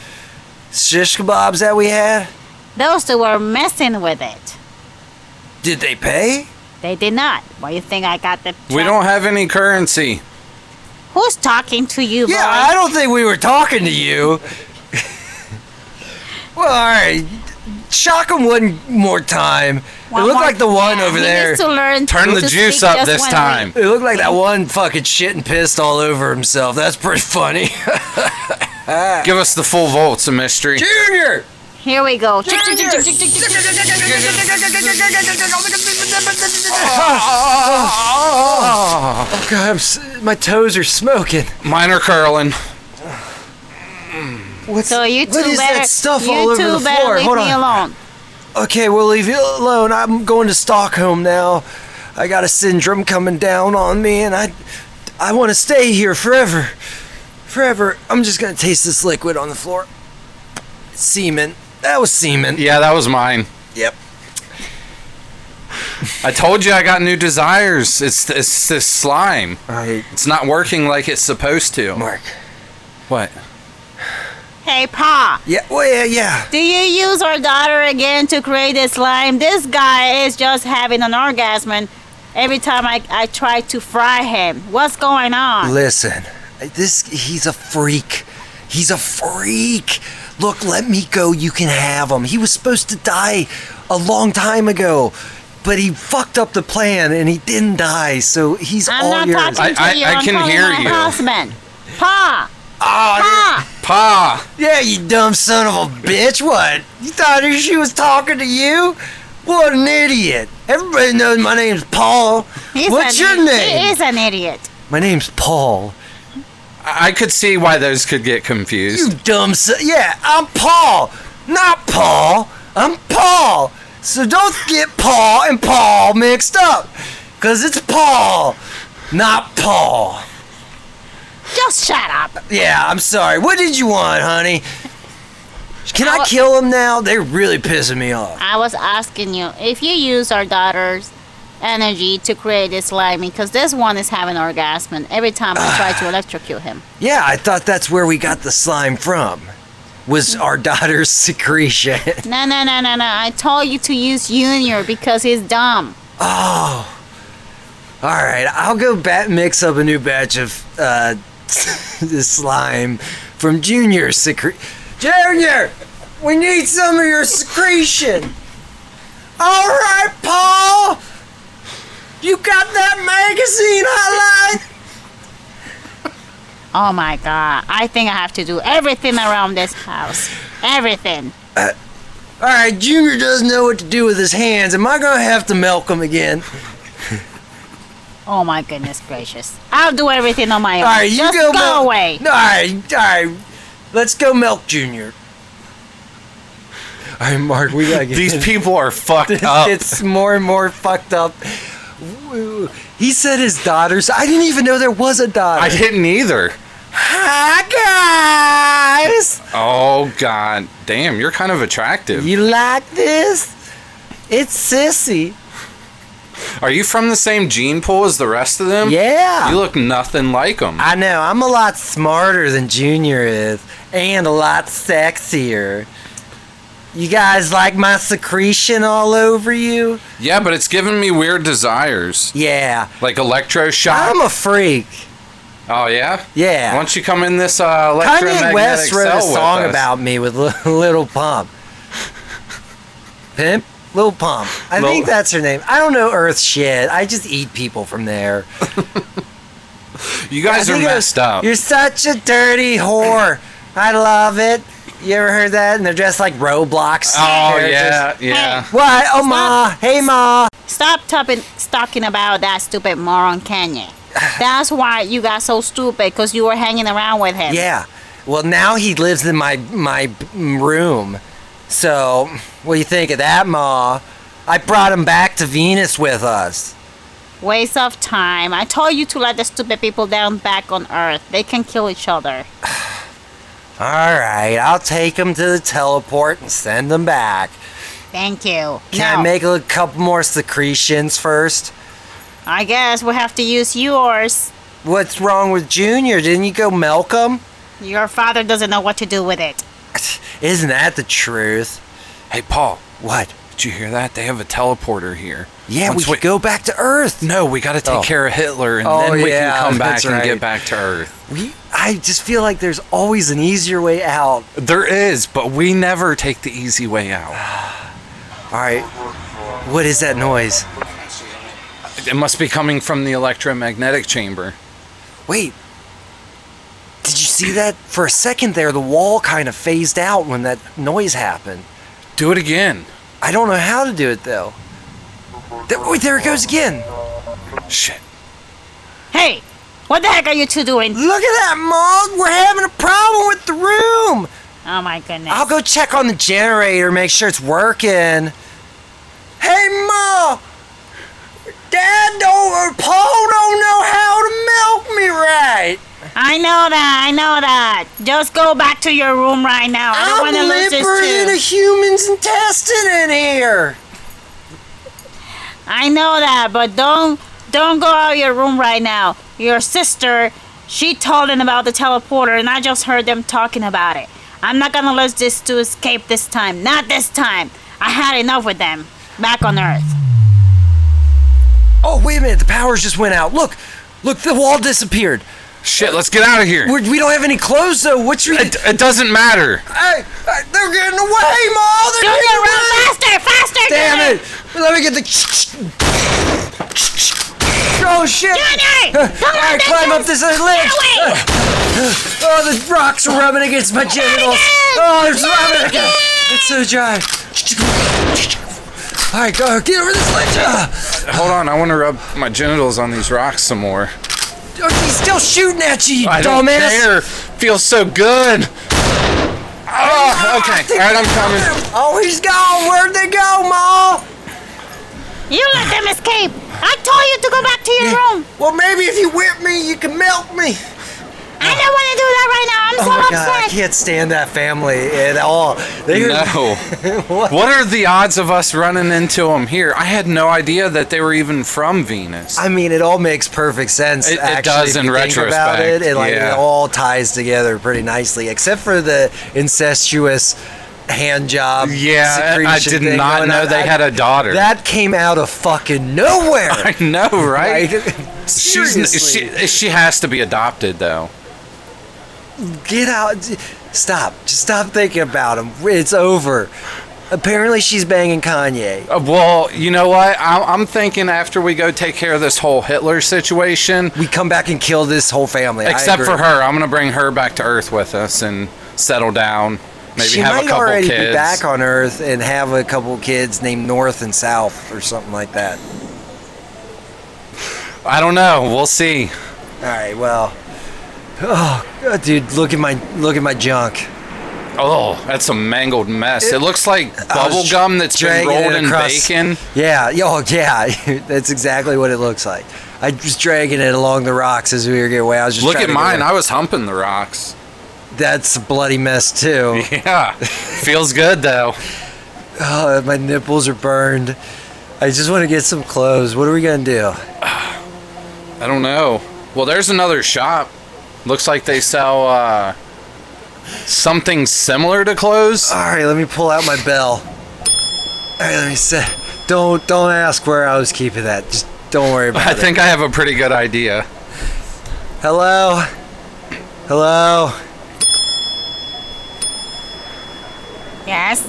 Speaker 1: shish kebabs that we had?
Speaker 14: Those two were messing with it.
Speaker 1: Did they pay?
Speaker 14: They did not. Why you think I got the.
Speaker 2: We don't have any currency.
Speaker 14: Who's talking to you,
Speaker 1: Yeah,
Speaker 14: boy?
Speaker 1: I don't think we were talking to you. well, all right. Shock him one more time.
Speaker 14: One
Speaker 1: it looked
Speaker 14: more-
Speaker 1: like the one
Speaker 14: yeah,
Speaker 1: over
Speaker 14: he
Speaker 1: there.
Speaker 14: needs to learn Turn the to juice speak up just this one time.
Speaker 1: It looked like that one fucking shit and pissed all over himself. That's pretty funny.
Speaker 2: Give us the full volts, a mystery.
Speaker 1: Junior!
Speaker 14: Here we go.
Speaker 1: Oh, God, I'm s- my toes are smoking.
Speaker 2: Mine are curling.
Speaker 1: What's,
Speaker 14: So you two
Speaker 1: what is
Speaker 14: better,
Speaker 1: that stuff
Speaker 14: you
Speaker 1: all over the
Speaker 14: two better
Speaker 1: floor?
Speaker 14: leave
Speaker 1: Hold
Speaker 14: me
Speaker 1: on.
Speaker 14: alone.
Speaker 1: Okay, we'll leave you alone. I'm going to Stockholm now. I got a syndrome coming down on me, and I, I want to stay here forever, forever. I'm just gonna taste this liquid on the floor. Semen. That was semen.
Speaker 2: Yeah, that was mine.
Speaker 1: Yep.
Speaker 2: I told you I got new desires. It's it's this slime. It's not working like it's supposed to.
Speaker 1: Mark.
Speaker 2: What?
Speaker 14: Hey, Pa.
Speaker 1: Yeah. Well, yeah, yeah.
Speaker 14: Do you use our daughter again to create this slime? This guy is just having an orgasm and every time I, I try to fry him. What's going on?
Speaker 1: Listen, this he's a freak. He's a freak. Look, let me go. You can have him. He was supposed to die a long time ago, but he fucked up the plan and he didn't die. So he's
Speaker 14: I'm
Speaker 1: all
Speaker 14: not
Speaker 1: yours.
Speaker 14: talking to you. am calling my husband. Pa.
Speaker 1: Ah,
Speaker 2: Pa.
Speaker 1: Yeah, you dumb son of a bitch. What? You thought she was talking to you? What an idiot. Everybody knows my name's Paul.
Speaker 14: He's
Speaker 1: What's
Speaker 14: an
Speaker 1: your
Speaker 14: idiot.
Speaker 1: name?
Speaker 14: He is an idiot.
Speaker 1: My name's Paul.
Speaker 2: I I could see why those could get confused.
Speaker 1: You dumb son. Yeah, I'm Paul, not Paul. I'm Paul. So don't get Paul and Paul mixed up. Because it's Paul, not Paul.
Speaker 14: Just shut up.
Speaker 1: Yeah, I'm sorry. What did you want, honey? Can I kill them now? They're really pissing me off.
Speaker 14: I was asking you if you use our daughter's energy to create this slimy, because this one is having orgasm and every time I try to electrocute him.
Speaker 1: Yeah, I thought that's where we got the slime from. Was our daughter's secretion.
Speaker 14: No, no, no, no, no. I told you to use Junior because he's dumb.
Speaker 1: Oh. All right, I'll go bat mix up a new batch of uh, this slime from Junior secretion. Junior, we need some of your secretion. All right, Paul. You got that magazine highlight?
Speaker 14: Oh my god. I think I have to do everything around this house. Everything.
Speaker 1: Uh, all right, Junior doesn't know what to do with his hands. Am I gonna have to milk him again?
Speaker 14: Oh my goodness gracious. I'll do everything on my own.
Speaker 1: All right, you
Speaker 14: Just
Speaker 1: go
Speaker 14: go,
Speaker 1: milk-
Speaker 14: away.
Speaker 1: All right, all right. Let's go milk Junior. All right, Mark, we gotta get
Speaker 2: These people are fucked up.
Speaker 1: It's more and more fucked up. Woo. He said his daughters. I didn't even know there was a daughter.
Speaker 2: I didn't either.
Speaker 1: Hi guys.
Speaker 2: Oh god, damn! You're kind of attractive.
Speaker 1: You like this? It's sissy.
Speaker 2: Are you from the same gene pool as the rest of them?
Speaker 1: Yeah.
Speaker 2: You look nothing like them.
Speaker 1: I know. I'm a lot smarter than Junior is, and a lot sexier. You guys like my secretion all over you?
Speaker 2: Yeah, but it's giving me weird desires.
Speaker 1: Yeah.
Speaker 2: Like electroshock.
Speaker 1: I'm a freak.
Speaker 2: oh yeah.
Speaker 1: Yeah.
Speaker 2: Why don't you come in this uh,
Speaker 1: Kanye
Speaker 2: electromagnetic
Speaker 1: West wrote
Speaker 2: cell
Speaker 1: a
Speaker 2: with
Speaker 1: song
Speaker 2: us?
Speaker 1: about me with Lil Little Pump. Pimp? Lil Pump. I
Speaker 2: Lil-
Speaker 1: think that's her name. I don't know Earth shit. I just eat people from there.
Speaker 2: You
Speaker 1: I
Speaker 2: guys are
Speaker 1: think it was,
Speaker 2: messed up.
Speaker 1: You're such a dirty whore. I love it. You ever heard that? And they're dressed like Roblox.
Speaker 2: Oh
Speaker 1: characters.
Speaker 2: yeah, yeah.
Speaker 1: What? Oh ma. Hey ma.
Speaker 14: Stop talking, talking about that stupid moron Kanye. That's why you got so stupid because you were hanging around with him.
Speaker 1: Yeah. Well, now he lives in my my room. So, what do you think of that, ma? I brought him back to Venus with us.
Speaker 14: Waste of time. I told you to let the stupid people down back on Earth. They can kill each other.
Speaker 1: All right, I'll take him to the teleport and send him back.
Speaker 14: Thank you.
Speaker 1: Can
Speaker 14: no.
Speaker 1: I make a couple more secretions first?
Speaker 14: I guess we have to use yours.
Speaker 1: What's wrong with Junior? Didn't you go milk him?
Speaker 14: Your father doesn't know what to do with it.
Speaker 1: Isn't that the truth?
Speaker 2: Hey, Paul.
Speaker 1: What?
Speaker 2: Did you hear that? They have a teleporter here.
Speaker 1: Yeah,
Speaker 2: Once
Speaker 1: we could go back to Earth.
Speaker 2: No, we got to take
Speaker 1: Oh.
Speaker 2: care of Hitler, and
Speaker 1: Oh,
Speaker 2: then we
Speaker 1: yeah,
Speaker 2: can come back
Speaker 1: that's
Speaker 2: and
Speaker 1: right.
Speaker 2: get back to Earth.
Speaker 1: We, I just feel like there's always an easier way out.
Speaker 2: There is, but we never take the easy way out.
Speaker 1: All right, what is that noise?
Speaker 2: It must be coming from the electromagnetic chamber.
Speaker 1: Wait, did you see that? For a second there, the wall kind of phased out when that noise happened.
Speaker 2: Do it again.
Speaker 1: I don't know how to do it though. There, wait, there it goes again.
Speaker 2: Shit.
Speaker 14: Hey, what the heck are you two doing?
Speaker 1: Look at that, Maud. We're having a problem with the room.
Speaker 14: Oh my goodness.
Speaker 1: I'll go check on the generator, make sure it's working. Hey, Ma. Dad don't, or Paul don't know how to milk me right.
Speaker 14: I know that. I know that. Just go back to your room right now. I don't
Speaker 1: I'm
Speaker 14: want to lose
Speaker 1: liberating a
Speaker 14: this too.
Speaker 1: human's intestine in here.
Speaker 14: I know that, but don't don't go out of your room right now. Your sister, she told him about the teleporter, and I just heard them talking about it. I'm not gonna lose this to escape this time. Not this time. I had enough with them. Back on Earth.
Speaker 1: Oh, wait a minute. The powers just went out. Look, look, the wall disappeared.
Speaker 2: Shit, let's get out of here.
Speaker 1: We're, we don't have any clothes, though. What's your.
Speaker 2: It, it doesn't matter.
Speaker 1: Hey, hey, they're getting away, Ma! They're
Speaker 14: Junior,
Speaker 1: getting
Speaker 14: run
Speaker 1: away!
Speaker 14: faster! Faster! Junior!
Speaker 1: Damn it! Let me get the. Oh shit!
Speaker 14: Junior! Come on,
Speaker 1: Alright, climb up this ledge!
Speaker 14: Get away!
Speaker 1: Oh, the rocks are rubbing against my genitals! Oh, there's rubbing again! It's so dry! Alright, go get over this ledge! Ah,
Speaker 2: Hold on, I want to rub my genitals on these rocks some more.
Speaker 1: oh, he's still shooting at you, you
Speaker 2: I don't
Speaker 1: dumbass!
Speaker 2: care. Feels so good. Ah, okay. All right, I'm coming.
Speaker 1: Oh, he's gone! Where'd they go, Ma?
Speaker 14: You let them escape! I told you to go back to your room!
Speaker 1: Well, maybe if you whip me, you can milk me!
Speaker 14: I don't want to do that right now. I'm I'm so
Speaker 1: oh my god, I
Speaker 14: upset.
Speaker 1: can't stand that family at all. They are,
Speaker 2: No. what? are the odds of us running into them here? I had no idea that they were even from Venus.
Speaker 1: I mean, it all makes perfect sense.
Speaker 2: It- it
Speaker 1: actually,
Speaker 2: does
Speaker 1: if
Speaker 2: in
Speaker 1: you Think about it,
Speaker 2: retrospect,
Speaker 1: it like
Speaker 2: yeah.
Speaker 1: it all ties together pretty nicely, except for the incestuous hand job.
Speaker 2: Yeah, I
Speaker 1: secretion
Speaker 2: did
Speaker 1: thing
Speaker 2: not
Speaker 1: going
Speaker 2: know
Speaker 1: on.
Speaker 2: they
Speaker 1: I-
Speaker 2: had a daughter.
Speaker 1: That came out of fucking nowhere.
Speaker 2: I know, right? She's, n-
Speaker 1: Seriously.
Speaker 2: she, eh, she has to be adopted, though.
Speaker 1: Get out! Stop! Just stop thinking about him. It's over. Apparently, she's banging Kanye.
Speaker 2: Uh, well, you know what? I, I'm thinking after we go take care of this whole Hitler situation,
Speaker 1: we come back and kill this whole family. I
Speaker 2: Except
Speaker 1: agree.
Speaker 2: for her, I'm gonna bring her back to Earth with us and settle down. Maybe
Speaker 1: she
Speaker 2: have
Speaker 1: might
Speaker 2: a couple
Speaker 1: already
Speaker 2: kids.
Speaker 1: be back on Earth and have a couple kids named North and South or something like that.
Speaker 2: I don't know. We'll see.
Speaker 1: All right, well, oh, God, dude, look at my look at my junk.
Speaker 2: Oh, that's a mangled mess. It,
Speaker 1: It-
Speaker 2: looks like
Speaker 1: I
Speaker 2: bubble
Speaker 1: was
Speaker 2: gum that's been
Speaker 1: dragging it
Speaker 2: rolled in
Speaker 1: across-
Speaker 2: bacon.
Speaker 1: Yeah, yo, yeah, that's exactly what it looks like. I was dragging it along the rocks as we were getting away. I was just
Speaker 2: Look
Speaker 1: trying
Speaker 2: at
Speaker 1: to get
Speaker 2: mine.
Speaker 1: away.
Speaker 2: I was humping the rocks.
Speaker 1: That's a bloody mess too.
Speaker 2: Yeah, feels good though.
Speaker 1: Oh, my nipples are burned. I just want to get some clothes. What are we gonna do?
Speaker 2: I don't know. Well, there's another shop. Looks like they sell uh, something similar to clothes.
Speaker 1: All right, let me pull out my bell. All right, let me say. Don't don't ask where I was keeping that. Just don't worry about
Speaker 2: I
Speaker 1: it.
Speaker 2: think I have a pretty good idea.
Speaker 1: Hello. Hello.
Speaker 14: Yes.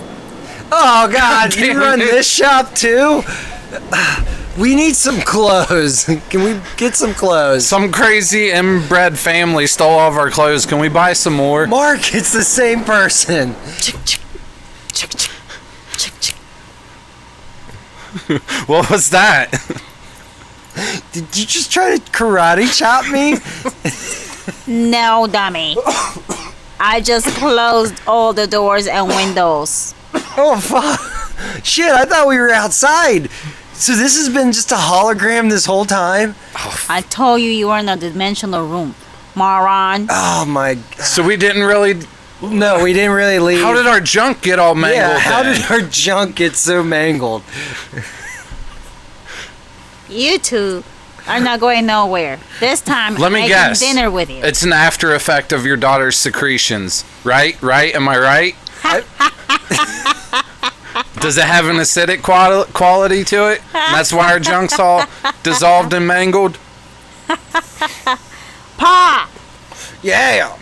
Speaker 1: Oh God, you
Speaker 14: Damn
Speaker 1: run
Speaker 14: it.
Speaker 1: this shop too? We need some clothes. Can we get some clothes?
Speaker 2: Some crazy inbred family stole all of our clothes. Can we buy some more?
Speaker 1: Mark, it's the same person.
Speaker 2: What was that?
Speaker 1: Did you just try to karate chop me?
Speaker 14: No, dummy. I just closed all the doors and windows.
Speaker 1: Oh fuck! Shit, I thought we were outside. So this has been just a hologram this whole time.
Speaker 14: I told you you were in a dimensional room, moron.
Speaker 1: Oh my!
Speaker 2: So we didn't really.
Speaker 1: No, we didn't really leave.
Speaker 2: How did our junk get all mangled?
Speaker 1: yeah, how
Speaker 2: then?
Speaker 1: did our junk get so mangled?
Speaker 14: You two are not going nowhere. This time,
Speaker 2: Let me
Speaker 14: making
Speaker 2: guess.
Speaker 14: dinner with you.
Speaker 2: It's an after effect of your daughter's secretions, right? Right? Am I right? Does it have an acidic qual- quality to it? And that's why our junk's all dissolved and mangled.
Speaker 14: Pa,
Speaker 1: Yeah.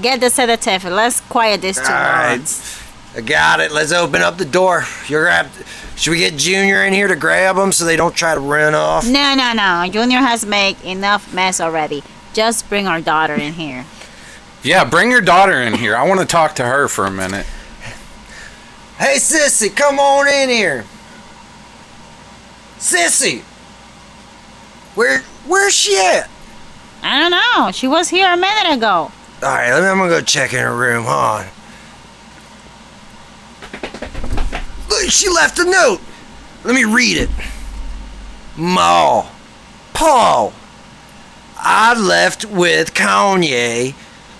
Speaker 14: get the sedative. Let's quiet these two.
Speaker 1: All right. I got it. Let's open up the door. You're gonna have to- should we get Junior in here to grab them so they don't try to run off?
Speaker 14: No, no, no. Junior has made enough mess already. Just bring our daughter in here.
Speaker 2: Yeah, bring your daughter in here. I want to talk to her for a minute.
Speaker 1: Hey, sissy, come on in here. Sissy, where where's she at?
Speaker 14: I don't know. She was here a minute ago.
Speaker 1: All right, let me, I'm gonna go check in her room. Hold on. Look, she left a note. Let me read it. Ma, Paul, I left with Kanye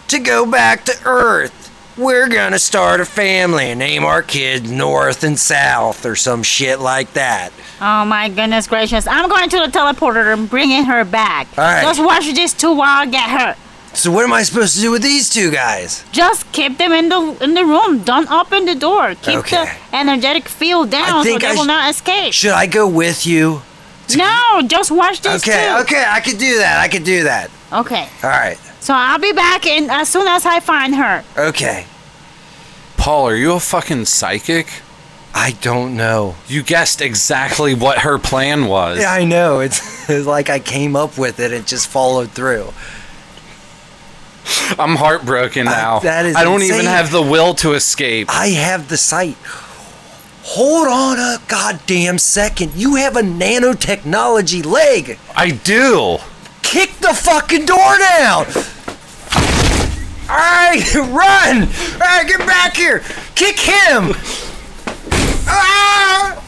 Speaker 1: to go back to Earth. We're gonna start a family and name our kid North and South or some shit like that.
Speaker 14: Oh my goodness gracious. I'm going to the teleporter and bringing her back.
Speaker 1: All right.
Speaker 14: Just watch these two while I get her.
Speaker 1: So what am I supposed to do with these two guys?
Speaker 14: Just keep them in the in the room. Don't open the door. Keep
Speaker 1: Okay.
Speaker 14: the energetic field down so
Speaker 1: think
Speaker 14: they
Speaker 1: I
Speaker 14: will
Speaker 1: sh-
Speaker 14: not escape.
Speaker 1: Should I go with you?
Speaker 14: no, just watch these
Speaker 1: Okay,
Speaker 14: two.
Speaker 1: okay, I could do that. I could do that.
Speaker 14: Okay.
Speaker 1: All right.
Speaker 14: So I'll be back in as soon as I find her.
Speaker 1: Okay.
Speaker 2: Paul, are you a fucking psychic?
Speaker 1: I don't know.
Speaker 2: You guessed exactly what her plan was.
Speaker 1: Yeah, I know. It's, it's like I came up with it and just followed through.
Speaker 2: I'm heartbroken now.
Speaker 1: that is
Speaker 2: I don't even
Speaker 1: insane.
Speaker 2: have the will to escape.
Speaker 1: I have the site. Hold on a goddamn second. You have a nanotechnology leg.
Speaker 2: I do.
Speaker 1: Kick the fucking door down. All right, run. All right, get back here. Kick him. Ah!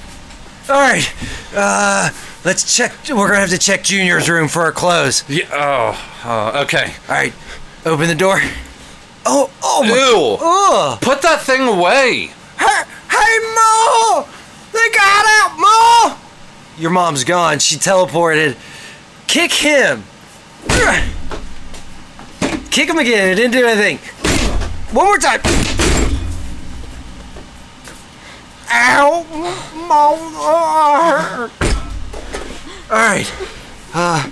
Speaker 1: All right. Uh, let's check. We're going to have to check Junior's room for our clothes.
Speaker 2: Yeah, oh, oh, okay.
Speaker 1: All right, open the door.
Speaker 2: Oh, oh my. Ew. Put that thing away.
Speaker 1: Hey, hey, Mo! They got out, Mo! Your mom's gone. She teleported. Kick him. Kick him again. It didn't do anything. One more time.
Speaker 8: Ow, Mother!
Speaker 1: oh, All right. Uh,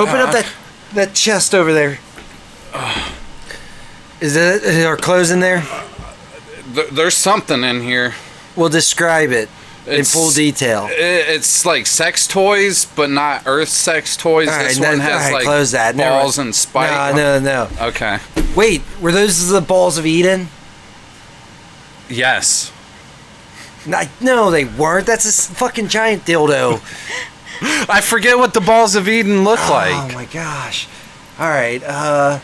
Speaker 1: open up that that chest over there. Is that is our clothes in there?
Speaker 2: There- There's something in here.
Speaker 1: We'll describe it in full detail.
Speaker 2: It, it's like sex toys, but not Earth sex toys.
Speaker 1: All
Speaker 2: this
Speaker 1: right,
Speaker 2: one
Speaker 1: no-
Speaker 2: has
Speaker 1: all right,
Speaker 2: like
Speaker 1: close that. Never-
Speaker 2: balls and spikes.
Speaker 1: No, no,
Speaker 2: no. Okay.
Speaker 1: Wait, were those the balls of Eden?
Speaker 2: Yes.
Speaker 1: No, I- No, they weren't. That's a s- fucking giant dildo.
Speaker 2: I forget what the balls of Eden look like.
Speaker 1: Oh my gosh. All right. Uh,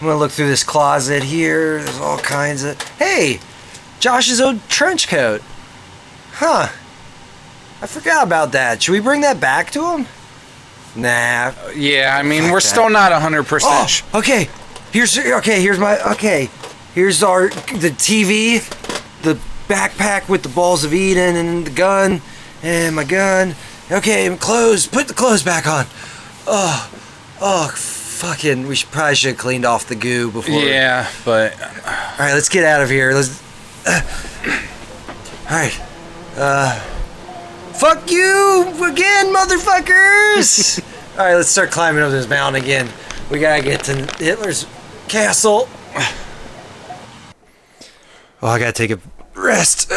Speaker 1: I'm gonna look through this closet here. There's all kinds of. Hey, Josh's old trench coat. Huh. I forgot about that. Should we bring that back to him? Nah.
Speaker 2: Yeah, I mean,
Speaker 1: Fuck
Speaker 2: we're
Speaker 1: that.
Speaker 2: still not 100%.
Speaker 1: Oh, okay. Here's okay. Here's my okay. Here's our the TV, the backpack with the balls of Eden and the gun, and my gun. Okay, and clothes. Put the clothes back on. Oh, oh, fucking. We should probably should have cleaned off the goo before.
Speaker 2: Yeah, but
Speaker 1: All right, let's get out of here. Let's. uh, all right. Uh, fuck you again, motherfuckers! all right, let's start climbing up this mountain again. We gotta get to Hitler's castle. Oh, I gotta take a rest.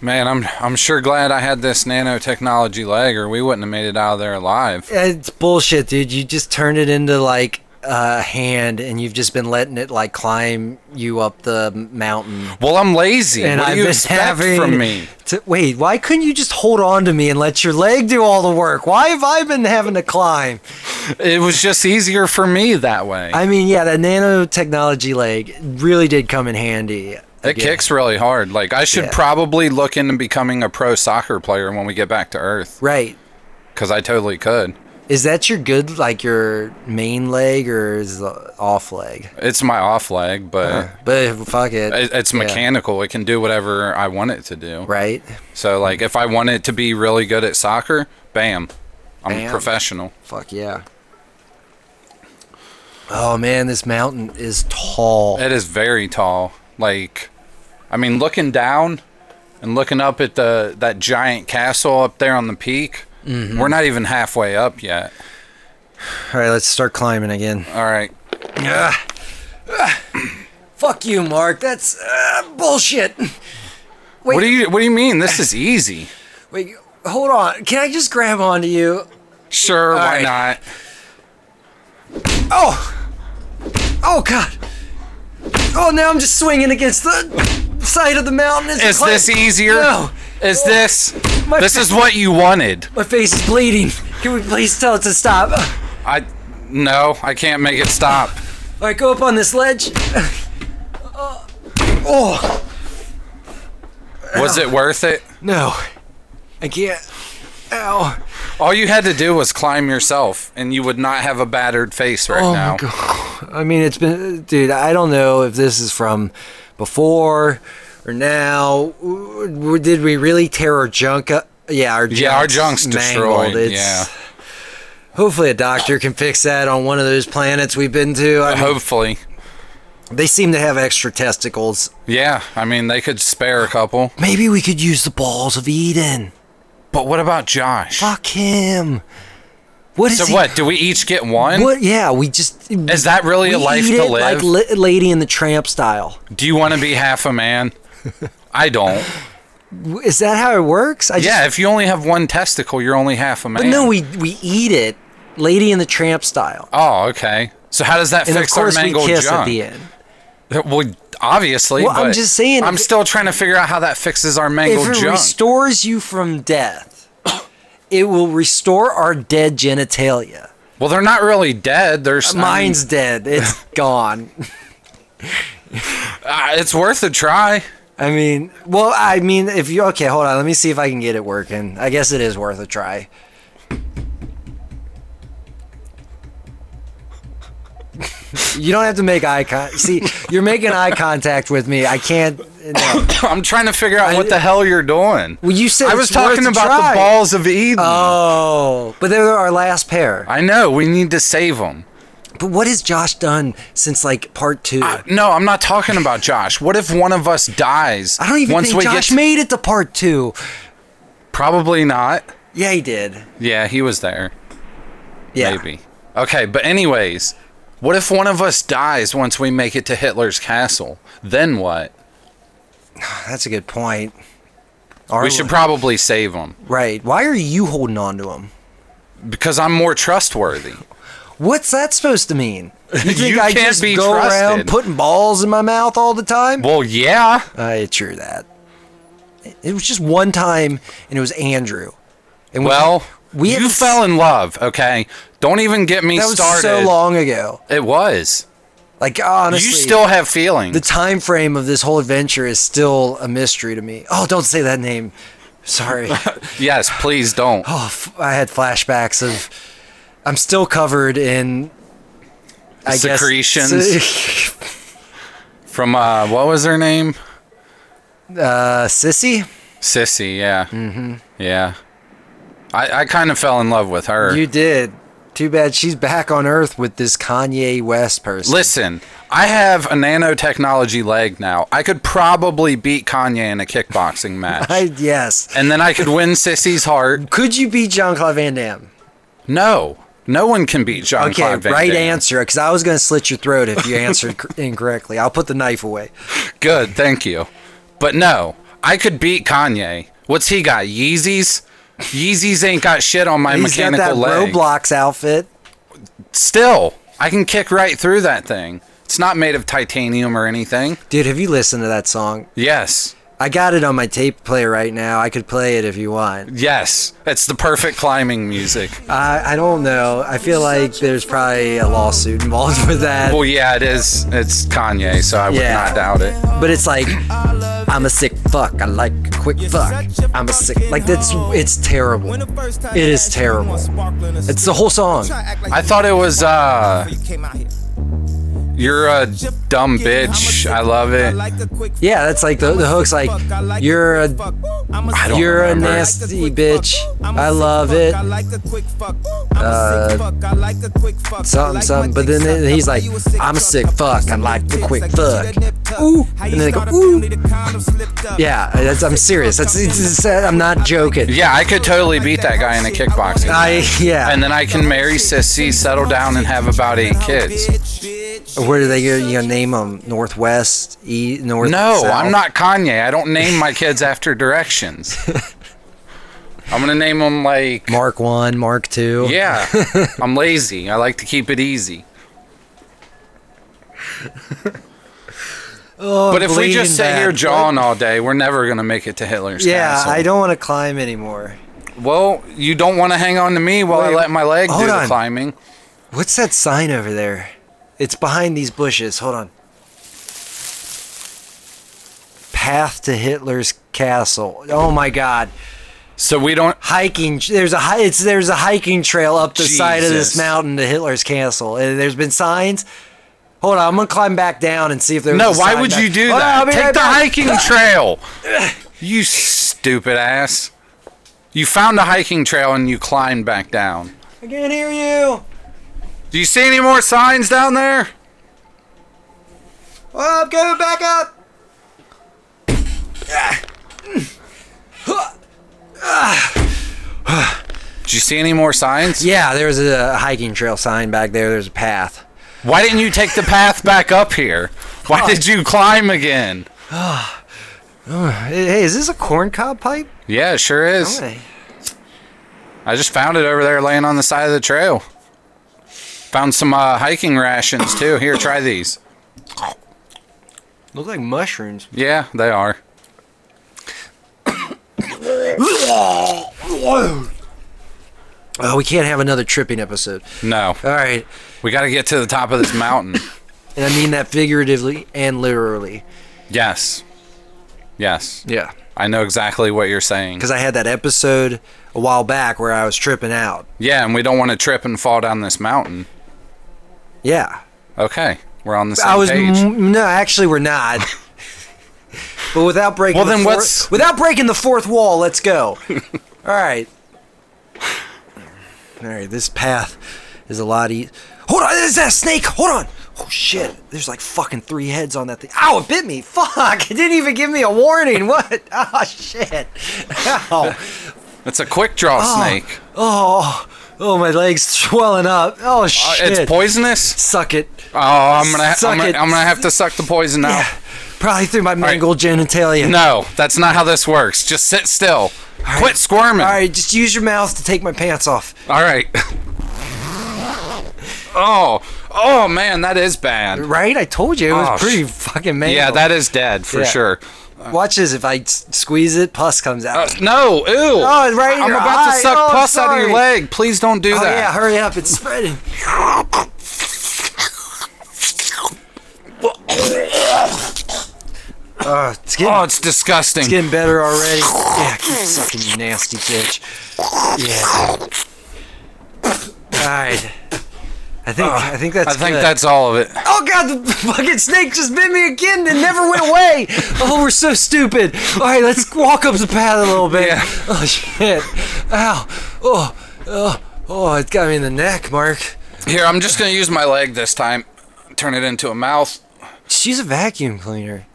Speaker 2: Man, I'm I'm sure glad I had this nanotechnology leg, or we wouldn't have made it out of there alive.
Speaker 1: It's bullshit, dude. You just turned it into like a hand, and you've just been letting it like climb you up the mountain.
Speaker 2: Well, I'm lazy.
Speaker 1: And
Speaker 2: what
Speaker 1: I've
Speaker 2: do you
Speaker 1: been
Speaker 2: expect
Speaker 1: having
Speaker 2: from me?
Speaker 1: to- wait, why couldn't you just hold on to me and let your leg do all the work? Why have I been having to climb?
Speaker 2: It was just easier for me that way.
Speaker 1: I mean, yeah, that nanotechnology leg really did come in handy.
Speaker 2: it kicks really hard. Like I should probably look into becoming a pro soccer player when we get back to Earth.
Speaker 1: Right.
Speaker 2: Because I totally could.
Speaker 1: Is that your good, like your main leg, or is the off leg?
Speaker 2: It's my off leg, but
Speaker 1: but fuck it.
Speaker 2: it- it's
Speaker 1: Uh-huh. Yeah.
Speaker 2: mechanical. It can do whatever I want it to do.
Speaker 1: Right.
Speaker 2: So like, if I want it to be really good at soccer, bam, I'm
Speaker 1: Bam.
Speaker 2: a professional.
Speaker 1: Fuck yeah. Oh man, this mountain is tall.
Speaker 2: It is very tall. Like, I mean, looking down and looking up at the that giant castle up there on the peak.
Speaker 1: Mhm.
Speaker 2: We're not even halfway up yet.
Speaker 1: All right, let's start climbing again.
Speaker 2: All right.
Speaker 1: Fuck you, Mark. That's uh, bullshit. Wait.
Speaker 2: What do you What do you mean? This is easy.
Speaker 1: Wait, hold on. Can I just grab onto you?
Speaker 2: Sure, why not?
Speaker 1: Oh! Oh, God! Oh, now I'm just swinging against the side of the mountain. as I
Speaker 2: Is
Speaker 1: climb.
Speaker 2: this easier?
Speaker 1: No! Oh,
Speaker 2: Is this?
Speaker 1: My
Speaker 2: This
Speaker 1: fa-
Speaker 2: is what you wanted.
Speaker 1: My face is bleeding. Can we please tell it to stop? All
Speaker 2: I no, I can't make it stop.
Speaker 1: right, go up on this ledge. Oh,
Speaker 2: Was it worth it?
Speaker 1: no. I can't. Ow.
Speaker 2: All you had to do was climb yourself, and you would not have a battered face right
Speaker 1: oh,
Speaker 2: now.
Speaker 1: my God. I mean, it's been. Dude, I don't know if this is from before or now. W- Did we really tear our junk up? Yeah, our junk's
Speaker 2: Yeah, our junk's
Speaker 1: mangled.
Speaker 2: destroyed.
Speaker 1: It's-
Speaker 2: yeah,
Speaker 1: Hopefully, a doctor can fix that on one of those planets we've been to. I mean,
Speaker 2: hopefully.
Speaker 1: They seem to have extra testicles.
Speaker 2: Yeah, I mean they could spare a couple.
Speaker 1: Maybe we could use the balls of Eden.
Speaker 2: But what about Josh?
Speaker 1: Fuck him. What is
Speaker 2: so
Speaker 1: he?
Speaker 2: what? Do we each get one?
Speaker 1: What? Yeah, we just.
Speaker 2: Is that really a
Speaker 1: we
Speaker 2: life
Speaker 1: eat
Speaker 2: to
Speaker 1: it
Speaker 2: live?
Speaker 1: Like li- Lady in the Tramp style.
Speaker 2: Do you want to be half a man? I don't.
Speaker 1: W- Is that how it works? I
Speaker 2: yeah, if you only have one testicle, you're only half a man.
Speaker 1: But no, we we eat it, Lady in the Tramp style,
Speaker 2: Oh, okay. So how does that
Speaker 1: and of
Speaker 2: fix
Speaker 1: course
Speaker 2: our
Speaker 1: we
Speaker 2: mangled
Speaker 1: kiss
Speaker 2: junk?
Speaker 1: at the end.
Speaker 2: Well, obviously.
Speaker 1: Well, I'm
Speaker 2: but
Speaker 1: just saying-
Speaker 2: I'm still trying to figure out how that fixes our mangled
Speaker 1: if it
Speaker 2: junk.
Speaker 1: restores you from death, it will restore our dead genitalia.
Speaker 2: well, they're not really dead. There's
Speaker 1: Mine's dead. It's gone.
Speaker 2: uh, it's worth a try.
Speaker 1: I mean, well, I mean, if you okay, hold on. Let me see if I can get it working. I guess it is worth a try. You don't have to make eye contact. See, you're making eye contact with me. I can't. No.
Speaker 2: I'm trying to figure out what the hell you're doing.
Speaker 1: Well, you said
Speaker 2: I was
Speaker 1: it's worth
Speaker 2: talking
Speaker 1: a
Speaker 2: about
Speaker 1: try.
Speaker 2: the balls of Eden.
Speaker 1: Oh, but they're our last pair.
Speaker 2: I know. We need to save them.
Speaker 1: But what has Josh done since like part two? I,
Speaker 2: No, I'm not talking about Josh. What if one of us dies? I
Speaker 1: don't even think Josh made it to part two.
Speaker 2: Probably not.
Speaker 1: Yeah, he did.
Speaker 2: Yeah, he was there.
Speaker 1: Yeah.
Speaker 2: Maybe. Okay, but anyways, what if one of us dies once we make it to Hitler's castle? Then what?
Speaker 1: That's a good point.
Speaker 2: we should probably save him
Speaker 1: Right. Why are you holding on to him?
Speaker 2: because I'm more trustworthy.
Speaker 1: What's that supposed to mean? You think
Speaker 2: You
Speaker 1: I
Speaker 2: can't
Speaker 1: just
Speaker 2: be
Speaker 1: go around
Speaker 2: trusted.
Speaker 1: putting balls in my mouth all the time?
Speaker 2: Well, yeah.
Speaker 1: I true that. It was just one time, and it was Andrew. And we-
Speaker 2: Well,
Speaker 1: we
Speaker 2: you
Speaker 1: haven't s-
Speaker 2: fell in love, okay? Don't even get me
Speaker 1: that was
Speaker 2: started.
Speaker 1: so long ago.
Speaker 2: It was.
Speaker 1: Like honestly,
Speaker 2: you still have feelings.
Speaker 1: the time frame of this whole adventure is still a mystery to me. Oh, don't say that name. Sorry.
Speaker 2: yes, please don't.
Speaker 1: oh, f- I had flashbacks of. I'm still covered in. I guess-
Speaker 2: Secretions. From uh, what was her name?
Speaker 1: uh, sissy.
Speaker 2: Sissy. Yeah. Mm-hmm. Yeah. I, I kind of fell in love with her.
Speaker 1: You did. Too bad she's back on Earth with this Kanye West person.
Speaker 2: Listen, I have a nanotechnology leg now. I could probably beat Kanye in a kickboxing match.
Speaker 1: I, yes.
Speaker 2: and then I could win Sissy's heart.
Speaker 1: Could you beat Jean Claude Van Damme?
Speaker 2: No. No one can beat John
Speaker 1: Okay,
Speaker 2: Claude Van
Speaker 1: right
Speaker 2: Damme.
Speaker 1: answer, because I was going to slit your throat if you answered cor- incorrectly. I'll put the knife away.
Speaker 2: Good, thank you. But no, I could beat Kanye. What's he got? Yeezys? Yeezys ain't got shit on my
Speaker 1: He's got
Speaker 2: mechanical
Speaker 1: that
Speaker 2: leg.
Speaker 1: Roblox outfit.
Speaker 2: Still, I can kick right through that thing. It's not made of titanium or anything.
Speaker 1: Dude, have you listened to that song?
Speaker 2: Yes.
Speaker 1: I got it on my tape player right now. I could play it if you want.
Speaker 2: Yes. It's the perfect climbing music.
Speaker 1: I, I don't know. I feel like there's probably a lawsuit involved with that.
Speaker 2: Well, yeah, it is. It's Kanye, so I would
Speaker 1: Yeah.
Speaker 2: not doubt it.
Speaker 1: But it's like, I'm a sick fuck. I like a quick fuck. I'm a sick. Like that's it's terrible. It is terrible. It's the whole song.
Speaker 2: I thought it was uh You're a dumb bitch. I love it.
Speaker 1: Yeah, that's like the, the hook's like, you're a
Speaker 2: don't
Speaker 1: you're
Speaker 2: remember.
Speaker 1: a nasty bitch. I love it. Uh, something something. But then then he's like, I'm a sick fuck. I like the quick fuck. Ooh, and then they go ooh. Yeah, that's, I'm serious. That's it's, it's, uh, I'm not joking.
Speaker 2: Yeah, I could totally beat that guy in a kickboxing.
Speaker 1: I yeah.
Speaker 2: And then I can marry Sissy, settle down, and have about eight kids.
Speaker 1: Where do they go? You gonna name them Northwest, E North.
Speaker 2: No,
Speaker 1: South?
Speaker 2: I'm not Kanye. I don't name my kids after directions. I'm gonna name them like
Speaker 1: Mark One, Mark Two.
Speaker 2: yeah. I'm lazy. I like to keep it easy.
Speaker 1: Oh,
Speaker 2: But if we
Speaker 1: bleeding
Speaker 2: just sit
Speaker 1: bad.
Speaker 2: here jawing all day, we're never gonna make it to Hitler's
Speaker 1: yeah,
Speaker 2: castle.
Speaker 1: I don't want to climb anymore.
Speaker 2: Well, you don't want to hang on to me while I
Speaker 1: Wait,
Speaker 2: let my leg do
Speaker 1: hold
Speaker 2: the
Speaker 1: on.
Speaker 2: climbing.
Speaker 1: What's that sign over there? It's behind these bushes. Hold on. Path to Hitler's castle. Oh my God!
Speaker 2: So we don't.
Speaker 1: Hiking. There's a hi- it's there's a hiking trail up the side of this
Speaker 2: Jesus.
Speaker 1: mountain to Hitler's castle. And there's been signs. Hold on, I'm gonna climb back down and see if there's.
Speaker 2: No,
Speaker 1: a
Speaker 2: why
Speaker 1: sign
Speaker 2: would
Speaker 1: back-
Speaker 2: you do
Speaker 1: Hold on,
Speaker 2: that?
Speaker 1: I'll be
Speaker 2: Take
Speaker 1: right
Speaker 2: the
Speaker 1: back.
Speaker 2: hiking trail. You stupid ass. You found a hiking trail and you climbed back down.
Speaker 1: I can't hear you.
Speaker 2: Do you see any more signs down there?
Speaker 1: Oh, I'm going back up.
Speaker 2: Do you see any more signs?
Speaker 1: Yeah, there's a hiking trail sign back there. There's a path.
Speaker 2: Why didn't you take the path back up here? Why did you climb again?
Speaker 1: Hey, hey, is this a corncob pipe?
Speaker 2: Yeah, it sure is.
Speaker 1: Okay.
Speaker 2: I just found it over there laying on the side of the trail. Found some uh, hiking rations too. Here, try these.
Speaker 1: Look like mushrooms.
Speaker 2: Yeah, they are.
Speaker 1: Oh, we can't have another tripping episode.
Speaker 2: No.
Speaker 1: All right,
Speaker 2: We got to get to the top of this mountain.
Speaker 1: and I mean that figuratively and literally.
Speaker 2: Yes. Yes.
Speaker 1: Yeah.
Speaker 2: I know exactly what you're saying.
Speaker 1: Because I had that episode a while back where I was tripping out.
Speaker 2: Yeah, and we don't want to trip and fall down this mountain.
Speaker 1: Yeah.
Speaker 2: Okay, we're on the same
Speaker 1: I was
Speaker 2: page.
Speaker 1: m- no, actually we're not. but without breaking
Speaker 2: Well,
Speaker 1: the
Speaker 2: then
Speaker 1: fourth,
Speaker 2: what's-
Speaker 1: without breaking the fourth wall, let's go. All right. All right, this path is a lot easier. Hold on, is that a snake? Hold on. Oh shit, there's like fucking three heads on that thing. Ow, it bit me. Fuck, it didn't even give me a warning. What? Oh shit. Ow.
Speaker 2: It's a quick draw
Speaker 1: Oh,
Speaker 2: snake.
Speaker 1: Oh, oh, my leg's swelling up. Oh shit.
Speaker 2: Uh, it's poisonous.
Speaker 1: Suck it.
Speaker 2: Oh, I'm gonna,
Speaker 1: Suck
Speaker 2: I'm, gonna
Speaker 1: it.
Speaker 2: I'm gonna have to suck the poison now.
Speaker 1: Probably through my mangled genitalia.
Speaker 2: No, that's not how this works. Just sit still. Quit squirming.
Speaker 1: All right, just use your mouth to take my pants off.
Speaker 2: All right. oh, oh man, that is bad.
Speaker 1: Right? I told you it was
Speaker 2: Oh, sh-
Speaker 1: pretty fucking mangled.
Speaker 2: Yeah, that is dead for
Speaker 1: Yeah.
Speaker 2: sure. Uh,
Speaker 1: Watch this. If I s- squeeze it, pus comes out.
Speaker 2: No, ew.
Speaker 1: Oh, it's right in
Speaker 2: I'm
Speaker 1: your
Speaker 2: about
Speaker 1: eye.
Speaker 2: to suck
Speaker 1: Oh, I'm
Speaker 2: pus out of your
Speaker 1: sorry.
Speaker 2: leg. Please don't do
Speaker 1: oh
Speaker 2: that.
Speaker 1: yeah, hurry up! It's spreading. Oh, it's getting,
Speaker 2: oh, it's disgusting.
Speaker 1: it's getting better already. Yeah, keep sucking, you nasty bitch. Yeah. All right. I think I think that's
Speaker 2: Oh, I think
Speaker 1: good.
Speaker 2: that's all of it.
Speaker 1: Oh god, the fucking snake just bit me again and it never went away. oh, we're so stupid. All right, let's walk up the path a little bit. Oh shit. Ow. Oh. Oh. Oh, it got me in the neck, Mark.
Speaker 2: Here, I'm just gonna use my leg this time. Turn it into a mouth.
Speaker 1: She's a vacuum cleaner.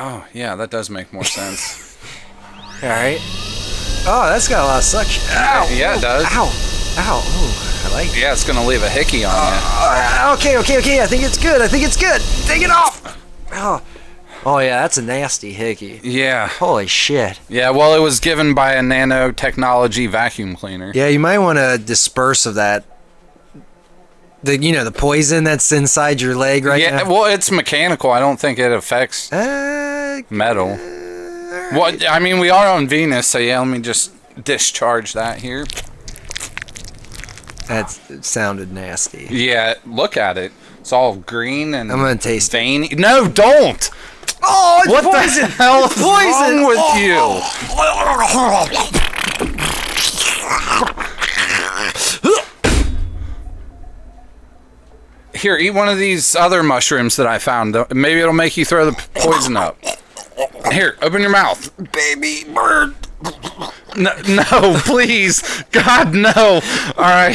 Speaker 2: Oh, yeah, that does make more sense.
Speaker 1: All right. Oh, that's got a lot of suction. Ow.
Speaker 2: yeah, it does.
Speaker 1: Ow. Ow. Oh, I like.
Speaker 2: Yeah, it's gonna leave a hickey on you.
Speaker 1: Uh, okay, okay, okay. I think it's good. I think it's good. Take it off. Oh. Oh yeah, that's a nasty hickey.
Speaker 2: Yeah.
Speaker 1: Holy shit.
Speaker 2: Yeah, well, it was given by a nanotechnology vacuum cleaner.
Speaker 1: Yeah, you might want to disperse of that. The you know the poison that's inside your leg right
Speaker 2: yeah,
Speaker 1: now.
Speaker 2: well, it's mechanical. I don't think it affects
Speaker 1: Uh,
Speaker 2: metal. What I mean, we are on Venus, so yeah. Let me just discharge that here.
Speaker 1: that sounded nasty.
Speaker 2: Yeah, look at it. It's all green and
Speaker 1: I'm gonna taste it.
Speaker 2: veiny. No, don't.
Speaker 1: Oh, it's
Speaker 2: What
Speaker 1: poison!
Speaker 2: the hell
Speaker 1: It's
Speaker 2: is wrong with you? Here, eat one of these other mushrooms that I found. though. Maybe it'll make you throw the p- poison up. Here, open your mouth.
Speaker 8: Baby bird.
Speaker 2: No, no, please. God, no. All right.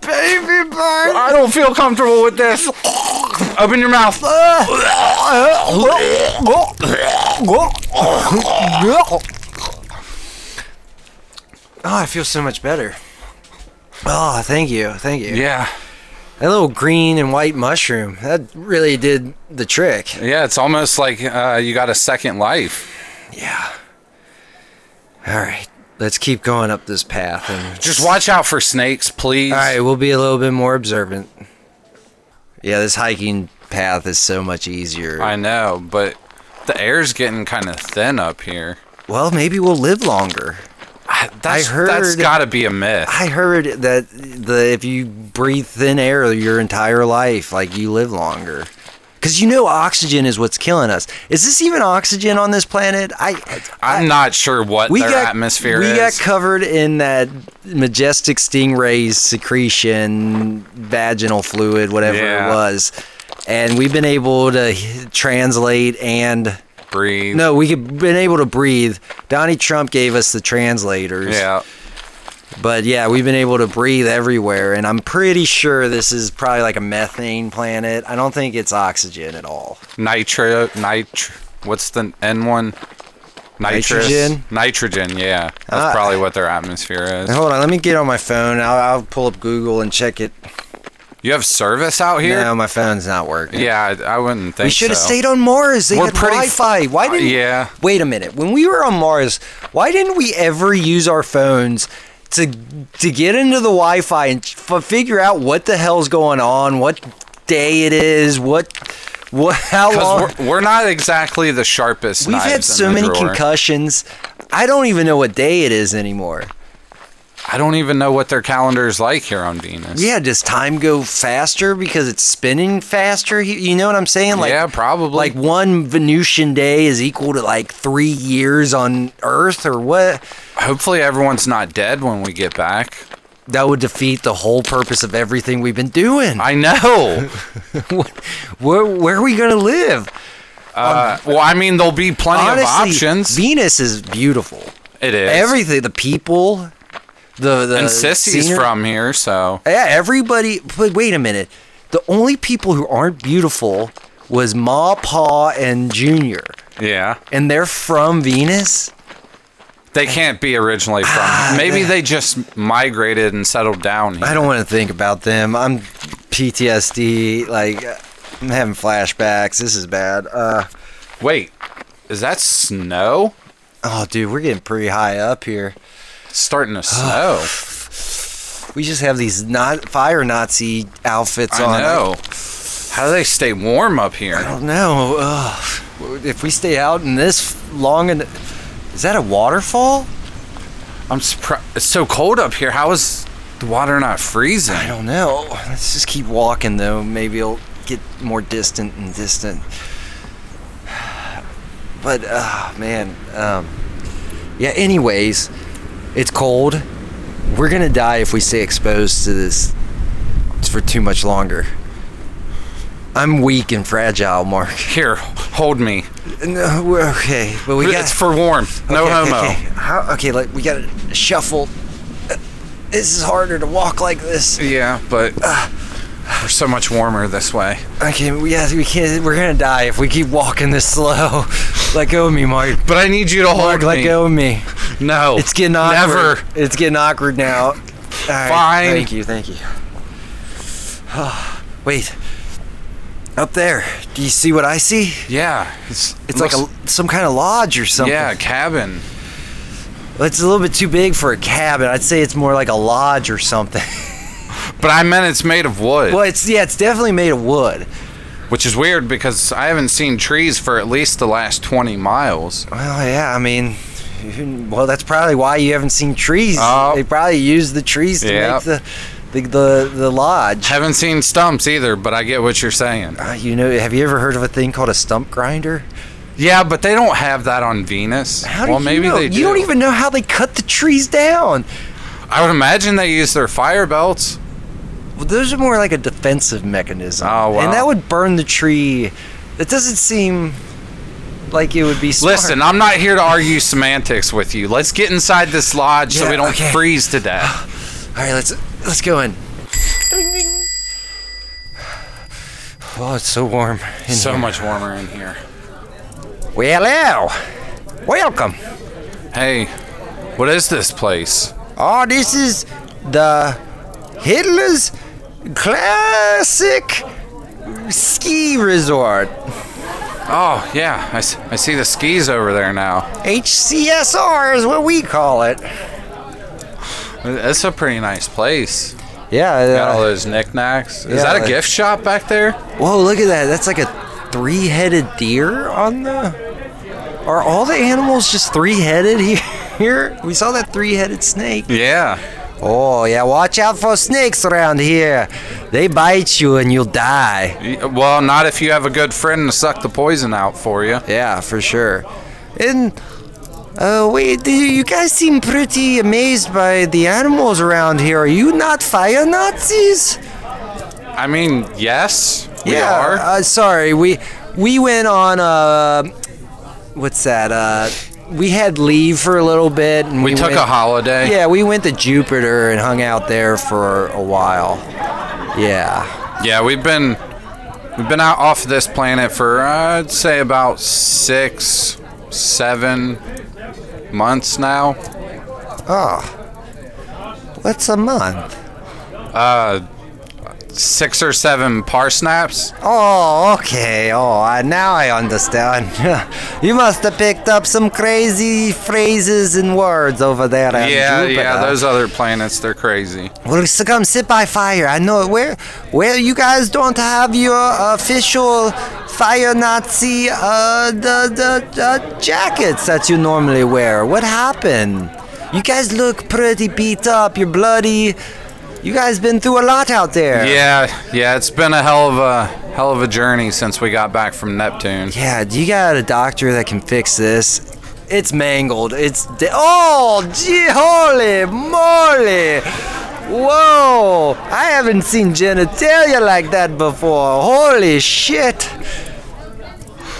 Speaker 8: Baby bird.
Speaker 2: I don't feel comfortable with this. Open your mouth.
Speaker 1: Oh, I feel so much better. Oh, thank you, thank you.
Speaker 2: Yeah.
Speaker 1: That little green and white mushroom that really did the trick.
Speaker 2: Yeah, it's almost like uh, you got a second life.
Speaker 1: Yeah. All right, let's keep going up this path and
Speaker 2: Just watch out for snakes, please.
Speaker 1: All right, we'll be a little bit more observant. Yeah, this hiking path is so much easier.
Speaker 2: I know, but the air's getting kind of thin up here.
Speaker 1: well, maybe we'll live longer.
Speaker 2: That's,
Speaker 1: I heard-
Speaker 2: that's got to be a myth.
Speaker 1: I heard that the if you breathe thin air your entire life, like you live longer. Cuz you know oxygen is what's killing us. Is this even oxygen on this planet? I
Speaker 2: I'm not sure what
Speaker 1: we
Speaker 2: their
Speaker 1: got
Speaker 2: atmosphere
Speaker 1: we
Speaker 2: is.
Speaker 1: got covered in that majestic stingray's secretion vaginal fluid whatever
Speaker 2: Yeah.
Speaker 1: it was and we've been able to h- translate and
Speaker 2: Breathe.
Speaker 1: no we could been able to breathe donnie trump gave us the translators
Speaker 2: Yeah.
Speaker 1: but yeah we've been able to breathe everywhere and i'm pretty sure this is probably like a methane planet i don't think it's oxygen at all
Speaker 2: Nitro. Nitr. What's the N one? Nitrous.
Speaker 1: Nitrogen?
Speaker 2: Nitrogen. Yeah.
Speaker 1: Uh,
Speaker 2: That's probably what their atmosphere is.
Speaker 1: hold on let me get on my phone i'll, I'll pull up google and check it
Speaker 2: You have service out here?
Speaker 1: no my phone's not working
Speaker 2: Yeah, I, I wouldn't think.
Speaker 1: We should have
Speaker 2: so.
Speaker 1: stayed on Mars. They
Speaker 2: We're
Speaker 1: had
Speaker 2: pretty f-
Speaker 1: Wi-Fi. Why
Speaker 2: Uh,
Speaker 1: didn't?
Speaker 2: yeah.
Speaker 1: Wait a minute. When we were on Mars, why didn't we ever use our phones to to get into the Wi-Fi and f- figure out what the hell's going on, what day it is, what what how long?
Speaker 2: Because we're, we're not exactly the sharpest.
Speaker 1: We've had
Speaker 2: knives in
Speaker 1: so
Speaker 2: the
Speaker 1: many
Speaker 2: drawer.
Speaker 1: concussions. I don't even know what day it is anymore.
Speaker 2: I don't even know what their calendar's like here on Venus.
Speaker 1: Yeah, does time go faster because it's spinning faster? You you know what I'm saying? Like
Speaker 2: yeah, probably.
Speaker 1: like one Venusian day is equal to like three years on Earth or what?
Speaker 2: hopefully everyone's not dead when we get back.
Speaker 1: that would defeat the whole purpose of everything we've been doing.
Speaker 2: I know.
Speaker 1: where, where are we gonna live?
Speaker 2: Uh, well, I mean, there'll be plenty
Speaker 1: Honestly,
Speaker 2: of options.
Speaker 1: Venus is beautiful.
Speaker 2: It is.
Speaker 1: Everything, the people, the the
Speaker 2: and Sissy's
Speaker 1: scenery-
Speaker 2: from here, so
Speaker 1: Yeah, everybody. But wait a minute. The only people who aren't beautiful was Ma, Pa, and Junior,
Speaker 2: yeah,
Speaker 1: and they're from Venus.
Speaker 2: they can't be originally from. Maybe they just migrated and settled down here.
Speaker 1: Ah, I don't want to think about them. I'm PTSD. Like I'm having flashbacks. This is bad. Uh,
Speaker 2: Wait, is that snow?
Speaker 1: oh, dude, we're getting pretty high up here.
Speaker 2: It's starting to snow.
Speaker 1: We just have these not fire Nazi outfits on.
Speaker 2: I know. How do they stay warm up
Speaker 1: I
Speaker 2: here?
Speaker 1: don't know. Ugh. If we stay out in this long, and is that a waterfall?
Speaker 2: I'm surprised. It's so cold up here. How is the water not freezing?
Speaker 1: I don't know. Let's just keep walking though. Maybe it'll get more distant and distant. But uh, man, um, yeah. Anyways, it's cold. We're gonna die if we stay exposed to this for too much longer. I'm weak and fragile, Mark.
Speaker 2: Here, hold me.
Speaker 1: No, we're okay, but we got
Speaker 2: it's for warmth. No
Speaker 1: okay,
Speaker 2: homo.
Speaker 1: Okay, How, okay like we gotta shuffle. This is harder to walk like this.
Speaker 2: Yeah, but uh, we're so much warmer this way.
Speaker 1: Okay, we yeah, we can't. We're gonna die if we keep walking this slow. Let go of me, Mark.
Speaker 2: But I need you to hold
Speaker 1: Mark,
Speaker 2: me.
Speaker 1: let go of me.
Speaker 2: No,
Speaker 1: It's getting awkward.
Speaker 2: Never.
Speaker 1: It's getting awkward now. All right,
Speaker 2: Fine.
Speaker 1: Thank you. Thank you. Wait. Up there. Do you see what I see?
Speaker 2: Yeah, it's
Speaker 1: It's like a some kind of lodge or something.
Speaker 2: yeah cabin.
Speaker 1: It's a little bit too big for a cabin. I'd say it's more like a lodge or something.
Speaker 2: But I meant it's made of wood,
Speaker 1: well, it's yeah, it's definitely made of wood.
Speaker 2: which is weird because I haven't seen trees for at least the last 20 miles.
Speaker 1: Well, yeah, I mean, well, that's probably why you haven't seen trees.
Speaker 2: Oh.
Speaker 1: They probably use the trees to
Speaker 2: Yep.
Speaker 1: make the, the the the lodge.
Speaker 2: Haven't seen stumps either, but I get what you're saying.
Speaker 1: Uh, you know, have you ever heard of a thing called a stump grinder?
Speaker 2: Yeah, but they don't have that on Venus.
Speaker 1: How do
Speaker 2: well,
Speaker 1: you
Speaker 2: maybe
Speaker 1: know?
Speaker 2: they do.
Speaker 1: You don't even know how they cut the trees down.
Speaker 2: I would imagine they use their fire belts.
Speaker 1: Well, those are more like a defensive mechanism.
Speaker 2: Oh, wow.
Speaker 1: And that would burn the tree. That doesn't seem like it would be smart.
Speaker 2: Listen, I'm not here to argue semantics with you. Let's get inside this lodge so
Speaker 1: Yeah,
Speaker 2: we don't
Speaker 1: okay.
Speaker 2: freeze to death.
Speaker 1: All right, let's let's go in. Oh, it's so warm. in
Speaker 2: so
Speaker 1: here.
Speaker 2: much warmer in here.
Speaker 1: Well, hello. Welcome.
Speaker 2: Hey, what is this place?
Speaker 1: Oh, this is the Hitler's classic ski resort.
Speaker 2: Oh, yeah, I, s- I see the skis over there now.
Speaker 1: HCSR is what we call it.
Speaker 2: That's a pretty nice place. Got all
Speaker 1: Yeah. uh,
Speaker 2: those knickknacks. Is
Speaker 1: Yeah,
Speaker 2: that a
Speaker 1: like-
Speaker 2: gift shop back there?
Speaker 1: Whoa, look at that. That's like a three-headed deer on the. Are all the animals just three-headed he- here? We saw that three-headed snake.
Speaker 2: Yeah.
Speaker 1: Oh yeah, watch out for snakes around here. They bite you and you'll die.
Speaker 2: Y- Well, not if you have a good friend to suck the poison out for you.
Speaker 1: Yeah, for sure. And uh, wait, do you guys seem pretty amazed by the animals around here. Are you not fire Nazis?
Speaker 2: I mean, yes, we
Speaker 1: yeah.
Speaker 2: are.
Speaker 1: Uh, sorry, we we went on uh, what's that? Uh, we had leave for a little bit. And
Speaker 2: we,
Speaker 1: we,
Speaker 2: took
Speaker 1: went-
Speaker 2: a holiday.
Speaker 1: Yeah, we went to Jupiter and hung out there for a while. Yeah.
Speaker 2: Yeah, we've been we've been out off this planet for uh, I'd say about six, seven months now. Oh.
Speaker 1: What's a month?
Speaker 2: Six or seven parsnaps.
Speaker 1: Oh, okay. Oh, I, now I understand. you must have picked up some crazy phrases and words over there. on
Speaker 2: yeah, yeah,
Speaker 1: Jupiter.
Speaker 2: those other planets, they're crazy.
Speaker 1: Well, so come sit by fire. I know where. Where you guys don't have your official fire Nazi uh the the uh, jackets that you normally wear. What happened? You guys look pretty beat up. You're bloody. You guys been through a lot out there.
Speaker 2: Yeah, yeah, it's been a hell of a hell of a journey since we got back from Neptune.
Speaker 1: Yeah, do you got a doctor that can fix this? It's mangled. It's de- oh, gee, holy moly! Whoa! I haven't seen genitalia like that before. Holy shit!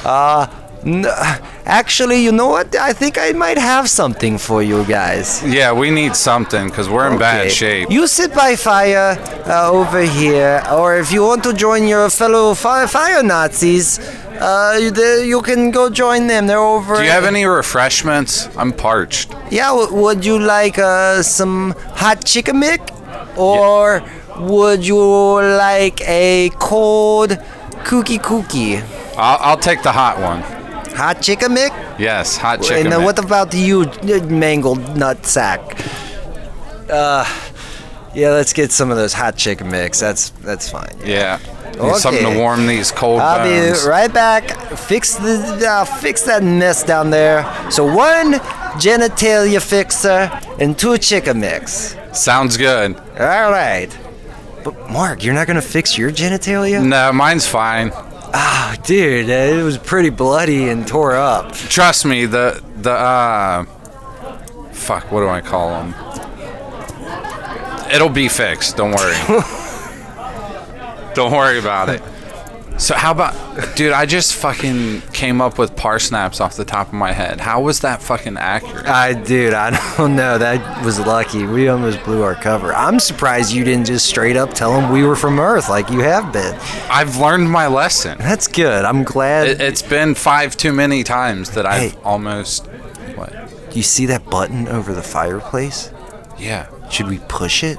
Speaker 1: Uh, n- actually, you know what? I think I might have something for you guys.
Speaker 2: Yeah, we need something because we're in bad shape.
Speaker 1: You sit by fire uh, over here, or if you want to join your fellow fire, fire Nazis, uh, you, the- you can go join them. They're over.
Speaker 2: Do you have any refreshments? I'm parched.
Speaker 1: Yeah, w- would you like uh, some hot chicken mick? Or would you like a cold kooky kooky?
Speaker 2: I'll, I'll take the hot one.
Speaker 1: Hot chicken mick?
Speaker 2: Yes, hot chicken.
Speaker 1: and uh,
Speaker 2: man.
Speaker 1: what about you, uh, mangled nut sack? Uh, yeah, let's get some of those hot chicken mix. That's that's fine.
Speaker 2: yeah. Need Something to
Speaker 1: Okay.
Speaker 2: warm these cold
Speaker 1: I'll
Speaker 2: bones.
Speaker 1: be right back. Fix the uh, fix that mess down there. So one genitalia fixer and two chicken mix.
Speaker 2: Sounds good.
Speaker 1: All right. But Mark, you're not gonna fix your genitalia?
Speaker 2: No, mine's fine.
Speaker 1: Ah, dude, uh, it was pretty bloody and tore up.
Speaker 2: Trust me, the the uh, fuck. What do I call them? It'll be fixed. Don't worry. don't worry about it. So how about, dude? I just fucking came up with parsnips off the top of my head. How was that fucking accurate?
Speaker 1: I, dude, I don't know. That was lucky. We almost blew our cover. I'm surprised you didn't just straight up tell them we were from Earth like you have been.
Speaker 2: I've learned my lesson.
Speaker 1: That's good. I'm glad.
Speaker 2: It, it's been five too many times that I've almost. What?
Speaker 1: you see that button over the fireplace?
Speaker 2: Yeah.
Speaker 1: Should we push it?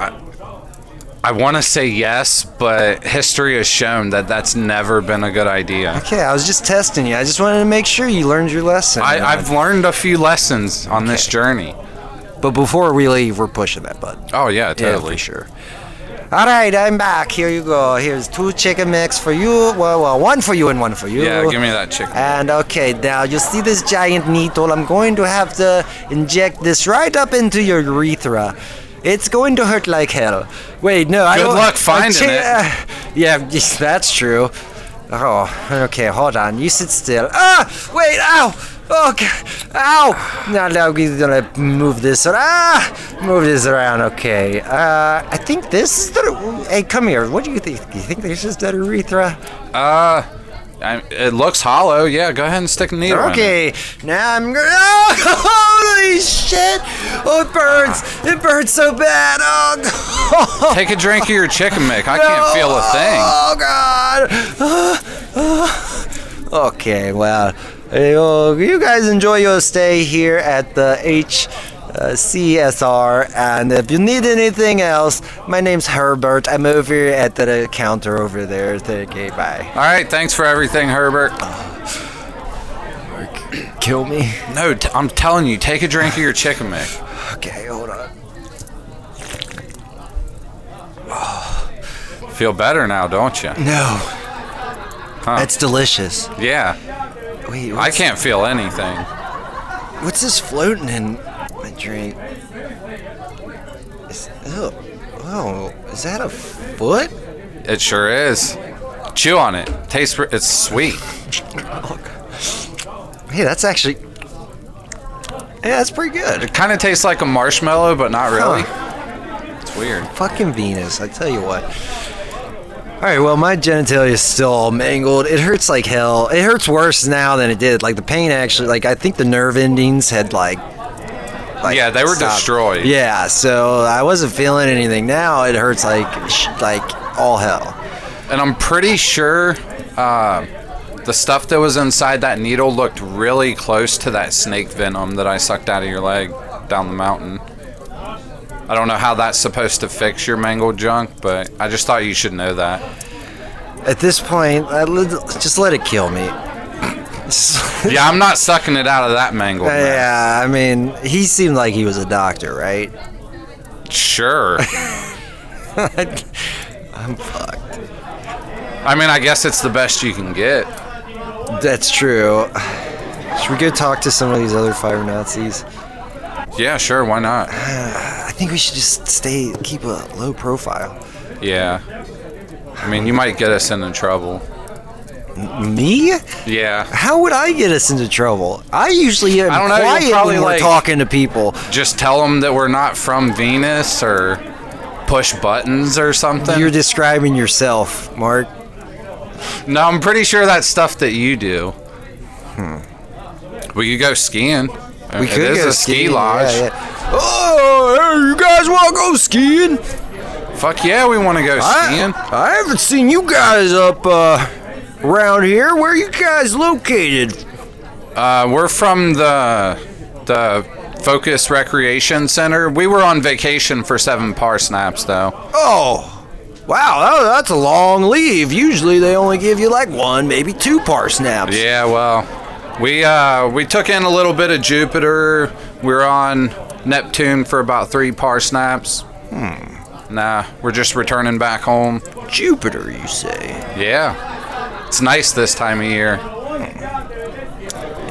Speaker 2: I want to say yes, but history has shown that that's never been a good idea.
Speaker 1: Okay, I was just testing you. I just wanted to make sure you learned your lesson.
Speaker 2: I, I've learned a few lessons on this journey.
Speaker 1: But before we leave, we're pushing that button.
Speaker 2: Oh yeah, totally
Speaker 1: for sure. All right, I'm back. Here you go. Here's two chicken mix for you. Well, well, one for you and one for you.
Speaker 2: Yeah, give me that chicken.
Speaker 1: And okay, now you see this giant needle. I'm going to have to inject this right up into your urethra. It's going to hurt like hell. Wait, no, I
Speaker 2: Good
Speaker 1: don't-
Speaker 2: luck finding
Speaker 1: Okay,
Speaker 2: it.
Speaker 1: uh, yeah, that's true. Oh, okay, hold on. You sit still. Ah, wait, ow! Oh, God. ow! Now, now we're gonna move this around. Ah, move this around. Okay. Uh, I think this is the. Hey, come here. What do you think? You think this is the urethra?
Speaker 2: Uh, I, it looks hollow. Yeah, go ahead and stick a needle. in it.
Speaker 1: Okay, now I'm gonna. Oh, holy shit! Oh, it burns! It burns so bad! Oh, no.
Speaker 2: Take a drink of your chicken mix. I can't feel a thing.
Speaker 1: Oh, God! Oh, okay, well, uh, you guys enjoy your stay here at the H. Uh, CSR, and if you need anything else, my name's Herbert. I'm over at the counter over there. Thank you. Bye.
Speaker 2: All right, thanks for everything, Herbert.
Speaker 1: Kill me.
Speaker 2: No, t- I'm telling you, take a drink of your chicken mix.
Speaker 1: Okay, hold on.
Speaker 2: Feel better now, don't you?
Speaker 1: No.
Speaker 2: Huh.
Speaker 1: That's delicious.
Speaker 2: Yeah,
Speaker 1: Wait,
Speaker 2: I
Speaker 1: what's-
Speaker 2: can't feel anything.
Speaker 1: What's this floating in my drink? Is, oh, oh, is that a foot?
Speaker 2: It sure is. Chew on it. Tastes. r- It's sweet.
Speaker 1: Oh, Hey, that's actually. Yeah, that's pretty good.
Speaker 2: It kind of tastes like a marshmallow, but not really. It's weird.
Speaker 1: Fucking Venus, I tell you what. Alright, well, my genitalia is still all mangled. It hurts like hell. It hurts worse now than it did. Like, the pain actually, like, I think the nerve endings had, like,
Speaker 2: yeah, they were
Speaker 1: stopped.
Speaker 2: destroyed.
Speaker 1: Yeah, so I wasn't feeling anything. Now it hurts like, sh- like, all hell.
Speaker 2: And I'm pretty sure uh, the stuff that was inside that needle looked really close to that snake venom that I sucked out of your leg down the mountain. I don't know how that's supposed to fix your mangled junk, but I just thought you should know that.
Speaker 1: At this point, I li- just let it kill me.
Speaker 2: yeah, I'm not sucking it out of that mangled. mess.
Speaker 1: yeah, I mean, he seemed like he was a doctor, right?
Speaker 2: Sure.
Speaker 1: I'm fucked.
Speaker 2: I mean, I guess it's the best you can get.
Speaker 1: That's true. Should we go talk to some of these other fire Nazis?
Speaker 2: Yeah, sure. Why not?
Speaker 1: I think we should just stay, keep a low profile.
Speaker 2: Yeah. I mean, you might get us into trouble.
Speaker 15: Me?
Speaker 2: Yeah.
Speaker 15: How would I get us into trouble? I usually am
Speaker 2: I don't know, you'll
Speaker 15: quiet
Speaker 2: probably,
Speaker 15: when we're
Speaker 2: like-
Speaker 15: talking to people.
Speaker 2: Just tell them that we're not from Venus or push buttons or something.
Speaker 15: You're describing yourself, Mark.
Speaker 2: No, I'm pretty sure that's stuff that you do. We could go skiing.
Speaker 15: Hmm. We
Speaker 2: It
Speaker 15: could
Speaker 2: is
Speaker 15: go
Speaker 2: a ski
Speaker 15: skiing,
Speaker 2: lodge.
Speaker 15: yeah, yeah.
Speaker 2: Oh, hey, you guys want to go skiing? Fuck yeah, we want to go skiing.
Speaker 1: I haven't seen you guys up uh, around here. Where you guys located?
Speaker 2: Uh, we're from the the Focus Recreation Center. We were on vacation for seven parsnips, though.
Speaker 1: Oh, wow, that- that's a long leave. Usually they only give you like one, maybe two parsnips.
Speaker 2: Yeah, well, we uh, we took in a little bit of Jupiter. We were on Neptune for about three parsnips. Hmm. Nah, we're just returning back home.
Speaker 1: Jupiter, you say?
Speaker 2: Yeah, it's nice this time of year.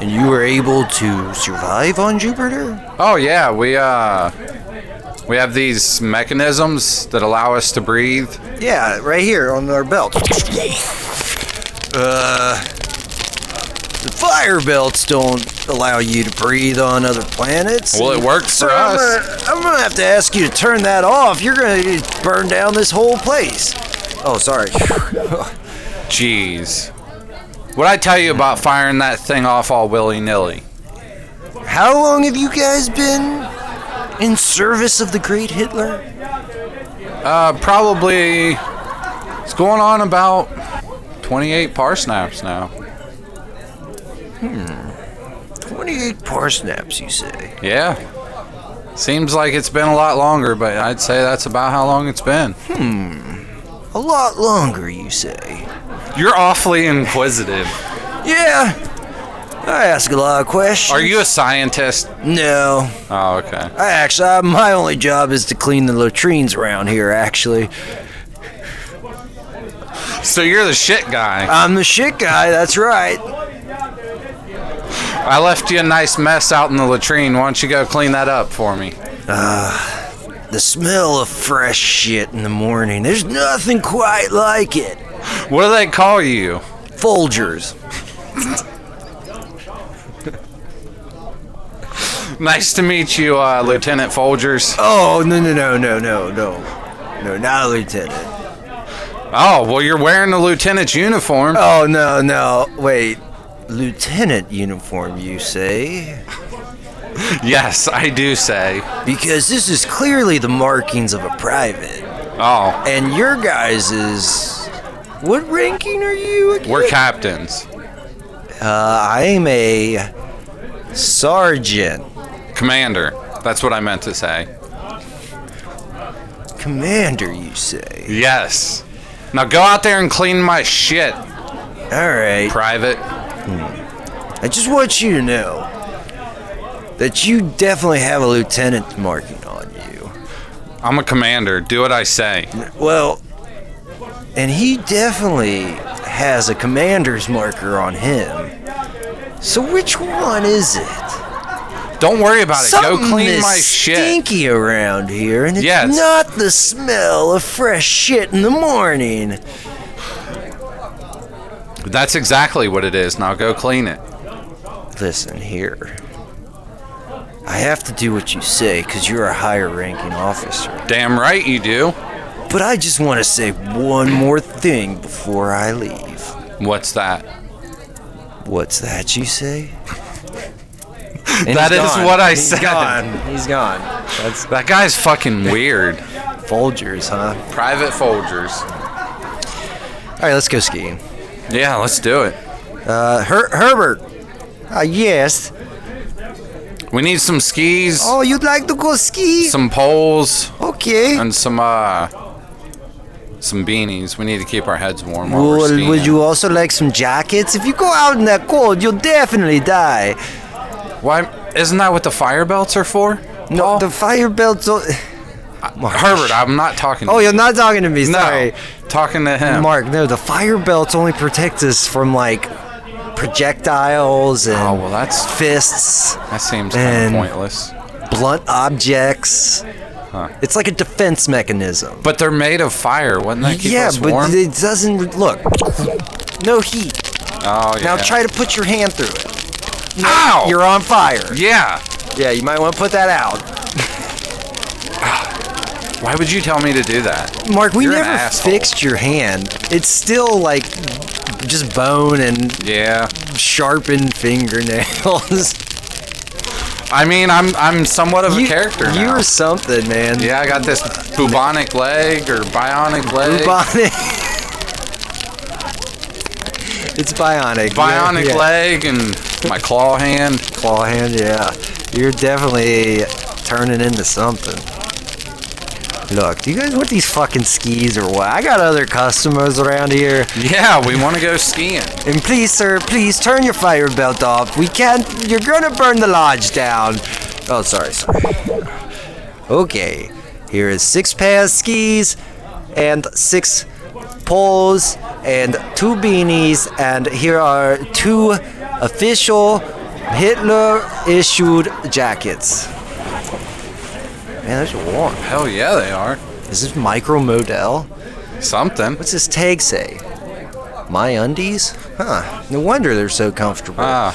Speaker 1: And you were able to survive on Jupiter?
Speaker 2: Oh yeah, we uh, we have these mechanisms that allow us to breathe.
Speaker 15: Yeah, right here on our belt.
Speaker 1: Uh, the fire belts don't allow you to breathe on other planets.
Speaker 2: Well, it worked
Speaker 1: So
Speaker 2: for
Speaker 1: I'm
Speaker 2: us.
Speaker 1: gonna- I'm gonna have to ask you to turn that off. You're gonna burn down this whole place. Oh, sorry.
Speaker 2: Jeez. What I tell you about firing that thing off all willy nilly?
Speaker 1: How long have you guys been in service of the great Hitler?
Speaker 2: Uh, probably. It's going on about 28 parsnips now.
Speaker 1: 28 parsnips, you say?
Speaker 2: Yeah. Seems like it's been a lot longer, but I'd say that's about how long it's been.
Speaker 1: A lot longer, you say?
Speaker 2: You're awfully inquisitive.
Speaker 1: Yeah. I ask a lot of questions.
Speaker 2: Are you a scientist?
Speaker 1: No.
Speaker 2: Oh, okay.
Speaker 1: I actually, I, my only job is to clean the latrines around here, actually.
Speaker 2: So you're the shit guy.
Speaker 1: I'm the shit guy, that's right.
Speaker 2: I left you a nice mess out in the latrine. Why don't you go clean that up for me?
Speaker 1: The smell of fresh shit in the morning, there's nothing quite like it.
Speaker 2: What do they call you?
Speaker 1: Folgers.
Speaker 2: Nice to meet you, uh, Lieutenant Folgers.
Speaker 1: Oh, no, no, no, no, no, no. No, not a lieutenant.
Speaker 2: Oh, well, you're wearing a lieutenant's uniform.
Speaker 1: Oh, no, no. Wait. Lieutenant uniform, you say?
Speaker 2: Yes, I do say.
Speaker 1: Because this is clearly the markings of a private.
Speaker 2: Oh,
Speaker 1: And your guys is. What ranking are you again?
Speaker 2: we're captains.
Speaker 1: Uh, I'm a sergeant,
Speaker 2: Commander. That's what I meant to say.
Speaker 1: commander. You say?
Speaker 2: Yes. Now go out there and clean my shit,
Speaker 1: All right.
Speaker 2: private.
Speaker 1: I just want you to know that you definitely have a lieutenant marking on you.
Speaker 2: I'm a commander. Do what I say.
Speaker 1: Well, and he definitely has a commander's marker on him. So which one is it?
Speaker 2: Don't worry about it.
Speaker 1: Something
Speaker 2: go clean
Speaker 1: is
Speaker 2: my shit.
Speaker 1: stinky around here, and it's
Speaker 2: Yes.
Speaker 1: not the smell of fresh shit in the morning.
Speaker 2: That's exactly what it is. Now go clean it.
Speaker 1: Listen here. I have to do what you say because you're a higher ranking officer.
Speaker 2: Damn right you do.
Speaker 1: But I just want to say one more thing before I leave.
Speaker 2: What's that?
Speaker 1: What's that you say?
Speaker 2: That is what I
Speaker 1: He's
Speaker 2: said.
Speaker 1: gone. He's gone.
Speaker 2: That's that guy's fucking weird.
Speaker 1: Folgers, huh?
Speaker 2: Private Folgers.
Speaker 1: All right, let's go skiing.
Speaker 2: Yeah, let's do it.
Speaker 1: Uh, Her- Herbert. Uh, yes.
Speaker 2: We need some skis,
Speaker 1: Oh, you'd like to go ski?
Speaker 2: some poles,
Speaker 1: Okay.
Speaker 2: and some uh some beanies. We need to keep our heads warm while we're
Speaker 1: Well,
Speaker 2: skiing.
Speaker 1: would you also like some jackets? If you go out in that cold, you'll definitely die.
Speaker 2: Why isn't that what the fire belts are for?
Speaker 1: No,
Speaker 2: Oh.
Speaker 1: the fire belts. Don't... Mark.
Speaker 2: Herbert, I'm not talking.
Speaker 1: Oh,
Speaker 2: to
Speaker 1: you're not talking to me. Sorry,
Speaker 2: No, talking to him.
Speaker 1: Mark. No, the fire belts only protect us from like projectiles and
Speaker 2: Oh well, that's
Speaker 1: fists,
Speaker 2: that seems kind
Speaker 1: And-
Speaker 2: of pointless.
Speaker 1: blunt objects. It's like a defense mechanism.
Speaker 2: But they're made of fire. Wouldn't that keep
Speaker 1: yeah,
Speaker 2: us
Speaker 1: but
Speaker 2: warm?
Speaker 1: it doesn't look. No heat.
Speaker 2: Oh,
Speaker 1: Now
Speaker 2: yeah.
Speaker 1: try to put your hand through it.
Speaker 2: Ow!
Speaker 1: You're on fire.
Speaker 2: Yeah.
Speaker 1: Yeah, you might want to put that out.
Speaker 2: Why would you tell me to do that?
Speaker 1: Mark, we
Speaker 2: You're an
Speaker 1: never
Speaker 2: asshole.
Speaker 1: fixed your hand. It's still like just bone and
Speaker 2: yeah,
Speaker 1: sharpened fingernails.
Speaker 2: I mean, I'm I'm somewhat of a character now.
Speaker 1: You're something, man.
Speaker 2: yeah, I got this bubonic leg or bionic leg.
Speaker 1: Bubonic. it's bionic.
Speaker 2: bionic
Speaker 1: yeah, yeah.
Speaker 2: leg and my claw hand.
Speaker 1: Claw hand, yeah. You're definitely turning into something. Look, do you guys want these fucking skis or what? I got other customers around here.
Speaker 2: Yeah, we want to go skiing.
Speaker 1: And please, sir, please turn your fire belt off. We can't. You're gonna burn the lodge down. Oh, sorry, sorry. Okay, here is six pairs of skis, and six poles, and two beanies, and here are two official Hitler issued jackets. Man, those are warm.
Speaker 2: Hell yeah, they are.
Speaker 1: Is this micro model?
Speaker 2: Something.
Speaker 1: What's this tag say? My undies? Huh. No wonder they're so comfortable.
Speaker 2: Ah,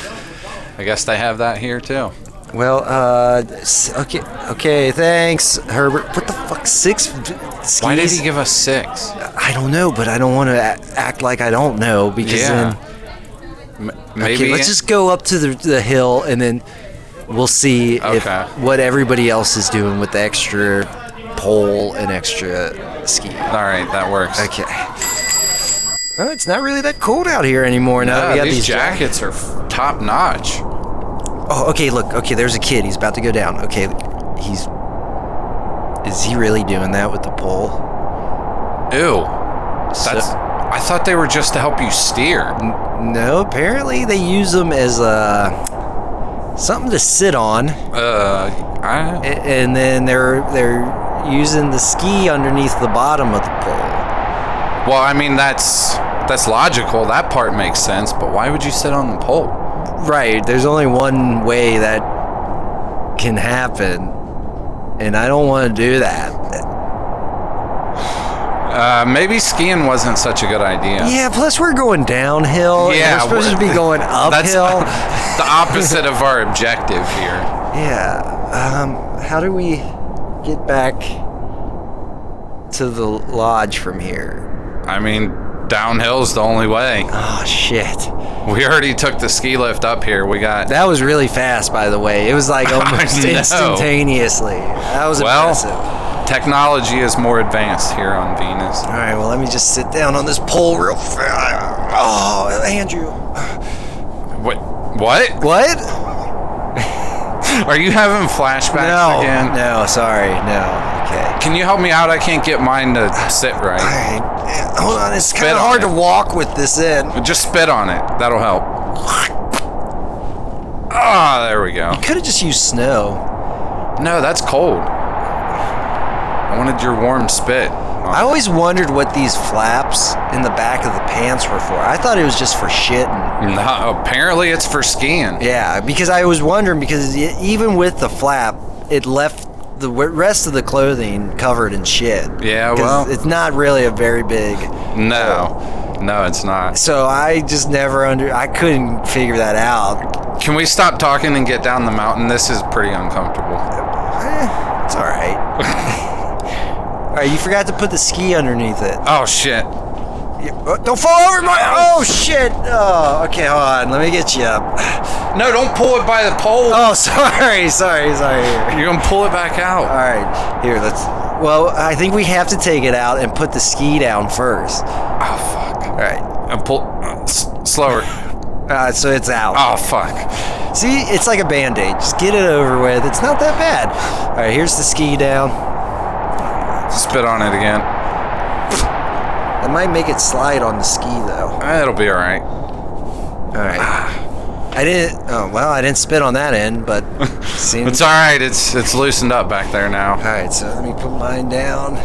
Speaker 2: I guess they have that here too.
Speaker 1: Well, uh, s- okay, okay, thanks, Herbert. What the fuck, six v- skis?
Speaker 2: Why did he give us six?
Speaker 1: I don't know, but I don't want to a- act like I don't know because
Speaker 2: Yeah.
Speaker 1: then.
Speaker 2: M-
Speaker 1: Okay,
Speaker 2: maybe
Speaker 1: let's just go up to the, the hill and then we'll see
Speaker 2: Okay.
Speaker 1: if what everybody else is doing with the extra pole and extra ski.
Speaker 2: All right, that works.
Speaker 1: Okay. Well, it's not really that cold out here anymore now. that
Speaker 2: Yeah,
Speaker 1: we got
Speaker 2: these,
Speaker 1: these jack-
Speaker 2: jackets are top notch.
Speaker 1: Oh, okay, look. Okay, there's a kid. He's about to go down. Okay, he's. Is he really doing that with the pole?
Speaker 2: Ew. That's.
Speaker 1: So-
Speaker 2: I thought they were just to help you steer.
Speaker 1: no, apparently they use them as a. Something to sit on, a-
Speaker 2: Uh, I,
Speaker 1: and then they're they're using the ski underneath the bottom of the pole.
Speaker 2: well, I mean that's that's logical. That part makes sense. But why would you sit on the pole?
Speaker 1: Right. There's only one way that can happen, and I don't want to do that.
Speaker 2: Uh, maybe skiing wasn't such a good idea.
Speaker 1: Yeah. Plus, we're going downhill. Yeah.
Speaker 2: Yeah,
Speaker 1: We're supposed to
Speaker 2: we're-
Speaker 1: be going
Speaker 2: That's
Speaker 1: uphill.
Speaker 2: the opposite of our objective here.
Speaker 1: Yeah. Um, how do we get back to the lodge from here?
Speaker 2: I mean, downhill's the only way.
Speaker 1: Oh shit!
Speaker 2: We already took the ski lift up here. We got
Speaker 1: That was really fast, by the way. It was like almost
Speaker 2: know.
Speaker 1: instantaneously. That was
Speaker 2: Well-
Speaker 1: impressive. All
Speaker 2: technology is more advanced here on Venus.
Speaker 1: right. Well, let me just sit down on this pole real fast. Oh, Andrew.
Speaker 2: What? What?
Speaker 1: What?
Speaker 2: Are you having flashbacks
Speaker 1: No.
Speaker 2: again?
Speaker 1: No. Sorry. No. Okay.
Speaker 2: Can you help me out? I can't get mine to sit
Speaker 1: All
Speaker 2: right.
Speaker 1: right. Eh, Hold on. It's
Speaker 2: Spit
Speaker 1: kind of
Speaker 2: on
Speaker 1: hard
Speaker 2: it.
Speaker 1: to walk with this in.
Speaker 2: Just spit on it. That'll help. Ah, there we go.
Speaker 1: Could have just used snow.
Speaker 2: No, that's cold. I wanted your warm spit.
Speaker 1: I always wondered what these flaps in the back of the pants were for. I thought it was just for shitting.
Speaker 2: No, apparently it's for skiing.
Speaker 1: Yeah, because I was wondering because e- even with the flap, it left the w- rest of the clothing covered in shit.
Speaker 2: Yeah,
Speaker 1: 'Cause
Speaker 2: well-
Speaker 1: it's not really a very big.
Speaker 2: No, no, it's not.
Speaker 1: So I just never under. I couldn't figure that out.
Speaker 2: Can we stop talking and get down the mountain? This is pretty uncomfortable.
Speaker 1: Eh, it's all right. all right, you forgot to put the ski underneath it.
Speaker 2: Oh shit.
Speaker 1: You- uh, Don't fall over my. Oh shit! Oh, okay, hold on. Let me get you up.
Speaker 2: No, don't pull it by the pole.
Speaker 1: Oh, sorry, sorry, sorry.
Speaker 2: You're gonna pull it back
Speaker 1: All
Speaker 2: out.
Speaker 1: right, here, let's. Well, I think we have to take it out and put the ski down first.
Speaker 2: Oh fuck.
Speaker 1: All right,
Speaker 2: And pull uh, s- slower.
Speaker 1: uh, so it's out.
Speaker 2: Oh fuck.
Speaker 1: See, it's like a band aid. Just get it over with. It's not that bad. All right, here's the ski down.
Speaker 2: Spit on it again.
Speaker 1: That might make it slide on the ski, though.
Speaker 2: Eh, It'll be all right.
Speaker 1: All right.
Speaker 2: Ah.
Speaker 1: I didn't. Oh, well, I didn't spit on that end, but. Seems,
Speaker 2: It's all right. It's it's loosened up back there
Speaker 1: all
Speaker 2: now.
Speaker 1: right, so let me put mine down.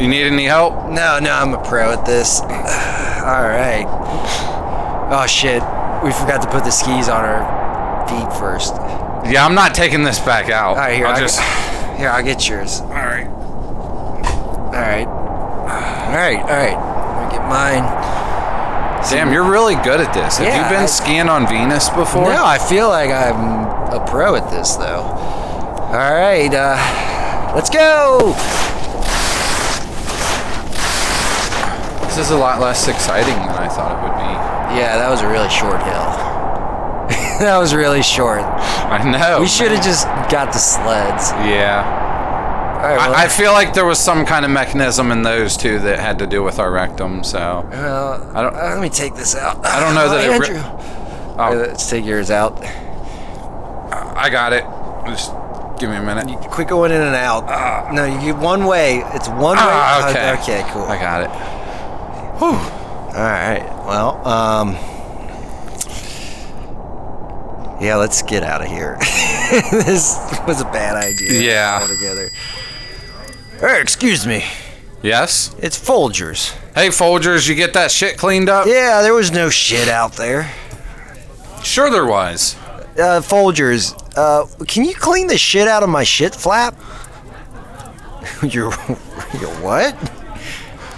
Speaker 2: You need any help?
Speaker 1: No, no, I'm a pro at this. All right. Oh, shit. We forgot to put the skis on our feet first.
Speaker 2: Yeah, I'm not taking this back out.
Speaker 1: All right, here.
Speaker 2: I'll
Speaker 1: I'll
Speaker 2: just.
Speaker 1: get, here, I'll get yours. All right. All right. All right. All right. Let me get mine.
Speaker 2: Damn, you're really good at this. Have
Speaker 1: Yeah,
Speaker 2: you been
Speaker 1: I-
Speaker 2: skiing on Venus before?
Speaker 1: No, I feel like I'm a pro at this, though. All right, uh, let's go.
Speaker 2: This is a lot less exciting than I thought it would be.
Speaker 1: Yeah, that was a really short hill. that was really short.
Speaker 2: I know.
Speaker 1: we should have just got the sleds.
Speaker 2: Yeah.
Speaker 1: right, well-
Speaker 2: I, I feel like there was some kind of mechanism in those two that had to do with our rectum, so.
Speaker 1: Well,
Speaker 2: I don't.
Speaker 1: uh, let me take this out.
Speaker 2: I don't know that it.
Speaker 1: Andrew. Uh,
Speaker 2: Re- oh,
Speaker 1: let's take yours out.
Speaker 2: I got it. Just give me a minute.
Speaker 1: Quit going in and out. no, you get one way. It's one
Speaker 2: Uh. Ah,
Speaker 1: way.
Speaker 2: okay.
Speaker 1: Oh, Okay, cool.
Speaker 2: I got it.
Speaker 1: Whew. All right. Well, um, yeah, let's get out of here. this was a bad idea.
Speaker 2: Yeah.
Speaker 1: Altogether. Hey, excuse me.
Speaker 2: Yes?
Speaker 1: It's Folgers.
Speaker 2: Hey, Folgers, you get that shit cleaned up?
Speaker 1: Yeah, there was no shit out there.
Speaker 2: Sure, there was.
Speaker 1: Uh, Folgers, uh, can you clean the shit out of my shit flap? your, your what?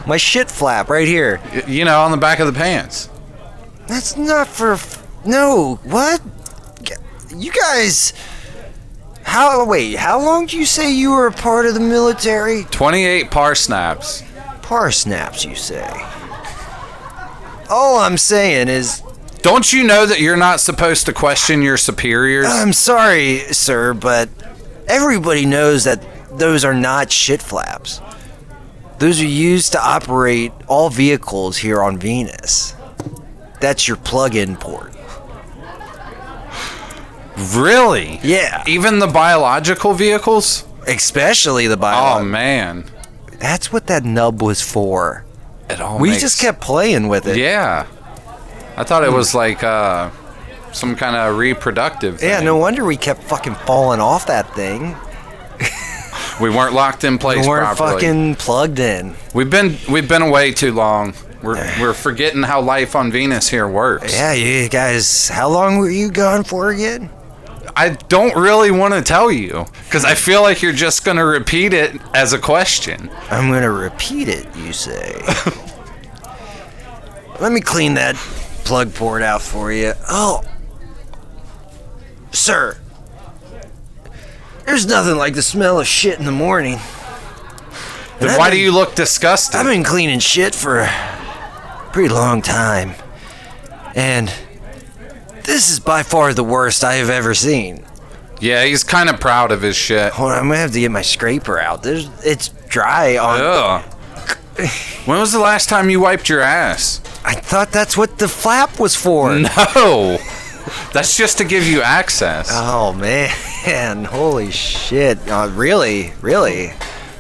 Speaker 1: My shit flap right here.
Speaker 2: Y- You know, on the back of the pants.
Speaker 1: That's not for. F- no, what? G- You guys. How. Wait, how long do you say you were a part of the military?
Speaker 2: 28 parsnips.
Speaker 1: Parsnaps, you say. All I'm saying is.
Speaker 2: Don't you know that you're not supposed to question your superiors?
Speaker 1: I'm sorry, sir, but everybody knows that those are not shit flaps. Those are used to operate all vehicles here on Venus. That's your plug in port.
Speaker 2: Really?
Speaker 1: Yeah.
Speaker 2: Even the biological vehicles?
Speaker 1: Especially the
Speaker 2: Oh,
Speaker 1: bio.
Speaker 2: man.
Speaker 1: That's what that nub was for.
Speaker 2: It all
Speaker 1: we
Speaker 2: makes-
Speaker 1: just kept playing with it. Hmm.
Speaker 2: Yeah. I thought it was like uh, some kind of reproductive thing.
Speaker 1: Yeah, no wonder we kept fucking falling off that thing.
Speaker 2: We weren't locked in place
Speaker 1: We weren't
Speaker 2: properly.
Speaker 1: fucking plugged in.
Speaker 2: We've been we've been away too long. We're we're forgetting how life on Venus here works.
Speaker 1: Yeah, you guys, how long were you gone for again?
Speaker 2: I don't really want to tell you because I feel like you're just gonna repeat it as a question.
Speaker 1: I'm gonna repeat it, you say. Let me clean that plug port out for you. Oh. Sir. There's nothing like the smell of shit in the morning. And
Speaker 2: Then
Speaker 1: I've
Speaker 2: why do
Speaker 1: been-
Speaker 2: you look disgusted?
Speaker 1: I've been cleaning shit for a pretty long time. And this is by far the worst I have ever seen.
Speaker 2: yeah, he's kind of proud of his shit.
Speaker 1: Hold on, I'm gonna have to get my scraper out. There's, it's dry on.
Speaker 2: Ugh. When was the last time you wiped your ass?
Speaker 1: I thought that's what the flap was for.
Speaker 2: No, that's just to give you access.
Speaker 1: Oh man, holy shit. Uh, really, really.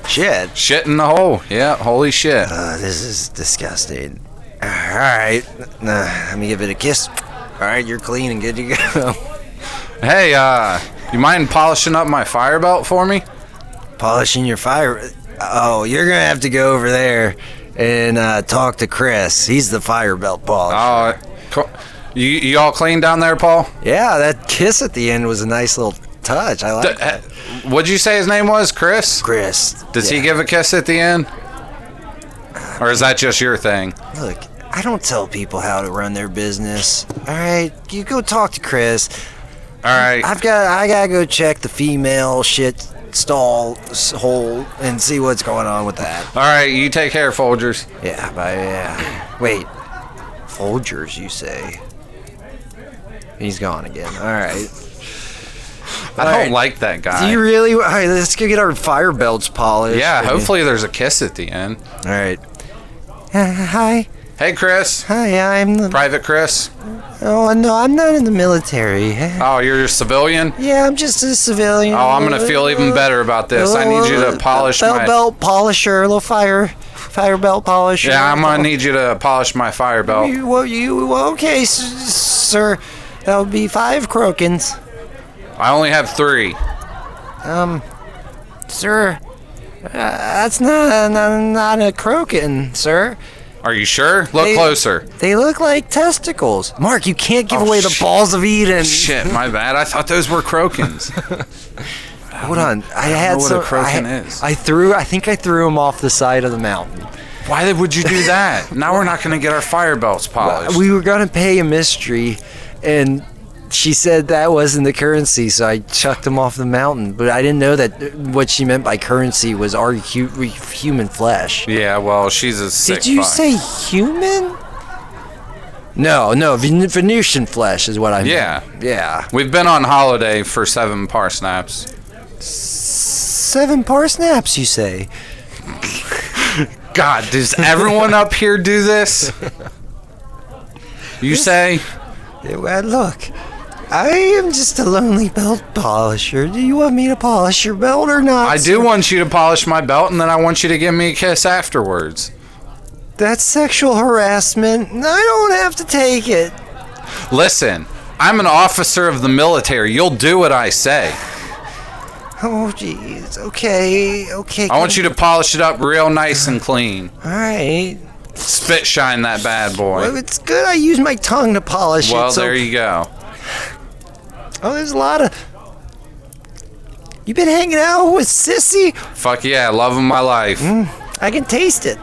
Speaker 1: Shit.
Speaker 2: shit in the hole. Yeah, holy shit.
Speaker 1: Uh, this is disgusting. Alright, nah, let me give it a kiss. Alright, you're clean and good to go.
Speaker 2: Hey, uh, you mind polishing up my fire belt for me?
Speaker 1: polishing your fire. Oh, you're gonna have to go over there and uh, talk to Chris. He's the fire belt polish.
Speaker 2: Uh, co- you, you all clean down there, Paul?
Speaker 1: yeah, that kiss at the end was a nice little touch. I
Speaker 2: D-
Speaker 1: like that.
Speaker 2: uh, what'd you say his name was? Chris?
Speaker 1: Chris.
Speaker 2: Does
Speaker 1: yeah.
Speaker 2: he give a kiss at the end? Or is that just your thing?
Speaker 1: Look, I don't tell people how to run their business. All right, you go talk to Chris.
Speaker 2: All right.
Speaker 1: I've got I gotta go check the female shit stall s- hole and see what's going on with that.
Speaker 2: All right, you take care, Folgers.
Speaker 1: Yeah, but yeah. Wait, Folgers, you say? He's gone again. All right. All
Speaker 2: I don't
Speaker 1: right.
Speaker 2: like that
Speaker 1: Do
Speaker 2: guy.
Speaker 1: you really? All right, let's go get our fire belts polished.
Speaker 2: yeah,
Speaker 1: and-
Speaker 2: hopefully there's a kiss at the end.
Speaker 1: All right. Uh, hi,
Speaker 2: Hey, Chris.
Speaker 1: hi. I'm the.
Speaker 2: Private Chris.
Speaker 1: Oh no, I'm not in the military.
Speaker 2: Oh, you're a civilian?
Speaker 1: Yeah, I'm just a civilian.
Speaker 2: Oh, I'm going to feel even better about this. I need you to polish
Speaker 1: belt,
Speaker 2: my.
Speaker 1: belt polisher, little fire, fire belt polisher.
Speaker 2: Yeah, I'm going to need you to polish my fire belt.
Speaker 1: You, well, you okay, s- sir? That would be five crokins,
Speaker 2: I only have three.
Speaker 1: sir. Uh, that's not, not not a crokin, sir.
Speaker 2: Are you sure? Look
Speaker 1: They-
Speaker 2: closer.
Speaker 1: They look like testicles. Mark, you can't give
Speaker 2: Oh,
Speaker 1: away
Speaker 2: shit.
Speaker 1: the balls of Eden.
Speaker 2: Shit, my bad. I thought those were crokins.
Speaker 1: Hold on, I,
Speaker 2: know
Speaker 1: had
Speaker 2: what a
Speaker 1: some.
Speaker 2: crokin
Speaker 1: I,
Speaker 2: is.
Speaker 1: I threw. I think I threw him off the side of the mountain.
Speaker 2: Why would you do that? now we're not going to get our fire belts polished.
Speaker 1: Uh, We were gonna pay a mystery, and she said that wasn't the currency, so I chucked him off the mountain. But I didn't know that what she meant by currency was our hu- re- human flesh.
Speaker 2: yeah, well, she's a sick
Speaker 1: Did you
Speaker 2: fuck.
Speaker 1: say human? No, no, Ven- Venusian flesh is what I meant.
Speaker 2: Yeah.
Speaker 1: Yeah.
Speaker 2: We've been on holiday for seven parsnips.
Speaker 1: Seven parsnips, you say?
Speaker 2: God, does everyone up here do this? You say?
Speaker 1: Well, Uh, look, I am just a lonely belt polisher. Do you want me to polish your belt or not?
Speaker 2: I do want you to polish my belt and then I want you to give me a kiss afterwards.
Speaker 1: That's sexual harassment. and I don't have to take it.
Speaker 2: Listen, I'm an officer of the military. You'll do what I say.
Speaker 1: Oh, jeez. Okay, okay.
Speaker 2: I want you to polish it up real nice and clean.
Speaker 1: All right.
Speaker 2: Spit shine that bad
Speaker 1: Well,
Speaker 2: boy.
Speaker 1: it's good I use my tongue to polish it.
Speaker 2: Well,
Speaker 1: so-
Speaker 2: there you go.
Speaker 1: Oh, there's a lot of. You've been hanging out with Sissy?
Speaker 2: Fuck yeah, love of my life.
Speaker 1: I can taste it.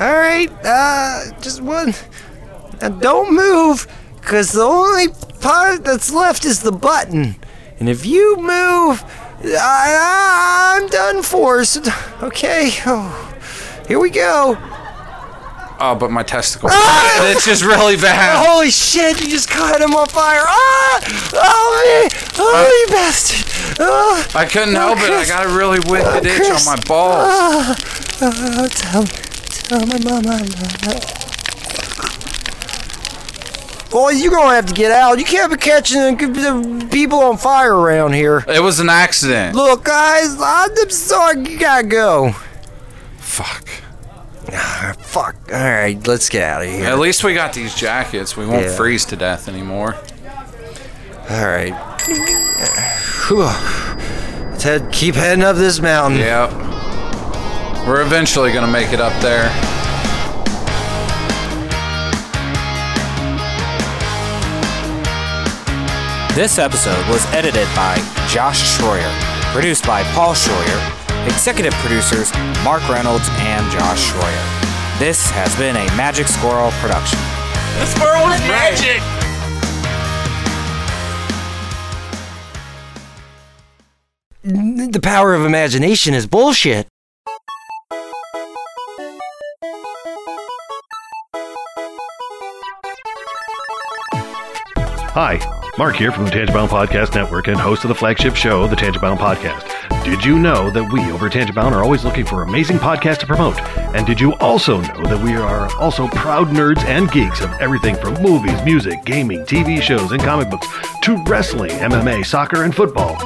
Speaker 1: All right, uh, just one. Now don't move, because the only part that's left is the button. And if you move, I, I, am done for. So, okay, oh, here we go.
Speaker 2: Oh, but my testicle.
Speaker 1: Ah!
Speaker 2: it's just really bad.
Speaker 1: Holy shit, you just caught him on fire. Ah! Oh, me! Oh, you bastard! Oh,
Speaker 2: I couldn't
Speaker 1: Oh,
Speaker 2: help it. I
Speaker 1: Chris.
Speaker 2: got a really wicked
Speaker 1: Oh,
Speaker 2: itch on
Speaker 1: Chris.
Speaker 2: my balls.
Speaker 1: Ah, oh, tell, tell my mama. I love her. Boy, you're gonna have to get out. You can't be catching the- the people on fire around here.
Speaker 2: It was an accident.
Speaker 1: Ah! Look, guys, I'm sorry. You gotta go.
Speaker 2: Fuck.
Speaker 1: Ah, Fuck. All right, let's get out of here.
Speaker 2: At least we got these jackets. We won't
Speaker 1: Yeah.
Speaker 2: freeze to death anymore.
Speaker 1: All right. Whew. Let's head, keep heading up this mountain.
Speaker 2: Yep. We're eventually going to make it up there.
Speaker 16: This episode was edited by Josh Schroyer, produced by Paul Schroyer, executive producers Mark Reynolds and Josh Schroyer. This has been a Magic Squirrel production.
Speaker 8: This world is magic!
Speaker 1: The power of imagination is bullshit.
Speaker 10: Hi, Mark here from the Tangibound Podcast Network and host of the flagship show, The Tangibound Podcast. Did you know that we over at Tangibound are always looking for amazing podcasts to promote? And did you also know that we are also proud nerds and geeks of everything from movies, music, gaming, TV shows, and comic books to wrestling, MMA, soccer, and football?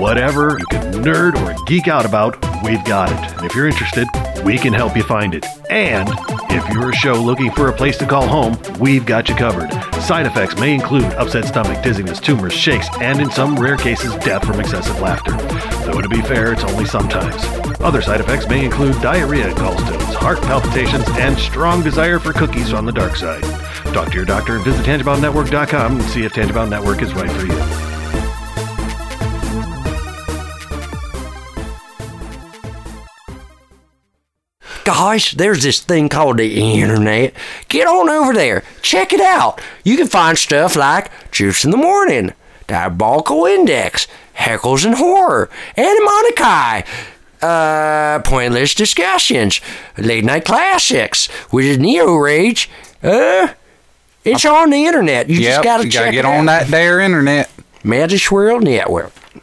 Speaker 10: Whatever you can nerd or geek out about, we've got it. And if you're interested, we can help you find it. And if you're a show looking for a place to call home, we've got you covered. Side effects may include upset stomach, dizziness, tumors, shakes, and in some rare cases, death from excessive laughter. Though to be fair, it's only sometimes. Other side effects may include diarrhea, gallstones, heart palpitations, and strong desire for cookies on the dark side. Talk to your doctor and visit tangiboundnetwork.com and see if Tangibound Network is right for you.
Speaker 1: Guys, there's this thing called the internet. Get on over there, check it out. You can find stuff like Juice in the Morning, Diabolical Index, Heckles and Horror, Animonikai, uh, Pointless Discussions, Late Night Classics, which is Neo Rage. Uh, it's on the internet. You just
Speaker 2: Uh, Yep,
Speaker 1: gotta
Speaker 2: you
Speaker 1: check
Speaker 2: gotta
Speaker 1: it
Speaker 2: get
Speaker 1: out.
Speaker 2: on that there internet.
Speaker 1: Magic Swirl Network.